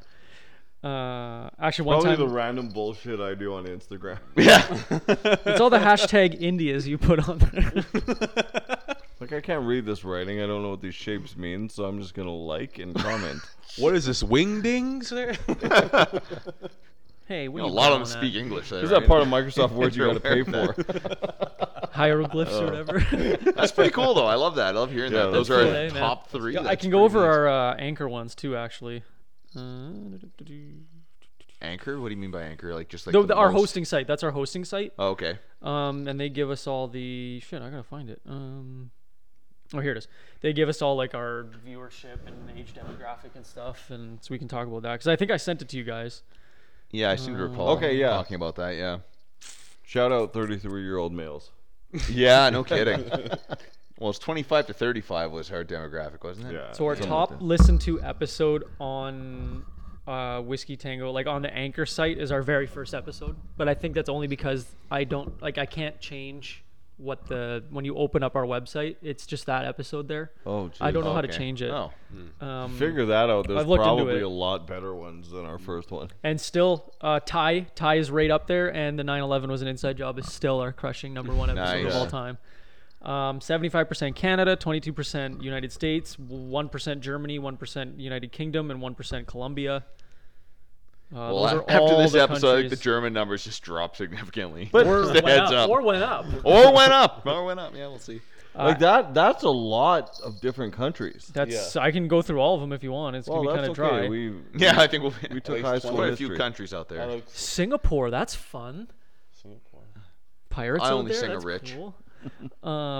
[SPEAKER 2] Uh, actually, one
[SPEAKER 3] Probably
[SPEAKER 2] time
[SPEAKER 3] the random bullshit I do on Instagram.
[SPEAKER 2] it's all the hashtag Indias you put on there.
[SPEAKER 3] like I can't read this writing. I don't know what these shapes mean, so I'm just gonna like and comment.
[SPEAKER 4] What is this, wingdings there?
[SPEAKER 2] hey, what
[SPEAKER 1] You know,
[SPEAKER 2] are
[SPEAKER 1] a
[SPEAKER 2] you
[SPEAKER 1] lot of them
[SPEAKER 2] calling
[SPEAKER 1] speak English. There,
[SPEAKER 3] Is that
[SPEAKER 1] right?
[SPEAKER 3] part of Microsoft Word you
[SPEAKER 1] You're
[SPEAKER 3] gotta pay
[SPEAKER 1] aware
[SPEAKER 3] for?
[SPEAKER 1] of that.
[SPEAKER 2] hieroglyphs
[SPEAKER 1] Oh.
[SPEAKER 2] or whatever.
[SPEAKER 1] That's pretty cool, though. I love that. I love hearing
[SPEAKER 3] Yeah,
[SPEAKER 1] that. Those
[SPEAKER 3] that's
[SPEAKER 1] are
[SPEAKER 2] cool,
[SPEAKER 1] our
[SPEAKER 2] eh, man?
[SPEAKER 1] top three.
[SPEAKER 2] I
[SPEAKER 1] That's
[SPEAKER 2] can go
[SPEAKER 1] pretty
[SPEAKER 2] over
[SPEAKER 1] nice.
[SPEAKER 2] our uh, anchor ones too, actually. Uh,
[SPEAKER 1] anchor. What do you mean by anchor? Like just like
[SPEAKER 2] no,
[SPEAKER 1] the
[SPEAKER 2] the- our
[SPEAKER 1] most-
[SPEAKER 2] hosting site. That's our hosting site.
[SPEAKER 1] Oh, okay.
[SPEAKER 2] Um, and they give us all the shit. I gotta find it. Um, oh, here it is. They give us all like our viewership and age demographic and stuff, and so we can talk about that. Because I think I sent it to you guys.
[SPEAKER 1] Yeah, I seem to recall.
[SPEAKER 3] Okay, yeah.
[SPEAKER 1] Talking about that, yeah.
[SPEAKER 3] Shout out 33 year old males.
[SPEAKER 1] Yeah, no kidding. well, it's 25 to 35 was our demographic, wasn't it?
[SPEAKER 3] Yeah.
[SPEAKER 2] So our
[SPEAKER 3] something
[SPEAKER 2] top
[SPEAKER 3] like that.
[SPEAKER 2] listened to episode on uh, Whiskey Tango, like on the Anchor site, is our very first episode. But I think that's only because I don't like I can't change what the when you open up our website, it's just that episode there.
[SPEAKER 3] Oh,
[SPEAKER 2] I don't know how to
[SPEAKER 1] Okay.
[SPEAKER 2] change it.
[SPEAKER 1] Oh,
[SPEAKER 2] Um,
[SPEAKER 3] Hmm. Figure that out. There's
[SPEAKER 2] I've looked into
[SPEAKER 3] probably
[SPEAKER 2] it.
[SPEAKER 3] a lot better ones than our first one.
[SPEAKER 2] and still, uh, Ty Ty is right up there, and the 9/11 was an inside job is still our crushing number one episode
[SPEAKER 1] Nice.
[SPEAKER 2] of all time. Um, 75% Canada, 22% United States, 1% Germany, 1% United Kingdom, and 1% Colombia. Uh,
[SPEAKER 1] well,
[SPEAKER 2] those are
[SPEAKER 1] after
[SPEAKER 2] all
[SPEAKER 1] this
[SPEAKER 2] the
[SPEAKER 1] episode, I think the
[SPEAKER 2] countries-
[SPEAKER 1] German numbers just dropped significantly.
[SPEAKER 2] or
[SPEAKER 1] just a
[SPEAKER 2] went
[SPEAKER 1] heads
[SPEAKER 2] up,
[SPEAKER 1] up.
[SPEAKER 2] or went up.
[SPEAKER 1] Or went up. Or went up. Yeah, we'll see.
[SPEAKER 3] like that. That's a lot of different countries.
[SPEAKER 2] That's I Uh, can go through all of them if you want. It's
[SPEAKER 3] well,
[SPEAKER 2] gonna be
[SPEAKER 3] that's
[SPEAKER 2] kind of dry.
[SPEAKER 3] okay. We
[SPEAKER 1] Yeah, I think we'll, we
[SPEAKER 3] took
[SPEAKER 1] quite
[SPEAKER 3] high school
[SPEAKER 1] a few
[SPEAKER 3] history.
[SPEAKER 1] countries out there.
[SPEAKER 4] Out of
[SPEAKER 2] Singapore, that's fun.
[SPEAKER 4] Singapore.
[SPEAKER 2] Pirates
[SPEAKER 1] I
[SPEAKER 2] out
[SPEAKER 1] only
[SPEAKER 2] there,
[SPEAKER 1] sing a
[SPEAKER 2] that's
[SPEAKER 1] rich.
[SPEAKER 2] cool. Uh,
[SPEAKER 4] Is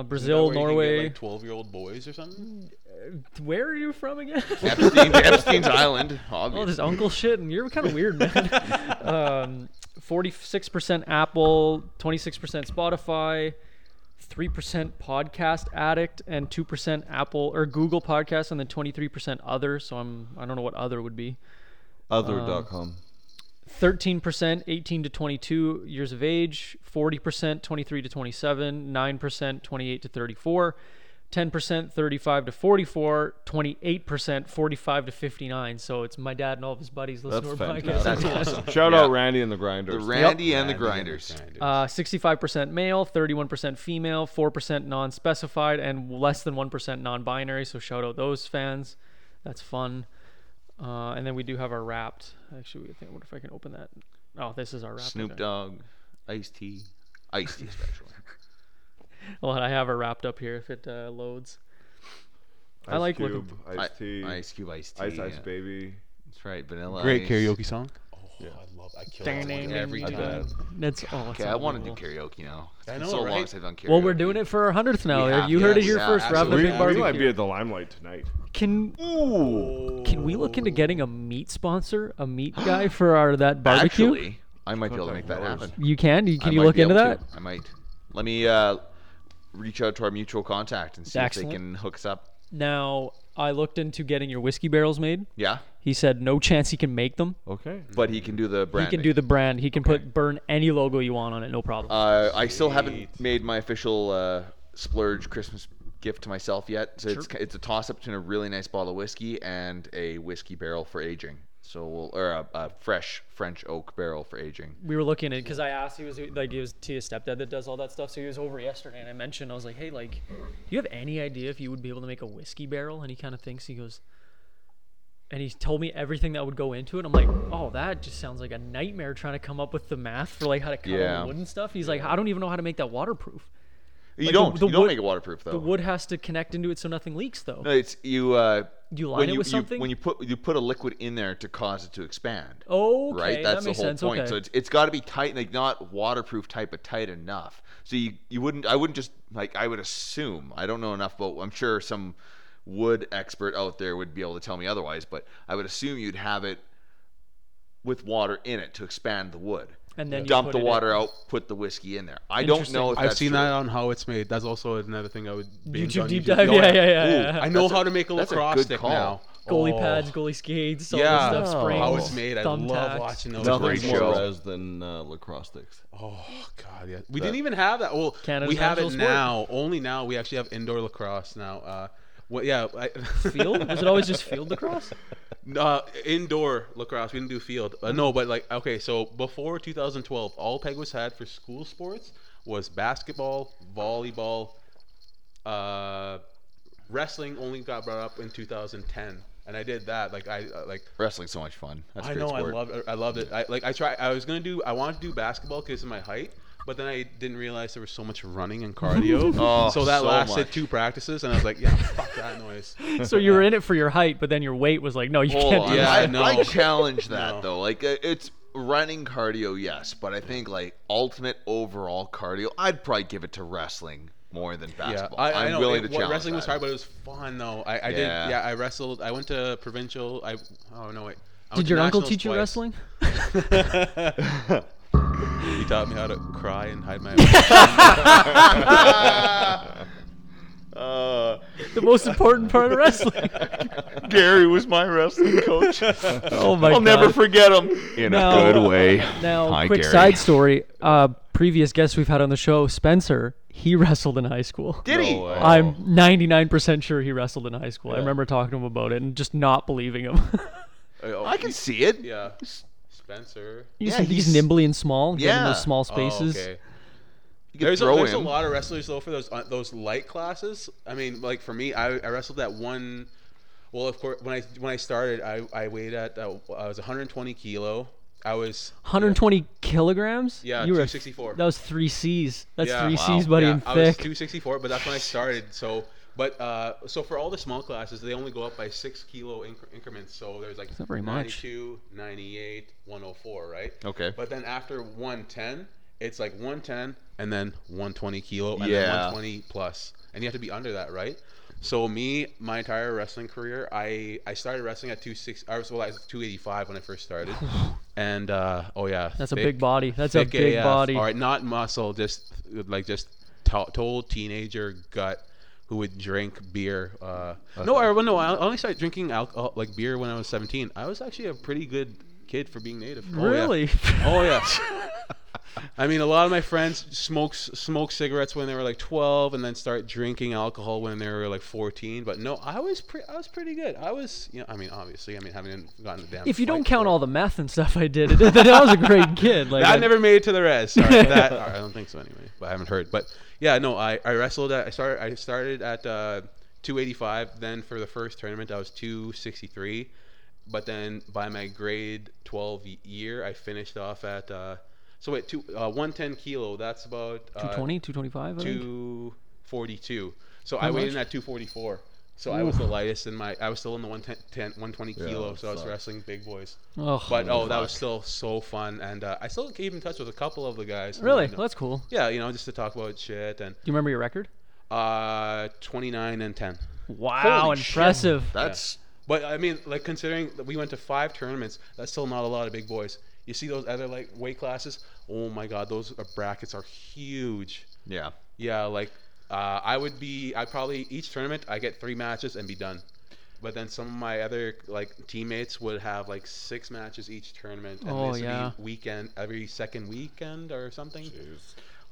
[SPEAKER 4] that
[SPEAKER 2] Brazil,
[SPEAKER 4] where you can get,
[SPEAKER 2] Norway.
[SPEAKER 4] like twelve-year-old boys or something.
[SPEAKER 2] Where are you from again?
[SPEAKER 1] Epstein, Epstein's Island,
[SPEAKER 2] all this
[SPEAKER 1] obviously.
[SPEAKER 2] uncle shit, and you're kind of weird, man. Um, Forty-six percent Apple, twenty-six percent Spotify, three percent Podcast Addict, and two percent Apple or Google Podcasts, and then twenty-three percent other. So I'm I don't know what other would be.
[SPEAKER 3] other.com.
[SPEAKER 2] Thirteen percent, eighteen to twenty-two years of age. Forty percent, twenty-three to twenty-seven. Nine percent, twenty-eight to thirty-four. Ten percent, thirty-five to forty-four. Twenty-eight percent, forty-five to fifty-nine. So it's my dad and all of his buddies
[SPEAKER 3] That's
[SPEAKER 2] listening to our podcast.
[SPEAKER 3] fantastic.
[SPEAKER 1] That's awesome.
[SPEAKER 3] Shout
[SPEAKER 1] Yeah.
[SPEAKER 3] out Randy and the
[SPEAKER 1] The
[SPEAKER 3] Grinders.
[SPEAKER 1] Randy and the Grinders.
[SPEAKER 2] Uh, 65% male, 31% female, 4% non specified, and less than 1% non binary. So shout out those fans. That's fun. Uh, and then we do have our wrapped. Actually, I think, what if I can open that? Oh, this is our wrapped.
[SPEAKER 1] Snoop
[SPEAKER 2] okay.
[SPEAKER 1] Dogg, Ice T, Ice T especially.
[SPEAKER 2] Well, I have her wrapped up here if it uh, loads. I
[SPEAKER 3] Ice
[SPEAKER 2] like
[SPEAKER 3] Cube,
[SPEAKER 2] looking.
[SPEAKER 3] Ice Tea,
[SPEAKER 1] Ice Cube, Ice T.
[SPEAKER 3] Ice Ice
[SPEAKER 1] yeah.
[SPEAKER 3] Baby.
[SPEAKER 1] That's right, Vanilla.
[SPEAKER 4] Great
[SPEAKER 1] Ice.
[SPEAKER 4] karaoke song. Oh, I love. I kill that one every
[SPEAKER 3] I
[SPEAKER 4] time.
[SPEAKER 3] bet.
[SPEAKER 2] That's all.
[SPEAKER 1] Okay, I want to do karaoke now. It's been
[SPEAKER 4] know,
[SPEAKER 1] so long
[SPEAKER 4] right?
[SPEAKER 1] since I've done karaoke.
[SPEAKER 2] Well, we're doing it for our hundredth now.
[SPEAKER 1] We have
[SPEAKER 2] you
[SPEAKER 1] to,
[SPEAKER 2] heard it
[SPEAKER 1] yes.
[SPEAKER 2] here
[SPEAKER 1] Yeah,
[SPEAKER 2] first. Wrap the
[SPEAKER 1] absolutely.
[SPEAKER 2] big
[SPEAKER 3] We, we
[SPEAKER 2] barbecue.
[SPEAKER 3] might be at the limelight tonight.
[SPEAKER 2] Can can we look into getting a meat sponsor, a meat guy for our that barbecue?
[SPEAKER 1] Actually, I might be able to make that happen.
[SPEAKER 2] You can. You, can
[SPEAKER 1] I
[SPEAKER 2] you
[SPEAKER 1] might
[SPEAKER 2] look
[SPEAKER 1] be
[SPEAKER 2] into
[SPEAKER 1] able
[SPEAKER 2] that?
[SPEAKER 1] to. I might. Let me uh, reach out to our mutual contact and see
[SPEAKER 2] Excellent.
[SPEAKER 1] if they can hook us up.
[SPEAKER 2] Now I looked into getting your whiskey barrels made.
[SPEAKER 1] Yeah,
[SPEAKER 2] He said no chance he can make them.
[SPEAKER 3] Okay.
[SPEAKER 1] but he can do the brand.
[SPEAKER 2] He can do the brand. He can put burn any logo you want on it, no problem.
[SPEAKER 1] Uh, I still haven't made my official uh, splurge Christmas gift to myself yet. So it's it's a toss up between a really nice bottle of whiskey and a whiskey barrel for aging. So we'll or a, a fresh French oak barrel for aging.
[SPEAKER 2] we were looking at because I asked. He was like, he was to his stepdad that does all that stuff. So he was over yesterday, and I mentioned I was like, hey, like, do you have any idea if you would be able to make a whiskey barrel? And he kind of thinks he goes. And he told me everything that would go into it. I'm like, oh, that just sounds like a nightmare trying to come up with the math for like how to cut all
[SPEAKER 1] Yeah.
[SPEAKER 2] the wood and stuff. He's like, I don't even know how to make that waterproof.
[SPEAKER 1] You
[SPEAKER 2] Like, the-
[SPEAKER 1] don't.
[SPEAKER 2] the
[SPEAKER 1] you don't
[SPEAKER 2] wood-
[SPEAKER 1] make it waterproof though.
[SPEAKER 2] The wood has to connect into it so nothing leaks, though.
[SPEAKER 1] No, it's you. Uh,
[SPEAKER 2] Do you
[SPEAKER 1] when
[SPEAKER 2] line it with something?
[SPEAKER 1] when you put you put a liquid in there to cause it to expand.
[SPEAKER 2] Okay,
[SPEAKER 1] right.
[SPEAKER 2] that
[SPEAKER 1] That's
[SPEAKER 2] makes
[SPEAKER 1] the whole
[SPEAKER 2] sense,
[SPEAKER 1] point.
[SPEAKER 2] okay.
[SPEAKER 1] So it's, it's got to be tight, like not waterproof type, but tight enough. So you you wouldn't. I wouldn't just like. I would assume. I don't know enough, but I'm sure some wood expert out there would be able to tell me otherwise. But I would assume you'd have it with water in it to expand the wood.
[SPEAKER 2] And then you
[SPEAKER 1] dump
[SPEAKER 2] put
[SPEAKER 1] the
[SPEAKER 2] it in.
[SPEAKER 1] water out, put the whiskey in there. I don't know if
[SPEAKER 4] I've
[SPEAKER 1] that's
[SPEAKER 4] seen
[SPEAKER 1] true.
[SPEAKER 4] that on how it's made. That's also another thing I would binge
[SPEAKER 2] YouTube
[SPEAKER 4] on
[SPEAKER 2] deep dive? Yeah, yeah, yeah, yeah.
[SPEAKER 4] I know
[SPEAKER 2] That's a-
[SPEAKER 4] how to make a
[SPEAKER 2] that's a
[SPEAKER 4] lacrosse
[SPEAKER 2] good
[SPEAKER 4] stick
[SPEAKER 2] call.
[SPEAKER 4] now.
[SPEAKER 2] Goalie
[SPEAKER 4] Oh.
[SPEAKER 2] pads, goalie skates, all
[SPEAKER 4] yeah.
[SPEAKER 2] this stuff, springs,
[SPEAKER 4] How it's made. I
[SPEAKER 2] thumbtacks.
[SPEAKER 4] love watching those.
[SPEAKER 3] Nothing's
[SPEAKER 4] things.
[SPEAKER 3] more res than uh, lacrosse sticks.
[SPEAKER 4] Oh God, yeah. We didn't even have that. Well,
[SPEAKER 2] Canada's
[SPEAKER 4] we have it
[SPEAKER 2] national sport.
[SPEAKER 4] now. Only now we actually have indoor lacrosse now. Uh, what? Yeah. I,
[SPEAKER 2] Field? Was it always just field lacrosse?
[SPEAKER 4] Uh, indoor lacrosse. We didn't do field. Uh, no, but like okay. So before 2012, all Peguas had for school sports was basketball, volleyball, uh, wrestling. Only got brought up in 2010, and I did that. Like I uh, like
[SPEAKER 1] Wrestling's so much fun. That's a
[SPEAKER 4] I
[SPEAKER 1] great
[SPEAKER 4] know.
[SPEAKER 1] sport.
[SPEAKER 4] I love. I loved it. I like. I try. I was gonna do. I wanted to do basketball because of my height, but then I didn't realize there was so much running and cardio.
[SPEAKER 1] Oh,
[SPEAKER 4] so that
[SPEAKER 1] so
[SPEAKER 4] lasted
[SPEAKER 1] much.
[SPEAKER 4] two practices, and I was like, yeah, fuck that noise.
[SPEAKER 2] so you were in it for your height, but then your weight was like, no, you
[SPEAKER 1] Hold
[SPEAKER 2] can't
[SPEAKER 1] on.
[SPEAKER 2] do
[SPEAKER 4] Yeah,
[SPEAKER 2] that.
[SPEAKER 1] I,
[SPEAKER 4] no.
[SPEAKER 1] I challenge that
[SPEAKER 4] No.
[SPEAKER 1] though. Like uh, it's running cardio, yes, but I think like ultimate overall cardio, I'd probably give it to wrestling more than
[SPEAKER 4] Yeah,
[SPEAKER 1] basketball.
[SPEAKER 4] I, I
[SPEAKER 1] am
[SPEAKER 4] know.
[SPEAKER 1] willing
[SPEAKER 4] it-
[SPEAKER 1] to
[SPEAKER 4] what-
[SPEAKER 1] challenge
[SPEAKER 4] Wrestling
[SPEAKER 1] that.
[SPEAKER 4] was hard, but it was fun though. I, I did.
[SPEAKER 1] Yeah.
[SPEAKER 4] Yeah, I wrestled. I went to provincial. I oh no wait. I
[SPEAKER 2] Did
[SPEAKER 4] went to
[SPEAKER 2] your uncle
[SPEAKER 4] nationals
[SPEAKER 2] teach you
[SPEAKER 4] twice.
[SPEAKER 2] wrestling?
[SPEAKER 4] he taught me how to cry and hide my. emotions.
[SPEAKER 1] Uh,
[SPEAKER 2] The most important part of wrestling.
[SPEAKER 1] Gary was my wrestling coach.
[SPEAKER 2] Oh my
[SPEAKER 1] I'll never
[SPEAKER 2] God.
[SPEAKER 1] forget him in
[SPEAKER 2] Now-
[SPEAKER 1] a good way.
[SPEAKER 2] Now,
[SPEAKER 1] Hi,
[SPEAKER 2] quick
[SPEAKER 1] Gary.
[SPEAKER 2] side story. Uh, previous guest we've had on the show, Spencer, he wrestled in high school.
[SPEAKER 1] Did he?
[SPEAKER 3] No way.
[SPEAKER 2] I'm 99% sure he wrestled in high school. I remember talking to him about it and just not believing him.
[SPEAKER 4] Oh,
[SPEAKER 1] I can see it.
[SPEAKER 4] Yeah, Spencer.
[SPEAKER 2] he's,
[SPEAKER 1] Yeah,
[SPEAKER 2] he's,
[SPEAKER 1] he's-
[SPEAKER 2] nimbly and small. Yeah.
[SPEAKER 1] Yeah.
[SPEAKER 2] those small
[SPEAKER 4] Oh,
[SPEAKER 2] spaces.
[SPEAKER 4] okay.
[SPEAKER 1] You could
[SPEAKER 4] There's, a,
[SPEAKER 1] throw
[SPEAKER 4] there's a
[SPEAKER 1] him.
[SPEAKER 4] lot of wrestlers though for those uh, those light classes. I mean, like for me, I, I wrestled that one. Well, of course, when I when I started, I, I weighed at uh, I was 120 kilo. I was
[SPEAKER 2] 120 kilograms?
[SPEAKER 4] Yeah,
[SPEAKER 2] were a-
[SPEAKER 4] 264.
[SPEAKER 2] That was three C's. That's
[SPEAKER 4] Yeah.
[SPEAKER 2] three
[SPEAKER 4] Wow.
[SPEAKER 2] C's, buddy,
[SPEAKER 4] yeah,
[SPEAKER 2] and
[SPEAKER 4] I was
[SPEAKER 2] thick.
[SPEAKER 4] 264, but that's when I started. So, but uh, so for all the small classes, they only go up by six kilo incre- increments. So there's like
[SPEAKER 2] not very much.
[SPEAKER 4] 92, 98, 104, right?
[SPEAKER 1] Okay.
[SPEAKER 4] But then after 110, it's like 110 and then 120 kilo and
[SPEAKER 1] Yeah.
[SPEAKER 4] then 120 plus, and you have to be under that, right? So me, my entire wrestling career, I I started wrestling at 26. I was well, I was 285 when I first started, and uh, oh yeah,
[SPEAKER 2] That's a
[SPEAKER 4] thick-
[SPEAKER 2] big body. That's a
[SPEAKER 4] Thick
[SPEAKER 2] big
[SPEAKER 4] AF.
[SPEAKER 2] body.
[SPEAKER 4] All right, not muscle, just like just to- total teenager gut who would drink beer. Uh, No, I, well, no, I only started drinking alcohol, like beer when I was 17. I was actually a pretty good kid for being native. Oh, yeah.
[SPEAKER 2] Really?
[SPEAKER 4] Oh yeah. I mean, a lot of my friends smoked smoked cigarettes when they were like 12, and then start drinking alcohol when they were like 14. But no, I was pretty, I was pretty good. I was, you know, I mean, obviously, I mean, haven't gotten a damn.
[SPEAKER 2] If you don't
[SPEAKER 4] fight
[SPEAKER 2] count
[SPEAKER 4] for it.
[SPEAKER 2] all the meth and stuff I did, then I was a great kid. Like
[SPEAKER 4] I
[SPEAKER 2] I-
[SPEAKER 4] never made it to the res. Sorry, that or I don't think so anyway. But I haven't heard. But yeah, no, I, I wrestled. At, I started. I started at uh, 285. Then for the first tournament, I was 263. But then by my grade 12 y- year, I finished off at. Uh, so wait, two, uh, 110 kilo. That's about uh,
[SPEAKER 2] 220, 225, I think.
[SPEAKER 4] 242. So
[SPEAKER 2] How
[SPEAKER 4] I weighed
[SPEAKER 2] much?
[SPEAKER 4] in at 244. So I was the lightest in my. I was still in the 110, 120 kilo.
[SPEAKER 3] that
[SPEAKER 4] so I was
[SPEAKER 3] sucks.
[SPEAKER 4] wrestling big boys.
[SPEAKER 2] Oh,
[SPEAKER 4] But oh, that was still so fun, and uh, I still keep in touch with a couple of the guys. and,
[SPEAKER 2] really?
[SPEAKER 4] you know-
[SPEAKER 2] Well, that's cool. Do
[SPEAKER 4] yeah, you know, just to talk about shit and
[SPEAKER 2] you remember your record?
[SPEAKER 4] uh, 29 and 10.
[SPEAKER 2] Wow,
[SPEAKER 1] Holy shit.
[SPEAKER 2] impressive.
[SPEAKER 1] That's
[SPEAKER 4] But I mean, like considering that we went to five tournaments, that's still not a lot of big boys. You see those other like weight classes? Oh my God, those uh, brackets are huge.
[SPEAKER 1] yeah.
[SPEAKER 4] Yeah, like uh, I would be. I probably each tournament I get three matches and be done. But then some of my other like teammates would have like six matches each tournament. And
[SPEAKER 2] Oh,
[SPEAKER 4] this would be
[SPEAKER 2] yeah.
[SPEAKER 4] Weekend every second weekend or something.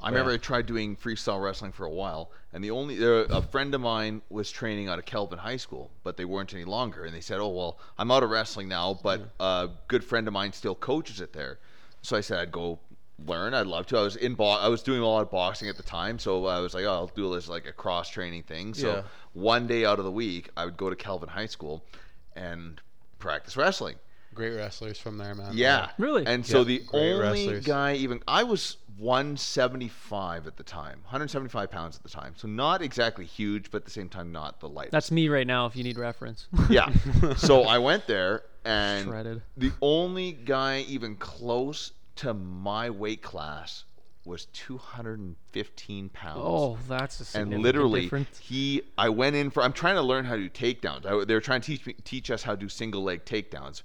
[SPEAKER 1] I remember I tried doing freestyle wrestling for a while, and the only there, a friend of mine was training out of Kelvin High School, but they weren't any longer, and they said, "Oh well, I'm out of wrestling now, but a good friend of mine still coaches it there." So I said I'd go learn. I'd love to. I was in bo- I was doing a lot of boxing at the time, so I was like, "Oh, I'll do this like a cross training thing." So
[SPEAKER 4] Yeah.
[SPEAKER 1] one day out of the week, I would go to Kelvin High School and practice wrestling.
[SPEAKER 4] Great wrestlers from there, man.
[SPEAKER 1] Yeah. And so
[SPEAKER 4] Yeah,
[SPEAKER 1] the
[SPEAKER 4] great
[SPEAKER 1] only
[SPEAKER 4] wrestlers.
[SPEAKER 1] guy even I was 175 at the time, 175 pounds at the time. So not exactly huge, but at the same time not the lightest.
[SPEAKER 2] That's me right now. If you need reference.
[SPEAKER 1] yeah. So I went there and
[SPEAKER 2] Shredded.
[SPEAKER 1] the only guy even close to my weight class was 215 pounds.
[SPEAKER 2] Oh, that's a
[SPEAKER 1] and
[SPEAKER 2] significant
[SPEAKER 1] literally
[SPEAKER 2] difference.
[SPEAKER 1] he I went in for I'm trying to learn how to do takedowns. I, they were trying to teach me teach us how to do single leg takedowns.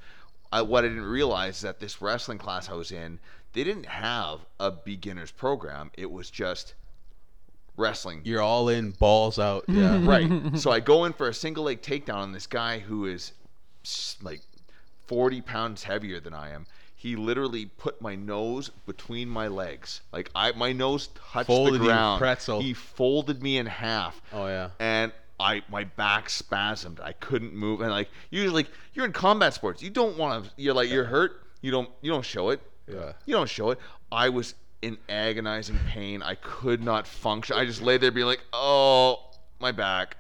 [SPEAKER 1] I, what I didn't realize is that this wrestling class I was in, they didn't have a beginners program. It was just wrestling.
[SPEAKER 4] You're all in, balls out. Yeah.
[SPEAKER 1] right. So I go in for a single leg takedown on this guy who is s- like 40 pounds heavier than I am. He literally put my nose between my legs. Like I, my nose touched
[SPEAKER 4] Folded
[SPEAKER 1] the
[SPEAKER 4] you
[SPEAKER 1] ground.
[SPEAKER 4] pretzel.
[SPEAKER 1] He folded me in half.
[SPEAKER 4] Oh yeah.
[SPEAKER 1] And I, my back spasmed. I couldn't move. And like usually, like, you're in combat sports. You don't want to. You're like you're hurt. You don't. You don't show it.
[SPEAKER 4] Yeah.
[SPEAKER 1] You don't show it. I was in agonizing pain. I could not function. I just lay there being like, oh, my back.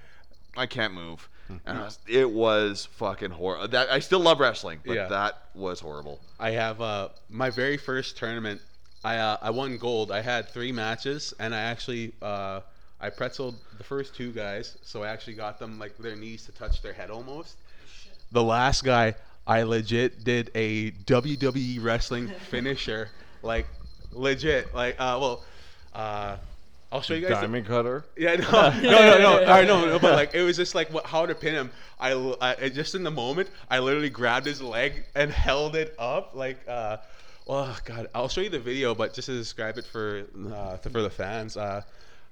[SPEAKER 1] I can't move.
[SPEAKER 4] Hmm.
[SPEAKER 1] And I was, it was fucking horrible. That I still love wrestling, but
[SPEAKER 4] Yeah.
[SPEAKER 1] that was horrible.
[SPEAKER 4] I have uh, my very first tournament. I uh, I won gold. I had three matches, and I actually uh, I pretzeled the first two guys, so I actually got them like their knees to touch their head almost. The last guy, I legit did a WWE wrestling finisher, like legit, like uh, well, uh, I'll show you guys. the-
[SPEAKER 3] Diamond cutter.
[SPEAKER 4] yeah, no, no, no, no. All right, no, no, but like it was just like what, how to pin him. I, l- I- I- just in the moment, I literally grabbed his leg and held it up like, uh, oh god, I'll show you the video, but just to describe it for uh, for the fans, uh,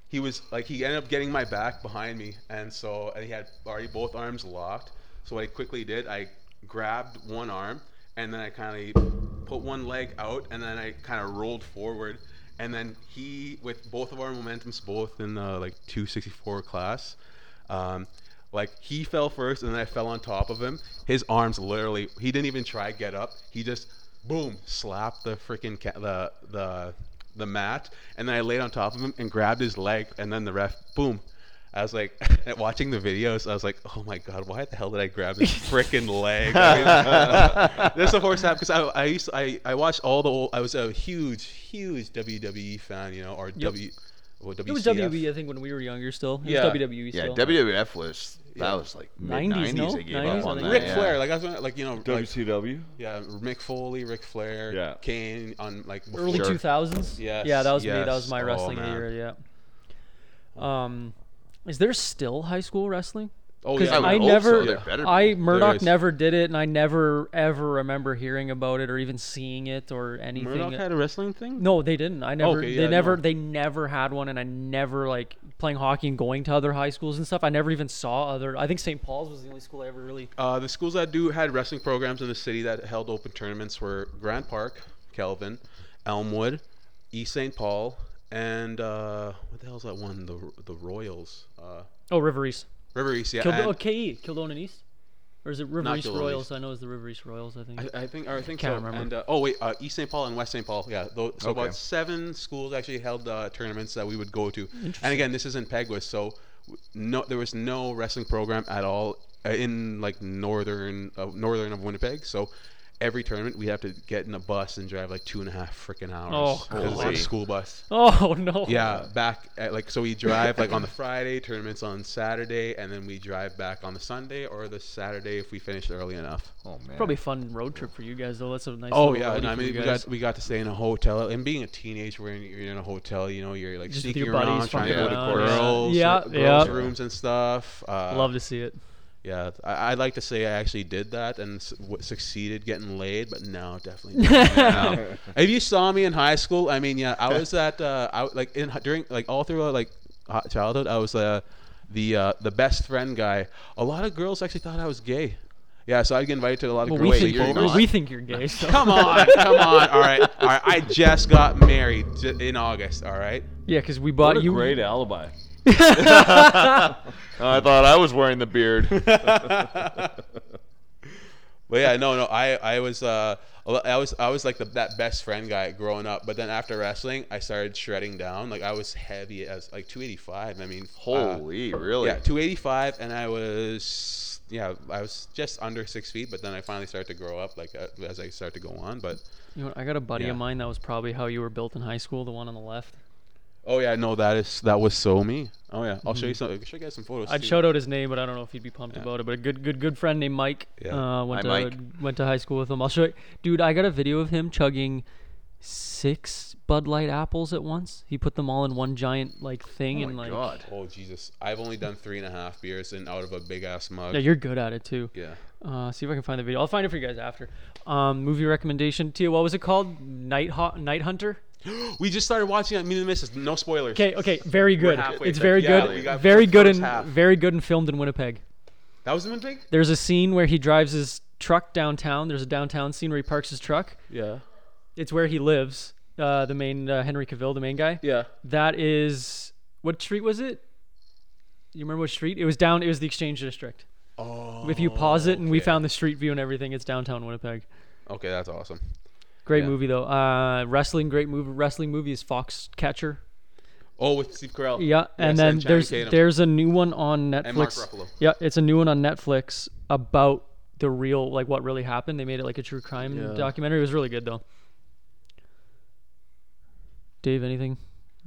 [SPEAKER 4] he was like he ended up getting my back behind me, and so and he had already both arms locked. So what I quickly did, I grabbed one arm and then I kind of put one leg out and then I kind of rolled forward and then he with both of our momentums both in the like 264 class um, like he fell first and then I fell on top of him his arms literally he didn't even try get up he just boom slapped the freaking ca- the the the mat and then I laid on top of him and grabbed his leg and then the ref boom I was like, watching the videos, I was like, oh my god, why the hell did I grab this freaking leg? I mean, there's a horse app because I, I used I I watched all the old. I was a huge huge WWE fan, you know, or W. Well, WCF.
[SPEAKER 2] It was E WWE, I think, when we were younger still. It
[SPEAKER 4] Yeah.
[SPEAKER 2] was WWE
[SPEAKER 1] Yeah,
[SPEAKER 2] still.
[SPEAKER 1] WWF was that was like mid
[SPEAKER 2] 90s, no?
[SPEAKER 1] nineties. They gave
[SPEAKER 2] 90s,
[SPEAKER 1] up on that.
[SPEAKER 2] I think.
[SPEAKER 4] Ric
[SPEAKER 1] yeah.
[SPEAKER 4] Flair, like I was wondering, like you know, like,
[SPEAKER 3] WCW.
[SPEAKER 4] yeah, Mick Foley, Ric Flair,
[SPEAKER 3] Yeah.
[SPEAKER 4] Kane on like before-
[SPEAKER 2] Early 2000s?
[SPEAKER 4] Yes,
[SPEAKER 2] Yeah, that was me. That
[SPEAKER 4] yes.
[SPEAKER 2] was my
[SPEAKER 4] Oh,
[SPEAKER 2] wrestling
[SPEAKER 4] man.
[SPEAKER 2] year, yeah. Um, is there still high school wrestling?
[SPEAKER 4] Oh,
[SPEAKER 2] 'Cause
[SPEAKER 4] yeah. I would
[SPEAKER 2] I
[SPEAKER 4] hope so. There
[SPEAKER 2] never,
[SPEAKER 4] better be.
[SPEAKER 2] I
[SPEAKER 4] There
[SPEAKER 2] Murdoch
[SPEAKER 4] is.
[SPEAKER 2] never did it, and I never ever remember hearing about it or even seeing it or anything.
[SPEAKER 4] Murdoch had a wrestling thing.
[SPEAKER 2] No, they didn't. I never.
[SPEAKER 4] Okay, yeah,
[SPEAKER 2] they never.
[SPEAKER 4] no.
[SPEAKER 2] They never had one, and I never like playing hockey and going to other high schools and stuff. I never even saw other. I think St. Paul's was the only school I ever really.
[SPEAKER 4] Uh, the schools that do had wrestling programs in the city that held open tournaments were Grand Park, Kelvin, Elmwood, East St. Paul, and uh, what the hell's that one? The the Royals. Uh,
[SPEAKER 2] Oh, River East.
[SPEAKER 4] River East, yeah.
[SPEAKER 2] Kildo-
[SPEAKER 4] and-
[SPEAKER 2] oh, KE Kildonan East, or is it River
[SPEAKER 4] Not
[SPEAKER 2] East
[SPEAKER 4] Kildonan
[SPEAKER 2] Royals?
[SPEAKER 4] East.
[SPEAKER 2] I know it's the River East Royals. I think.
[SPEAKER 4] I, I think, or I think
[SPEAKER 2] Can't
[SPEAKER 4] so.
[SPEAKER 2] remember.
[SPEAKER 4] And uh, oh wait, uh, East St. Paul and West St. Paul. Yeah, tho- so
[SPEAKER 1] Okay.
[SPEAKER 4] about seven schools actually held uh, tournaments that we would go to.
[SPEAKER 2] Interesting.
[SPEAKER 4] And again, this is in Pegwas, so w- no, there was no wrestling program at all uh, in like northern uh, northern of Winnipeg. So every tournament we have to get in a bus and drive like two and a half freaking hours
[SPEAKER 2] Oh,
[SPEAKER 4] it's on
[SPEAKER 2] God.
[SPEAKER 4] a school bus.
[SPEAKER 2] oh no.
[SPEAKER 4] Yeah, back at, like so we drive like on the Friday, tournaments on Saturday, and then we drive back on the Sunday or the Saturday if we finish early enough.
[SPEAKER 1] Oh man.
[SPEAKER 2] Probably a fun road trip for you guys though. That's a nice.
[SPEAKER 4] Oh
[SPEAKER 2] little
[SPEAKER 4] yeah,
[SPEAKER 2] outing
[SPEAKER 4] no, I
[SPEAKER 2] for
[SPEAKER 4] mean
[SPEAKER 2] you
[SPEAKER 4] we
[SPEAKER 2] guys.
[SPEAKER 4] got we got to stay in a hotel, and being a teenager, we're in, you're in a hotel. You know, you're like
[SPEAKER 2] Just with
[SPEAKER 4] sneaking
[SPEAKER 2] your
[SPEAKER 4] around,
[SPEAKER 2] buddies,
[SPEAKER 4] trying to go
[SPEAKER 2] fucking
[SPEAKER 4] to
[SPEAKER 2] around, yeah.
[SPEAKER 4] girls,
[SPEAKER 2] Yeah,
[SPEAKER 4] girls'
[SPEAKER 2] yeah.
[SPEAKER 4] rooms and stuff. Uh,
[SPEAKER 2] Love to see it.
[SPEAKER 4] Yeah, I, I'd like to say I actually did that and s- w- succeeded getting laid, but no, definitely. Not. No. If you saw me in high school, I mean, yeah, I was at uh, I, like in during like all through uh, like hi- childhood, I was uh, the uh, the best friend guy. A lot of girls actually thought I was gay. Yeah, so I'd get invited to a lot of
[SPEAKER 2] Well,
[SPEAKER 4] girls'
[SPEAKER 2] we think
[SPEAKER 4] sleepovers.
[SPEAKER 2] you're, we think you're gay. So.
[SPEAKER 4] Come on, come on. All right, all right. I just got married j- in August. All right.
[SPEAKER 2] Yeah, because we bought
[SPEAKER 3] What a
[SPEAKER 2] you.
[SPEAKER 3] great alibi.
[SPEAKER 1] I thought I was wearing the beard.
[SPEAKER 4] But yeah, no, no. I I was uh I was I was like the, that best friend guy growing up. But then after wrestling, I started shredding down. Like I was heavy as like 285. I mean, uh,
[SPEAKER 1] Holy, really?
[SPEAKER 4] yeah, 285, and I was yeah, I was just under six feet, but then I finally started to grow up, like uh, as I started to go on. But
[SPEAKER 2] You know, what, I got a buddy
[SPEAKER 4] Yeah.
[SPEAKER 2] of mine that was probably how you were built in high school, the one on the left.
[SPEAKER 4] oh yeah, no, that is that was so me. Oh yeah, I'll show you
[SPEAKER 2] Mhm.
[SPEAKER 4] some. I'll show you guys some photos.
[SPEAKER 2] I'd
[SPEAKER 4] too.
[SPEAKER 2] shout out his name, but I don't know if he'd be pumped about it. But a good, good, good friend named Mike
[SPEAKER 4] Yeah.
[SPEAKER 2] uh, went
[SPEAKER 4] Hi,
[SPEAKER 2] to
[SPEAKER 4] Mike.
[SPEAKER 2] went to high school with him. I'll show you, dude. I got a video of him chugging six Bud Light apples at once. He put them all in one giant like thing and like.
[SPEAKER 4] Oh Jesus! I've only done three and a half beers and out of a big ass mug.
[SPEAKER 2] Yeah, you're good at it too.
[SPEAKER 4] Yeah.
[SPEAKER 2] Uh, see if I can find the video. I'll find it for you guys after. Um, movie recommendation, Tia. What was it called? Night Ho- Night Hunter.
[SPEAKER 4] We just started watching it. Me and the missus. No spoilers.
[SPEAKER 2] Okay. Okay. Very
[SPEAKER 4] We're
[SPEAKER 2] good.
[SPEAKER 4] halfway
[SPEAKER 2] It's
[SPEAKER 4] through.
[SPEAKER 2] very
[SPEAKER 4] Yeah, we
[SPEAKER 2] good.
[SPEAKER 4] got
[SPEAKER 2] Very
[SPEAKER 4] the
[SPEAKER 2] good
[SPEAKER 4] first
[SPEAKER 2] and
[SPEAKER 4] half.
[SPEAKER 2] very good and filmed in Winnipeg.
[SPEAKER 4] That was in Winnipeg?
[SPEAKER 2] There's a scene where he drives his truck downtown. There's a downtown scene where he parks his truck.
[SPEAKER 4] Yeah.
[SPEAKER 2] It's where he lives. Uh, the main uh, Henry Cavill, the main guy.
[SPEAKER 4] Yeah.
[SPEAKER 2] That is what street was it? You remember what street? It was down. It was the Exchange District.
[SPEAKER 4] Oh.
[SPEAKER 2] If you pause it and we found the street view and everything, it's downtown Winnipeg.
[SPEAKER 4] Okay, that's awesome.
[SPEAKER 2] Great
[SPEAKER 4] Yeah.
[SPEAKER 2] movie though. Uh, wrestling, great movie. Wrestling movie is Foxcatcher.
[SPEAKER 4] Oh, with Steve Carell.
[SPEAKER 2] Yeah, and then
[SPEAKER 4] Yes, Channing
[SPEAKER 2] there's
[SPEAKER 4] Tatum.
[SPEAKER 2] there's a new one on Netflix.
[SPEAKER 4] And Mark Ruffalo.
[SPEAKER 2] Yeah, it's a new one on Netflix about the real like what really happened. They made it like a true crime
[SPEAKER 9] Yeah.
[SPEAKER 2] documentary. It was really good though. Dave, anything,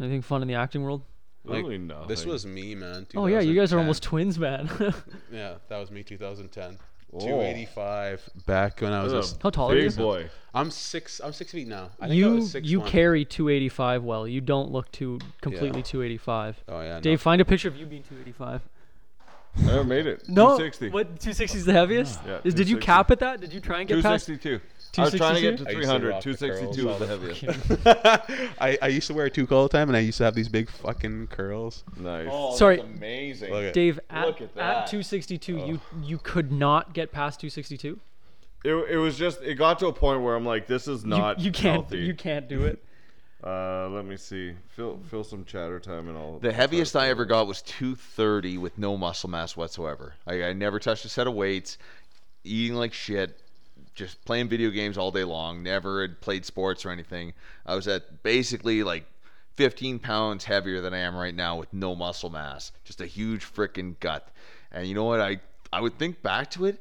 [SPEAKER 2] anything fun in the acting world?
[SPEAKER 4] Like,
[SPEAKER 3] Really nothing.
[SPEAKER 4] This was me, man.
[SPEAKER 2] Oh yeah, you guys are
[SPEAKER 4] 2010.
[SPEAKER 2] almost twins, man.
[SPEAKER 4] yeah, that was me, 2010.
[SPEAKER 2] Oh.
[SPEAKER 4] 285 back when I was
[SPEAKER 2] You're
[SPEAKER 4] a
[SPEAKER 2] a How tall are big you?
[SPEAKER 3] boy.
[SPEAKER 4] I'm six. I'm six feet now. I think I
[SPEAKER 2] you
[SPEAKER 4] was six
[SPEAKER 2] you
[SPEAKER 4] one.
[SPEAKER 2] carry 285 well. You don't look too completely 285.
[SPEAKER 4] Oh, yeah, no.
[SPEAKER 2] Dave, find a picture of you being 285.
[SPEAKER 3] I never made it.
[SPEAKER 2] No,
[SPEAKER 3] 260.
[SPEAKER 2] what 260 is the heaviest?
[SPEAKER 3] Yeah,
[SPEAKER 2] Is- did you
[SPEAKER 3] 260.
[SPEAKER 2] cap at that? Did you try and get past
[SPEAKER 3] 262. I was trying to get to
[SPEAKER 2] 262?
[SPEAKER 3] 300. 262 was the
[SPEAKER 2] Oh,
[SPEAKER 3] heaviest.
[SPEAKER 4] I, I used to wear a toque all the time, and I used to have these big fucking curls.
[SPEAKER 3] Nice.
[SPEAKER 2] Sorry,
[SPEAKER 4] Look at-
[SPEAKER 2] Dave. At,
[SPEAKER 3] Look at that.
[SPEAKER 2] at 262, you you could not get past 262.
[SPEAKER 3] It, it was just it got to a point where I'm like, this is not.
[SPEAKER 2] you can't-
[SPEAKER 3] healthy.
[SPEAKER 2] you can't do it.
[SPEAKER 3] uh, let me see. Fill fill some chatter time and all.
[SPEAKER 1] The heaviest I ever got was 230 with no muscle mass whatsoever. I, I never touched a set of weights, eating like shit, just playing video games all day long, never had played sports or anything. I was at basically like 15 pounds heavier than I am right now with no muscle mass, just a huge freaking gut. And you know what? I, I would think back to it,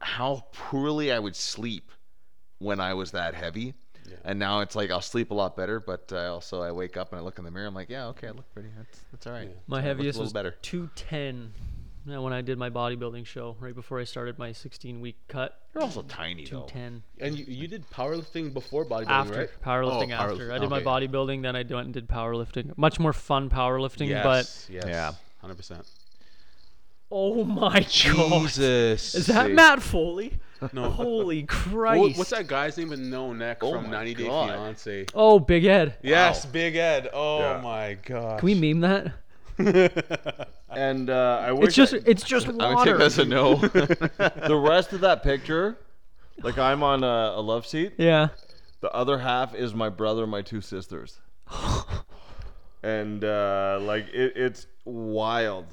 [SPEAKER 1] how poorly I would sleep when I was that heavy. And now it's like I'll sleep a lot better, but I also I wake up and I look in the mirror. I'm like, yeah, okay, I look pretty. That's that's all right.
[SPEAKER 2] My
[SPEAKER 1] So I look
[SPEAKER 2] heaviest
[SPEAKER 1] a little
[SPEAKER 2] was
[SPEAKER 1] better.
[SPEAKER 2] 210. Now, when I did my bodybuilding show right before I started my 16 week cut.
[SPEAKER 4] Oh.
[SPEAKER 1] You're also tiny, though.
[SPEAKER 2] 210.
[SPEAKER 4] And you, you did powerlifting before bodybuilding,
[SPEAKER 2] After
[SPEAKER 4] right?
[SPEAKER 2] powerlifting,
[SPEAKER 4] Oh,
[SPEAKER 2] after I did my
[SPEAKER 4] okay.
[SPEAKER 2] bodybuilding, then I went and did powerlifting. Much more fun powerlifting,
[SPEAKER 4] Yes,
[SPEAKER 2] but
[SPEAKER 4] yes, yeah, hundred percent.
[SPEAKER 2] oh my
[SPEAKER 4] Jesus,
[SPEAKER 2] god, is that Matt Foley?
[SPEAKER 4] No.
[SPEAKER 2] holy
[SPEAKER 4] Wha-
[SPEAKER 2] Christ!
[SPEAKER 4] what's that guy's name with no neck from 90 Day
[SPEAKER 2] God.
[SPEAKER 4] Fiance?
[SPEAKER 2] Oh, Big Ed.
[SPEAKER 4] Yes, Big Ed. Oh
[SPEAKER 2] Yeah.
[SPEAKER 4] my god.
[SPEAKER 2] Can we meme that?
[SPEAKER 3] And uh, I wish
[SPEAKER 2] It's just
[SPEAKER 3] I-
[SPEAKER 2] it's just water.
[SPEAKER 3] the rest of that picture, like I'm on a, a love seat.
[SPEAKER 2] Yeah.
[SPEAKER 3] The other half is my brother, and my two sisters, and uh, like it, it's wild.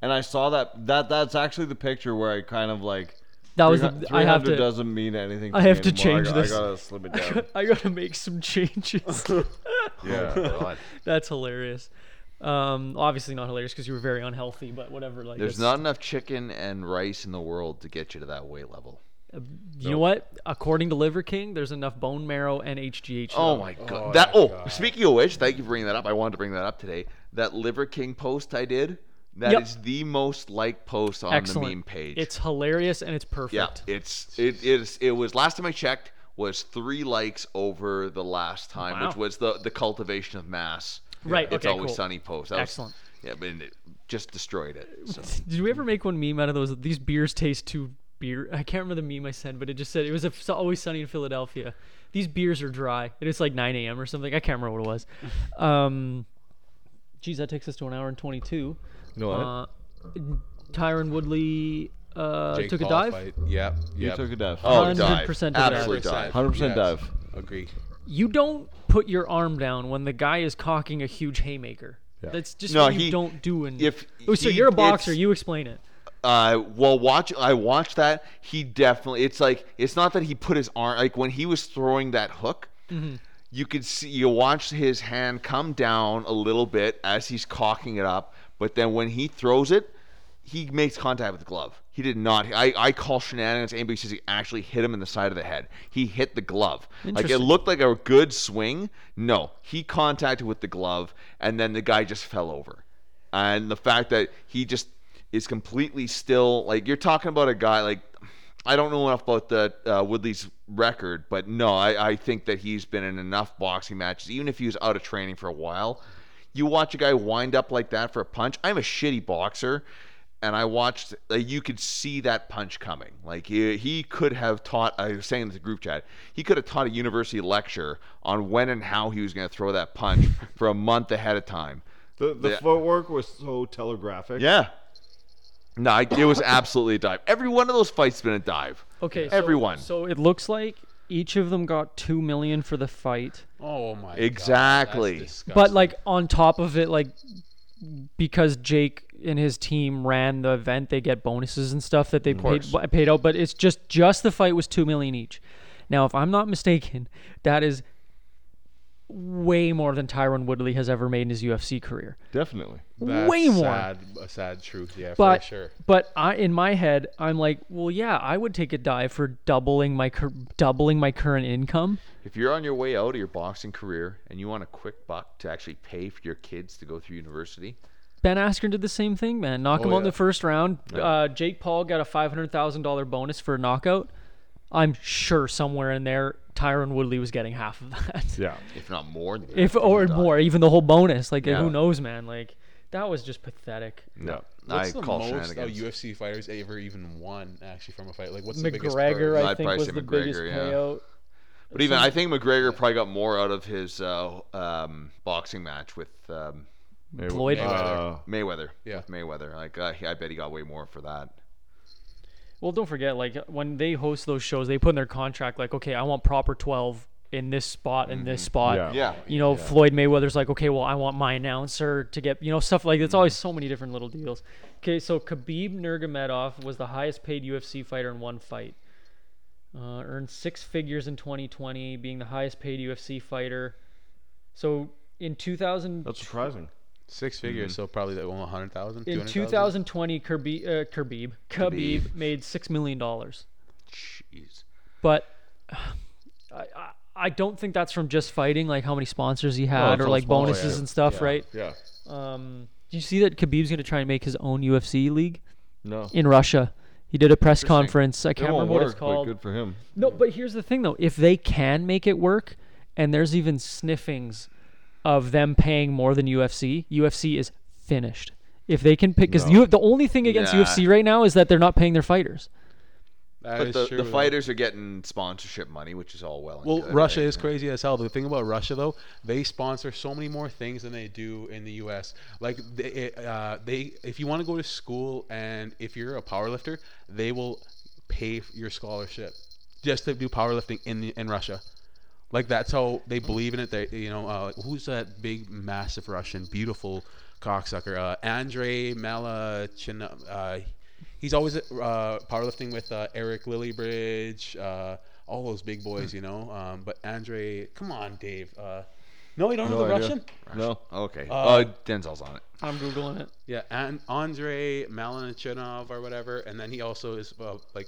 [SPEAKER 3] And I saw that that that's actually the picture where I kind of like.
[SPEAKER 2] That was the-
[SPEAKER 3] 300
[SPEAKER 2] I have to-
[SPEAKER 3] doesn't mean anything.
[SPEAKER 2] I
[SPEAKER 3] me
[SPEAKER 2] have to
[SPEAKER 3] anymore.
[SPEAKER 2] change
[SPEAKER 3] I,
[SPEAKER 2] this.
[SPEAKER 3] I gotta slim it down.
[SPEAKER 2] I gotta make some changes.
[SPEAKER 3] Yeah. God.
[SPEAKER 2] that's hilarious. Um, obviously not hilarious because you were very unhealthy, but whatever. Like,
[SPEAKER 1] There's
[SPEAKER 2] it's-
[SPEAKER 1] not enough chicken and rice in the world to get you to that weight level.
[SPEAKER 2] You know what? According to Liver King, there's enough bone marrow and HGH.
[SPEAKER 1] Oh
[SPEAKER 2] though.
[SPEAKER 1] my god. that oh, speaking of which, thank you for bringing that up. I wanted to bring that up today. That Liver King post I did, that is
[SPEAKER 2] Yep.
[SPEAKER 1] the most liked post on
[SPEAKER 2] Excellent.
[SPEAKER 1] the meme page.
[SPEAKER 2] It's hilarious and it's perfect.
[SPEAKER 1] Yeah, it's it is it was last time I checked was three likes over the last time, which
[SPEAKER 2] Wow.
[SPEAKER 1] was the the cultivation of mass.
[SPEAKER 2] Right,
[SPEAKER 1] It's
[SPEAKER 2] okay,
[SPEAKER 1] always
[SPEAKER 2] cool.
[SPEAKER 1] sunny post. That was-
[SPEAKER 2] Excellent.
[SPEAKER 1] yeah, but it just destroyed it. So.
[SPEAKER 2] Did we ever make one meme out of those? These beers taste too beer. I can't remember the meme I sent, but it just said it was a, it's always sunny in Philadelphia. These beers are dry. And it's like 9 a.m. or something. I can't remember what it was. Um, geez, that takes us to an hour and 22.
[SPEAKER 3] No,
[SPEAKER 2] uh,
[SPEAKER 3] what?
[SPEAKER 2] Tyron Woodley uh,
[SPEAKER 4] Jake
[SPEAKER 2] took a
[SPEAKER 4] Paul
[SPEAKER 2] dive.
[SPEAKER 4] fight. Yep,
[SPEAKER 3] You
[SPEAKER 4] yep.
[SPEAKER 3] took a dive.
[SPEAKER 2] Oh, 100% dive. Absolute
[SPEAKER 3] dive.
[SPEAKER 4] 100%
[SPEAKER 3] 100% dive.
[SPEAKER 4] Agree.
[SPEAKER 2] You don't put your arm down when the guy is cocking a huge haymaker. That's just
[SPEAKER 1] No,
[SPEAKER 2] what you
[SPEAKER 1] he-
[SPEAKER 2] don't do. In
[SPEAKER 1] if
[SPEAKER 2] oh, so
[SPEAKER 1] he-
[SPEAKER 2] you're a boxer.
[SPEAKER 1] it's-
[SPEAKER 2] You explain it.
[SPEAKER 1] Uh, well, watch. I watched that. He definitely. It's like it's not that he put his arm like when he was throwing that hook.
[SPEAKER 2] Mhm.
[SPEAKER 1] You could see you watch his hand come down a little bit as he's cocking it up, but then when he throws it, he makes contact with the glove. He did not. I, I call shenanigans. Anybody says he actually hit him in the side of the head. He hit the glove. Like it
[SPEAKER 2] Interesting.
[SPEAKER 1] looked like a good swing. No, he contacted with the glove, and then the guy just fell over. And the fact that he just is completely still, like you're talking about a guy like. I don't know enough about the uh, Woodley's record, but no, I, I think that he's been in enough boxing matches, even if he was out of training for a while. You watch a guy wind up like that for a punch. I'm a shitty boxer, and I watched. Like, you could see that punch coming. Like he, he could have taught. I was saying in the group chat, he could have taught a university lecture on when and how he was going to throw that punch for a month ahead of time.
[SPEAKER 3] The, the
[SPEAKER 1] Yeah.
[SPEAKER 3] footwork was so telegraphic.
[SPEAKER 1] Yeah. No, I, it was absolutely a dive. Every one of those fights has been a dive.
[SPEAKER 4] Oh,
[SPEAKER 2] Okay. so-
[SPEAKER 1] Everyone.
[SPEAKER 2] So it looks like each of them got two million for the fight.
[SPEAKER 4] Oh my. God, that's
[SPEAKER 1] Exactly.
[SPEAKER 4] disgusting.
[SPEAKER 2] But like on top of it, like because Jake and his team ran the event, they get bonuses and stuff that they paid,
[SPEAKER 1] course.
[SPEAKER 2] bu- paid out. But it's just just the fight was two million each. Now, if I'm not mistaken, that is way more than Tyron Woodley has ever made in his UFC career.
[SPEAKER 3] Definitely.
[SPEAKER 4] That's
[SPEAKER 2] way more.
[SPEAKER 4] Sad, a sad truth. Yeah,
[SPEAKER 2] But
[SPEAKER 4] for sure.
[SPEAKER 2] but I in my head I'm like, well, yeah, I would take a dive for doubling my cur- doubling my current income.
[SPEAKER 1] If you're on your way out of your boxing career and you want a quick buck to actually pay for your kids to go through university,
[SPEAKER 2] Ben Askren did the same thing, man. Knock him
[SPEAKER 1] Oh,
[SPEAKER 2] out in
[SPEAKER 1] yeah.
[SPEAKER 2] the first round. Uh, Jake Paul got a five hundred thousand dollar bonus for a knockout. I'm sure somewhere in there, Tyron Woodley was getting half of that,
[SPEAKER 3] Yeah.
[SPEAKER 1] if not more than
[SPEAKER 2] if or more, even the whole bonus. Like,
[SPEAKER 1] Yeah.
[SPEAKER 2] who knows, man? Like, that was just pathetic.
[SPEAKER 1] No,
[SPEAKER 4] What's
[SPEAKER 1] I
[SPEAKER 4] the
[SPEAKER 1] call
[SPEAKER 4] most uh,
[SPEAKER 1] shenanigans.
[SPEAKER 4] UFC fighters ever even won actually from a fight? Like what's the biggest?
[SPEAKER 2] McGregor, I
[SPEAKER 1] I'd
[SPEAKER 2] think,
[SPEAKER 1] probably
[SPEAKER 2] was
[SPEAKER 1] say
[SPEAKER 2] the biggest
[SPEAKER 1] McGregor, yeah.
[SPEAKER 2] payout.
[SPEAKER 1] But even I think McGregor probably got more out of his uh, um, boxing match with um,
[SPEAKER 3] Maywe-
[SPEAKER 2] Floyd-
[SPEAKER 3] uh,
[SPEAKER 1] Mayweather.
[SPEAKER 4] Yeah.
[SPEAKER 1] with Mayweather. Like uh, I bet he got way more for that.
[SPEAKER 2] Well, don't forget, like when they host those shows, they put in their contract, like, okay, I want proper twelve in this spot, in this spot.
[SPEAKER 3] Yeah.
[SPEAKER 1] Yeah.
[SPEAKER 2] You know, Floyd Mayweather's like, okay, well, I want my announcer to get, you know, stuff like it's always so many different little deals. Okay, so Khabib Nurmagomedov was the highest paid UFC fighter in one fight. Uh, earned six figures in 2020, being the highest paid UFC fighter. So in 2000,
[SPEAKER 3] That's surprising.
[SPEAKER 4] Six figures, so probably that won 100,000,
[SPEAKER 2] in
[SPEAKER 4] 200,000?
[SPEAKER 2] 2020, Khabib, uh, Khabib, Khabib made six million dollars.
[SPEAKER 1] Jeez.
[SPEAKER 2] but uh, I, I I don't think that's from just fighting, like how many sponsors he had
[SPEAKER 3] it's
[SPEAKER 2] or
[SPEAKER 3] all
[SPEAKER 2] like
[SPEAKER 3] small,
[SPEAKER 2] bonuses
[SPEAKER 3] yeah.
[SPEAKER 2] and stuff, right?
[SPEAKER 3] Yeah.
[SPEAKER 2] Um, do you see that Khabib's going to try and make his own UFC league
[SPEAKER 3] No.
[SPEAKER 2] in Russia? He did a press conference. I
[SPEAKER 3] It
[SPEAKER 2] can't
[SPEAKER 3] won't
[SPEAKER 2] remember
[SPEAKER 3] work,
[SPEAKER 2] what it's
[SPEAKER 3] but
[SPEAKER 2] called.
[SPEAKER 3] good for him.
[SPEAKER 2] No, but here's the thing though: if they can make it work, and there's even sniffings of them paying more than UFC, UFC is finished. If they can pick, because the only thing against
[SPEAKER 1] Nah.
[SPEAKER 2] UFC right now is that they're not paying their fighters.
[SPEAKER 4] That
[SPEAKER 1] But
[SPEAKER 4] is
[SPEAKER 1] the,
[SPEAKER 4] true,
[SPEAKER 1] the
[SPEAKER 4] though.
[SPEAKER 1] fighters are getting sponsorship money, which is all well. And
[SPEAKER 4] Well,
[SPEAKER 1] good,
[SPEAKER 4] Russia
[SPEAKER 1] right?
[SPEAKER 4] is crazy as hell. The thing about Russia, though, they sponsor so many more things than they do in the U.S. Like they, uh, they if you want to go to school and if you're a powerlifter, they will pay f- your scholarship just to do powerlifting in the, in Russia. Like that's how they believe in it. They, you know, uh, who's that big, massive Russian, beautiful cocksucker? Uh, Andre Malachin. Uh, he's always uh, powerlifting with uh, Eric Lillybridge, uh, all those big boys, you know. Um, but Andre, come on, Dave. Uh, no, you don't know the
[SPEAKER 3] idea.
[SPEAKER 4] Russian.
[SPEAKER 3] No.
[SPEAKER 1] Okay. Uh, Denzel's on it.
[SPEAKER 2] I'm googling it.
[SPEAKER 4] Yeah, and Andre Malachinov or whatever, and then he also is uh, like,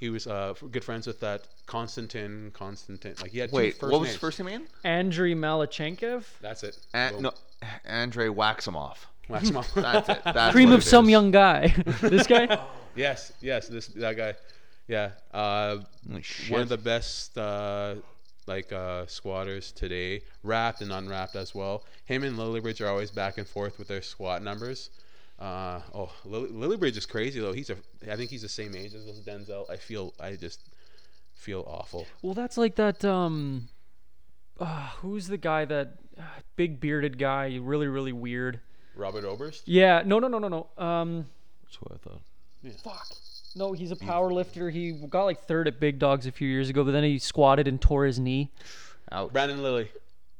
[SPEAKER 4] he was uh, good friends with that Konstantin. Konstantin, like he had two
[SPEAKER 1] Wait,
[SPEAKER 4] first
[SPEAKER 1] what was
[SPEAKER 4] names.
[SPEAKER 1] his first name again?
[SPEAKER 2] Andriy Malachenkev.
[SPEAKER 4] That's it.
[SPEAKER 1] An-
[SPEAKER 4] Well,
[SPEAKER 1] no, Andre Waximoff.
[SPEAKER 4] wax 'em off.
[SPEAKER 1] That's it. That's
[SPEAKER 2] Cream
[SPEAKER 1] what
[SPEAKER 2] of
[SPEAKER 1] it
[SPEAKER 2] some
[SPEAKER 1] is.
[SPEAKER 2] young guy. this guy?
[SPEAKER 4] Yes, yes, this that guy. Yeah. Uh,
[SPEAKER 1] Holy shit.
[SPEAKER 4] one of the best uh, like uh, squatters today, wrapped and unwrapped as well. Him and Lillybridge are always back and forth with their squat numbers. Uh, oh, Lily, Lillybridge is crazy though. He's a, I think he's the same age as this Denzel. I feel, I just feel awful.
[SPEAKER 2] Well, that's like that. Um, uh, who's the guy that uh, big bearded guy? Really, really weird.
[SPEAKER 4] Robert Oberst.
[SPEAKER 2] Yeah. No, no, no, no, no. Um,
[SPEAKER 3] That's what I thought.
[SPEAKER 2] no, he's a power lifter. He got like third at Big Dogs a few years ago, but then he squatted and tore his knee.
[SPEAKER 4] Brandon Lilly.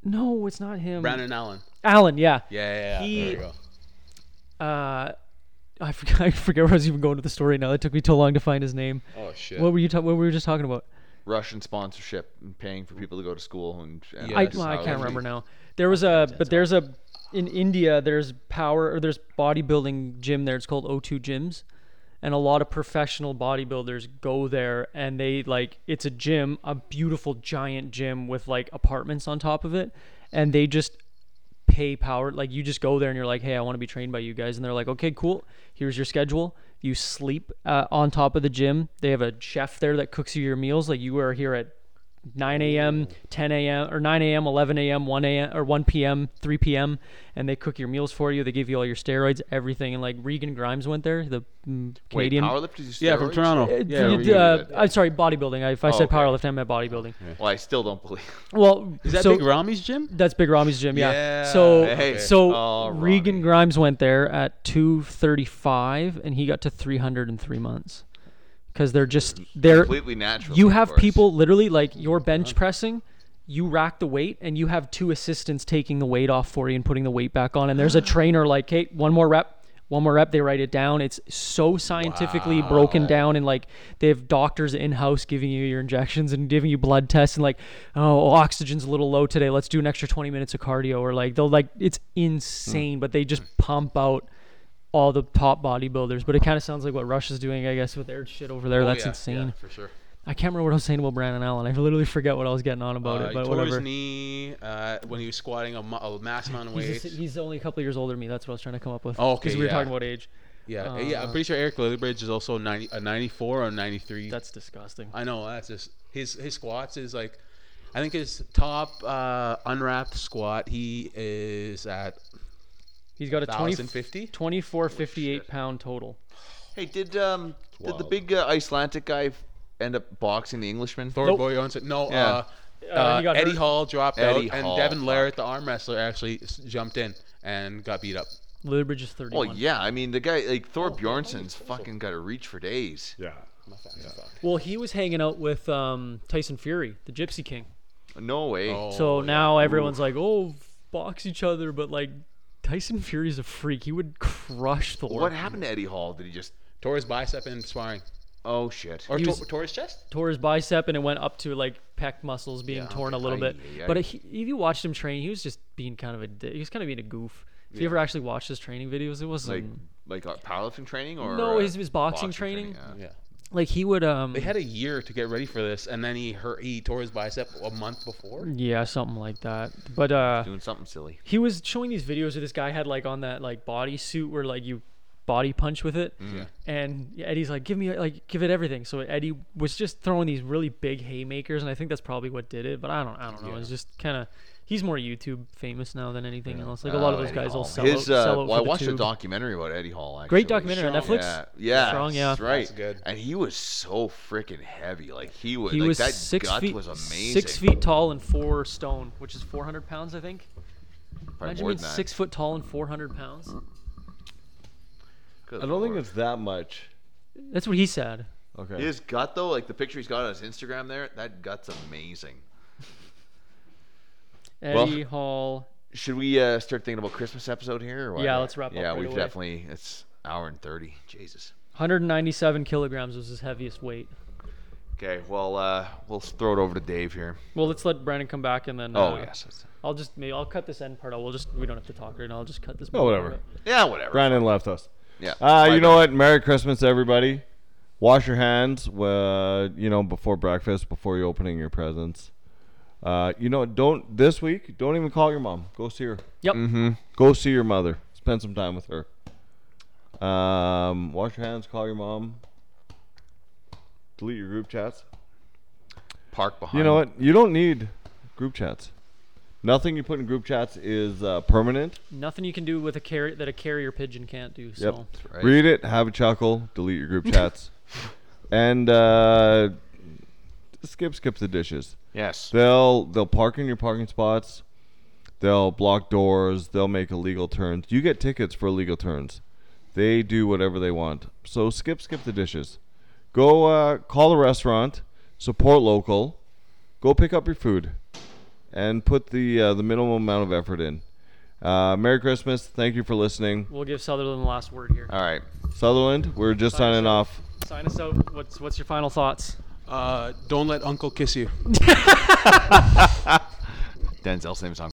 [SPEAKER 2] No, it's not him.
[SPEAKER 4] Brandon Allen.
[SPEAKER 2] Allen. Yeah.
[SPEAKER 4] Yeah, yeah, yeah. there
[SPEAKER 2] He-
[SPEAKER 4] you go.
[SPEAKER 2] Uh, I forget. I forget where I was even going with the story now. It took me too long to find his name.
[SPEAKER 4] Oh shit.
[SPEAKER 2] What were you? Ta- what were we just talking about?
[SPEAKER 1] Russian sponsorship and paying for people to go to school and. and
[SPEAKER 2] I,
[SPEAKER 1] that's
[SPEAKER 2] well, I
[SPEAKER 1] how
[SPEAKER 2] can't
[SPEAKER 1] they-
[SPEAKER 2] remember now. There was a, but there's a in India, there's power or there's bodybuilding gym there. It's called O2 Gyms, and a lot of professional bodybuilders go there, and they like it's a gym, a beautiful giant gym with like apartments on top of it, and they just pay power. Like you just go there and you're like, hey, I want to be trained by you guys, and they're like, okay, cool. Here's your schedule. You sleep uh, on top of the gym. They have a chef there that cooks you your meals. Like you are here at 9 a.m., 10 a.m., or 9 a.m., 11 a.m., 1 a.m., or 1 p.m., 3 p.m., and they cook your meals for you. They give you all your steroids, everything. And like Regan Grimes went there, the mm,
[SPEAKER 1] Wait,
[SPEAKER 2] Canadian.
[SPEAKER 1] powerlift is
[SPEAKER 4] Yeah, from
[SPEAKER 1] steroids?
[SPEAKER 4] Toronto.
[SPEAKER 2] Uh,
[SPEAKER 4] Yeah,
[SPEAKER 2] you-
[SPEAKER 4] we did
[SPEAKER 2] uh,
[SPEAKER 1] that.
[SPEAKER 2] I'm sorry, bodybuilding. If I
[SPEAKER 1] Oh,
[SPEAKER 2] said
[SPEAKER 1] okay.
[SPEAKER 2] powerlifting, I meant bodybuilding.
[SPEAKER 1] Well, I still don't believe.
[SPEAKER 2] Well,
[SPEAKER 4] Is that
[SPEAKER 2] so-
[SPEAKER 4] Big Rami's gym?
[SPEAKER 2] That's Big Rami's gym. Yeah.
[SPEAKER 4] Yeah,
[SPEAKER 2] So
[SPEAKER 1] okay.
[SPEAKER 2] so
[SPEAKER 1] Oh,
[SPEAKER 2] Regan Grimes went there at 235 and he got to 300 in 3 months. Cuz they're just they're
[SPEAKER 1] Completely natural,
[SPEAKER 2] You
[SPEAKER 1] of
[SPEAKER 2] have
[SPEAKER 1] course. Uh-huh.
[SPEAKER 2] people literally like you're bench pressing you rack the weight and you have two assistants taking the weight off for you and putting the weight back on and there's a trainer like hey one more rep one more rep they write it down it's so scientifically broken down and like they have doctors in-house giving you your injections and giving you blood tests and like oh oxygen's a little low today let's do an extra 20 minutes of cardio or like they'll like it's
[SPEAKER 1] Hmm.
[SPEAKER 2] insane but they just pump out all the top bodybuilders but it kind of sounds like what russia's doing i guess with their shit over there
[SPEAKER 4] Oh,
[SPEAKER 2] that's
[SPEAKER 4] yeah,
[SPEAKER 2] insane
[SPEAKER 4] yeah, for sure.
[SPEAKER 2] I can't remember what I was saying about Brandon Allen. I literally forget what I was getting on about
[SPEAKER 4] Uh,
[SPEAKER 2] it,
[SPEAKER 4] he
[SPEAKER 2] but
[SPEAKER 4] tore his
[SPEAKER 2] whatever.
[SPEAKER 4] knee uh, when he was squatting a, mu- a mass amount of
[SPEAKER 2] He's,
[SPEAKER 4] weight.
[SPEAKER 2] just- he's only a couple years older than me. That's what I was trying to come up with.
[SPEAKER 4] Oh, okay,
[SPEAKER 2] Because we were
[SPEAKER 4] yeah.
[SPEAKER 2] talking about age.
[SPEAKER 4] Yeah, yeah. I'm
[SPEAKER 2] Uh,
[SPEAKER 4] pretty sure Eric Lillibridge is also 90, a 94 or 93.
[SPEAKER 2] That's disgusting.
[SPEAKER 4] I know that's just his his squats is like, I think his top uh, unwrapped squat he is at
[SPEAKER 2] He's got a 20,
[SPEAKER 4] 1050?
[SPEAKER 2] 24, 58 pound total.
[SPEAKER 1] Hey, did um did the big uh, Icelandic guy f- end up boxing the Englishman?
[SPEAKER 4] Thor
[SPEAKER 2] Nope.
[SPEAKER 4] Boyonson. No,
[SPEAKER 1] Yeah.
[SPEAKER 4] uh, uh,
[SPEAKER 2] Uh, he got
[SPEAKER 4] Eddie
[SPEAKER 2] hurt.
[SPEAKER 4] Hall dropped
[SPEAKER 1] Eddie
[SPEAKER 4] out, and
[SPEAKER 1] Hall,
[SPEAKER 4] Devin
[SPEAKER 1] fuck.
[SPEAKER 4] Larratt, the arm wrestler, actually s- jumped in and got beat up.
[SPEAKER 2] Lillibridge is 31.
[SPEAKER 1] Well,
[SPEAKER 4] Oh,
[SPEAKER 1] yeah. I mean, the guy like Thor Bjornson's fucking got a reach for days.
[SPEAKER 3] Yeah.
[SPEAKER 2] Well, he was hanging out with um, Tyson Fury, the Gypsy King.
[SPEAKER 1] No way.
[SPEAKER 4] Oh,
[SPEAKER 2] so now everyone's like, oh, box each other, but like Tyson Fury's a freak. He would crush Thor.
[SPEAKER 1] What happened to Eddie Hall? Did he just?
[SPEAKER 4] Tore his bicep in sparring,
[SPEAKER 1] Oh shit.
[SPEAKER 4] or
[SPEAKER 2] He
[SPEAKER 4] to-
[SPEAKER 2] was-
[SPEAKER 4] tore his chest.
[SPEAKER 2] tore his bicep and it went up to like pec muscles being torn a little bit.
[SPEAKER 1] aye,
[SPEAKER 2] But
[SPEAKER 1] aye.
[SPEAKER 2] he, if you watched him train, he was just being kind of a di- he was kind of being a goof. If you ever actually watched his training videos, it
[SPEAKER 1] like
[SPEAKER 2] wasn't
[SPEAKER 1] like uh, powerlifting training or
[SPEAKER 2] No,
[SPEAKER 1] uh,
[SPEAKER 2] his- his boxing training.
[SPEAKER 1] yeah.
[SPEAKER 4] Yeah.
[SPEAKER 2] like he would um
[SPEAKER 4] They had a year to get ready for this, and then he hurt. He tore his bicep a month before.
[SPEAKER 2] yeah something like that. But uh,
[SPEAKER 1] Doing something silly.
[SPEAKER 2] he was showing these videos of this guy had like on that like body suit where like you body punch with it
[SPEAKER 1] Mm-hmm.
[SPEAKER 2] and eddie's like give me like give it everything so eddie was just throwing these really big haymakers and i think that's probably what did it but i don't i don't know it's just kind of he's more youtube famous now than anything else like a lot of
[SPEAKER 1] Oh,
[SPEAKER 2] those
[SPEAKER 1] Eddie
[SPEAKER 2] guys all
[SPEAKER 1] Hall.
[SPEAKER 2] sell out,
[SPEAKER 1] His, uh,
[SPEAKER 2] sell out
[SPEAKER 1] well, I
[SPEAKER 2] for the
[SPEAKER 1] watched a
[SPEAKER 2] tube.
[SPEAKER 1] documentary about Eddie Hall. Actually.
[SPEAKER 2] Great documentary on Netflix.
[SPEAKER 1] Yeah, yeah,
[SPEAKER 2] Strong, yeah.
[SPEAKER 1] that's right.
[SPEAKER 4] That's good.
[SPEAKER 1] And he was so freaking heavy. Like he was.
[SPEAKER 2] he
[SPEAKER 1] like,
[SPEAKER 2] was
[SPEAKER 1] that
[SPEAKER 2] six
[SPEAKER 1] gut
[SPEAKER 2] feet
[SPEAKER 1] was amazing.
[SPEAKER 2] six feet tall and four stone which is 400 pounds i think
[SPEAKER 1] Probably
[SPEAKER 2] imagine
[SPEAKER 1] more
[SPEAKER 2] being
[SPEAKER 1] than that.
[SPEAKER 2] six foot tall and 400 pounds
[SPEAKER 1] Good
[SPEAKER 3] I don't think
[SPEAKER 1] lord.
[SPEAKER 3] it's that much.
[SPEAKER 2] that's what he said
[SPEAKER 3] Okay.
[SPEAKER 1] His gut though, like the picture he's got on his Instagram there, that gut's amazing. Well,
[SPEAKER 2] eddie hall
[SPEAKER 1] Should we uh, start thinking about Christmas episode here? Or what?
[SPEAKER 2] Yeah, let's wrap up
[SPEAKER 1] Yeah,
[SPEAKER 2] right
[SPEAKER 1] we've
[SPEAKER 2] away.
[SPEAKER 1] definitely it's hour and thirty. Jesus.
[SPEAKER 2] 197 kilograms was his heaviest weight.
[SPEAKER 1] Okay, well uh, we'll throw it over to Dave here.
[SPEAKER 2] Well, let's let Brandon come back and then.
[SPEAKER 1] Oh
[SPEAKER 2] uh,
[SPEAKER 1] yes.
[SPEAKER 2] I'll just maybe I'll cut this end part out. We'll just we don't have to talk right now. I'll just cut this.
[SPEAKER 3] Oh, whatever.
[SPEAKER 1] Yeah, whatever.
[SPEAKER 3] Brandon left us.
[SPEAKER 1] Yeah.
[SPEAKER 3] Uh,
[SPEAKER 1] My
[SPEAKER 3] you know
[SPEAKER 1] bad.
[SPEAKER 3] what? Merry Christmas, everybody. Wash your hands, uh, you know, before breakfast, before you opening your presents. Uh, you know, don't this week. Don't even call your mom. Go see her.
[SPEAKER 2] Yep.
[SPEAKER 3] Mm-hmm. Go see your mother. Spend some time with her. Um, wash your hands. Call your mom. Delete your group chats.
[SPEAKER 1] Park behind.
[SPEAKER 3] You know what? You don't need group chats. Nothing you put in group chats is uh, permanent.
[SPEAKER 2] Nothing you can do with a carrier that a carrier pigeon can't do.
[SPEAKER 3] Yep.
[SPEAKER 2] So
[SPEAKER 1] right.
[SPEAKER 3] Read it, have a chuckle, delete your group chats, and uh, skip skip the dishes.
[SPEAKER 1] Yes.
[SPEAKER 3] They'll they'll park in your parking spots. They'll block doors. They'll make illegal turns. You get tickets for illegal turns. They do whatever they want. So skip skip the dishes. Go uh, call a restaurant. Support local. Go pick up your food, and put the uh, the minimum amount of effort in. Uh, Merry Christmas. Thank you for listening.
[SPEAKER 2] we'll give Sutherland the last word here.
[SPEAKER 1] All right.
[SPEAKER 3] Sutherland, we're just
[SPEAKER 2] Sign us
[SPEAKER 3] signing
[SPEAKER 2] out.
[SPEAKER 3] off.
[SPEAKER 2] Sign us out. What's what's your final thoughts?
[SPEAKER 4] Uh, don't let Uncle kiss you.
[SPEAKER 1] Denzel's name's on.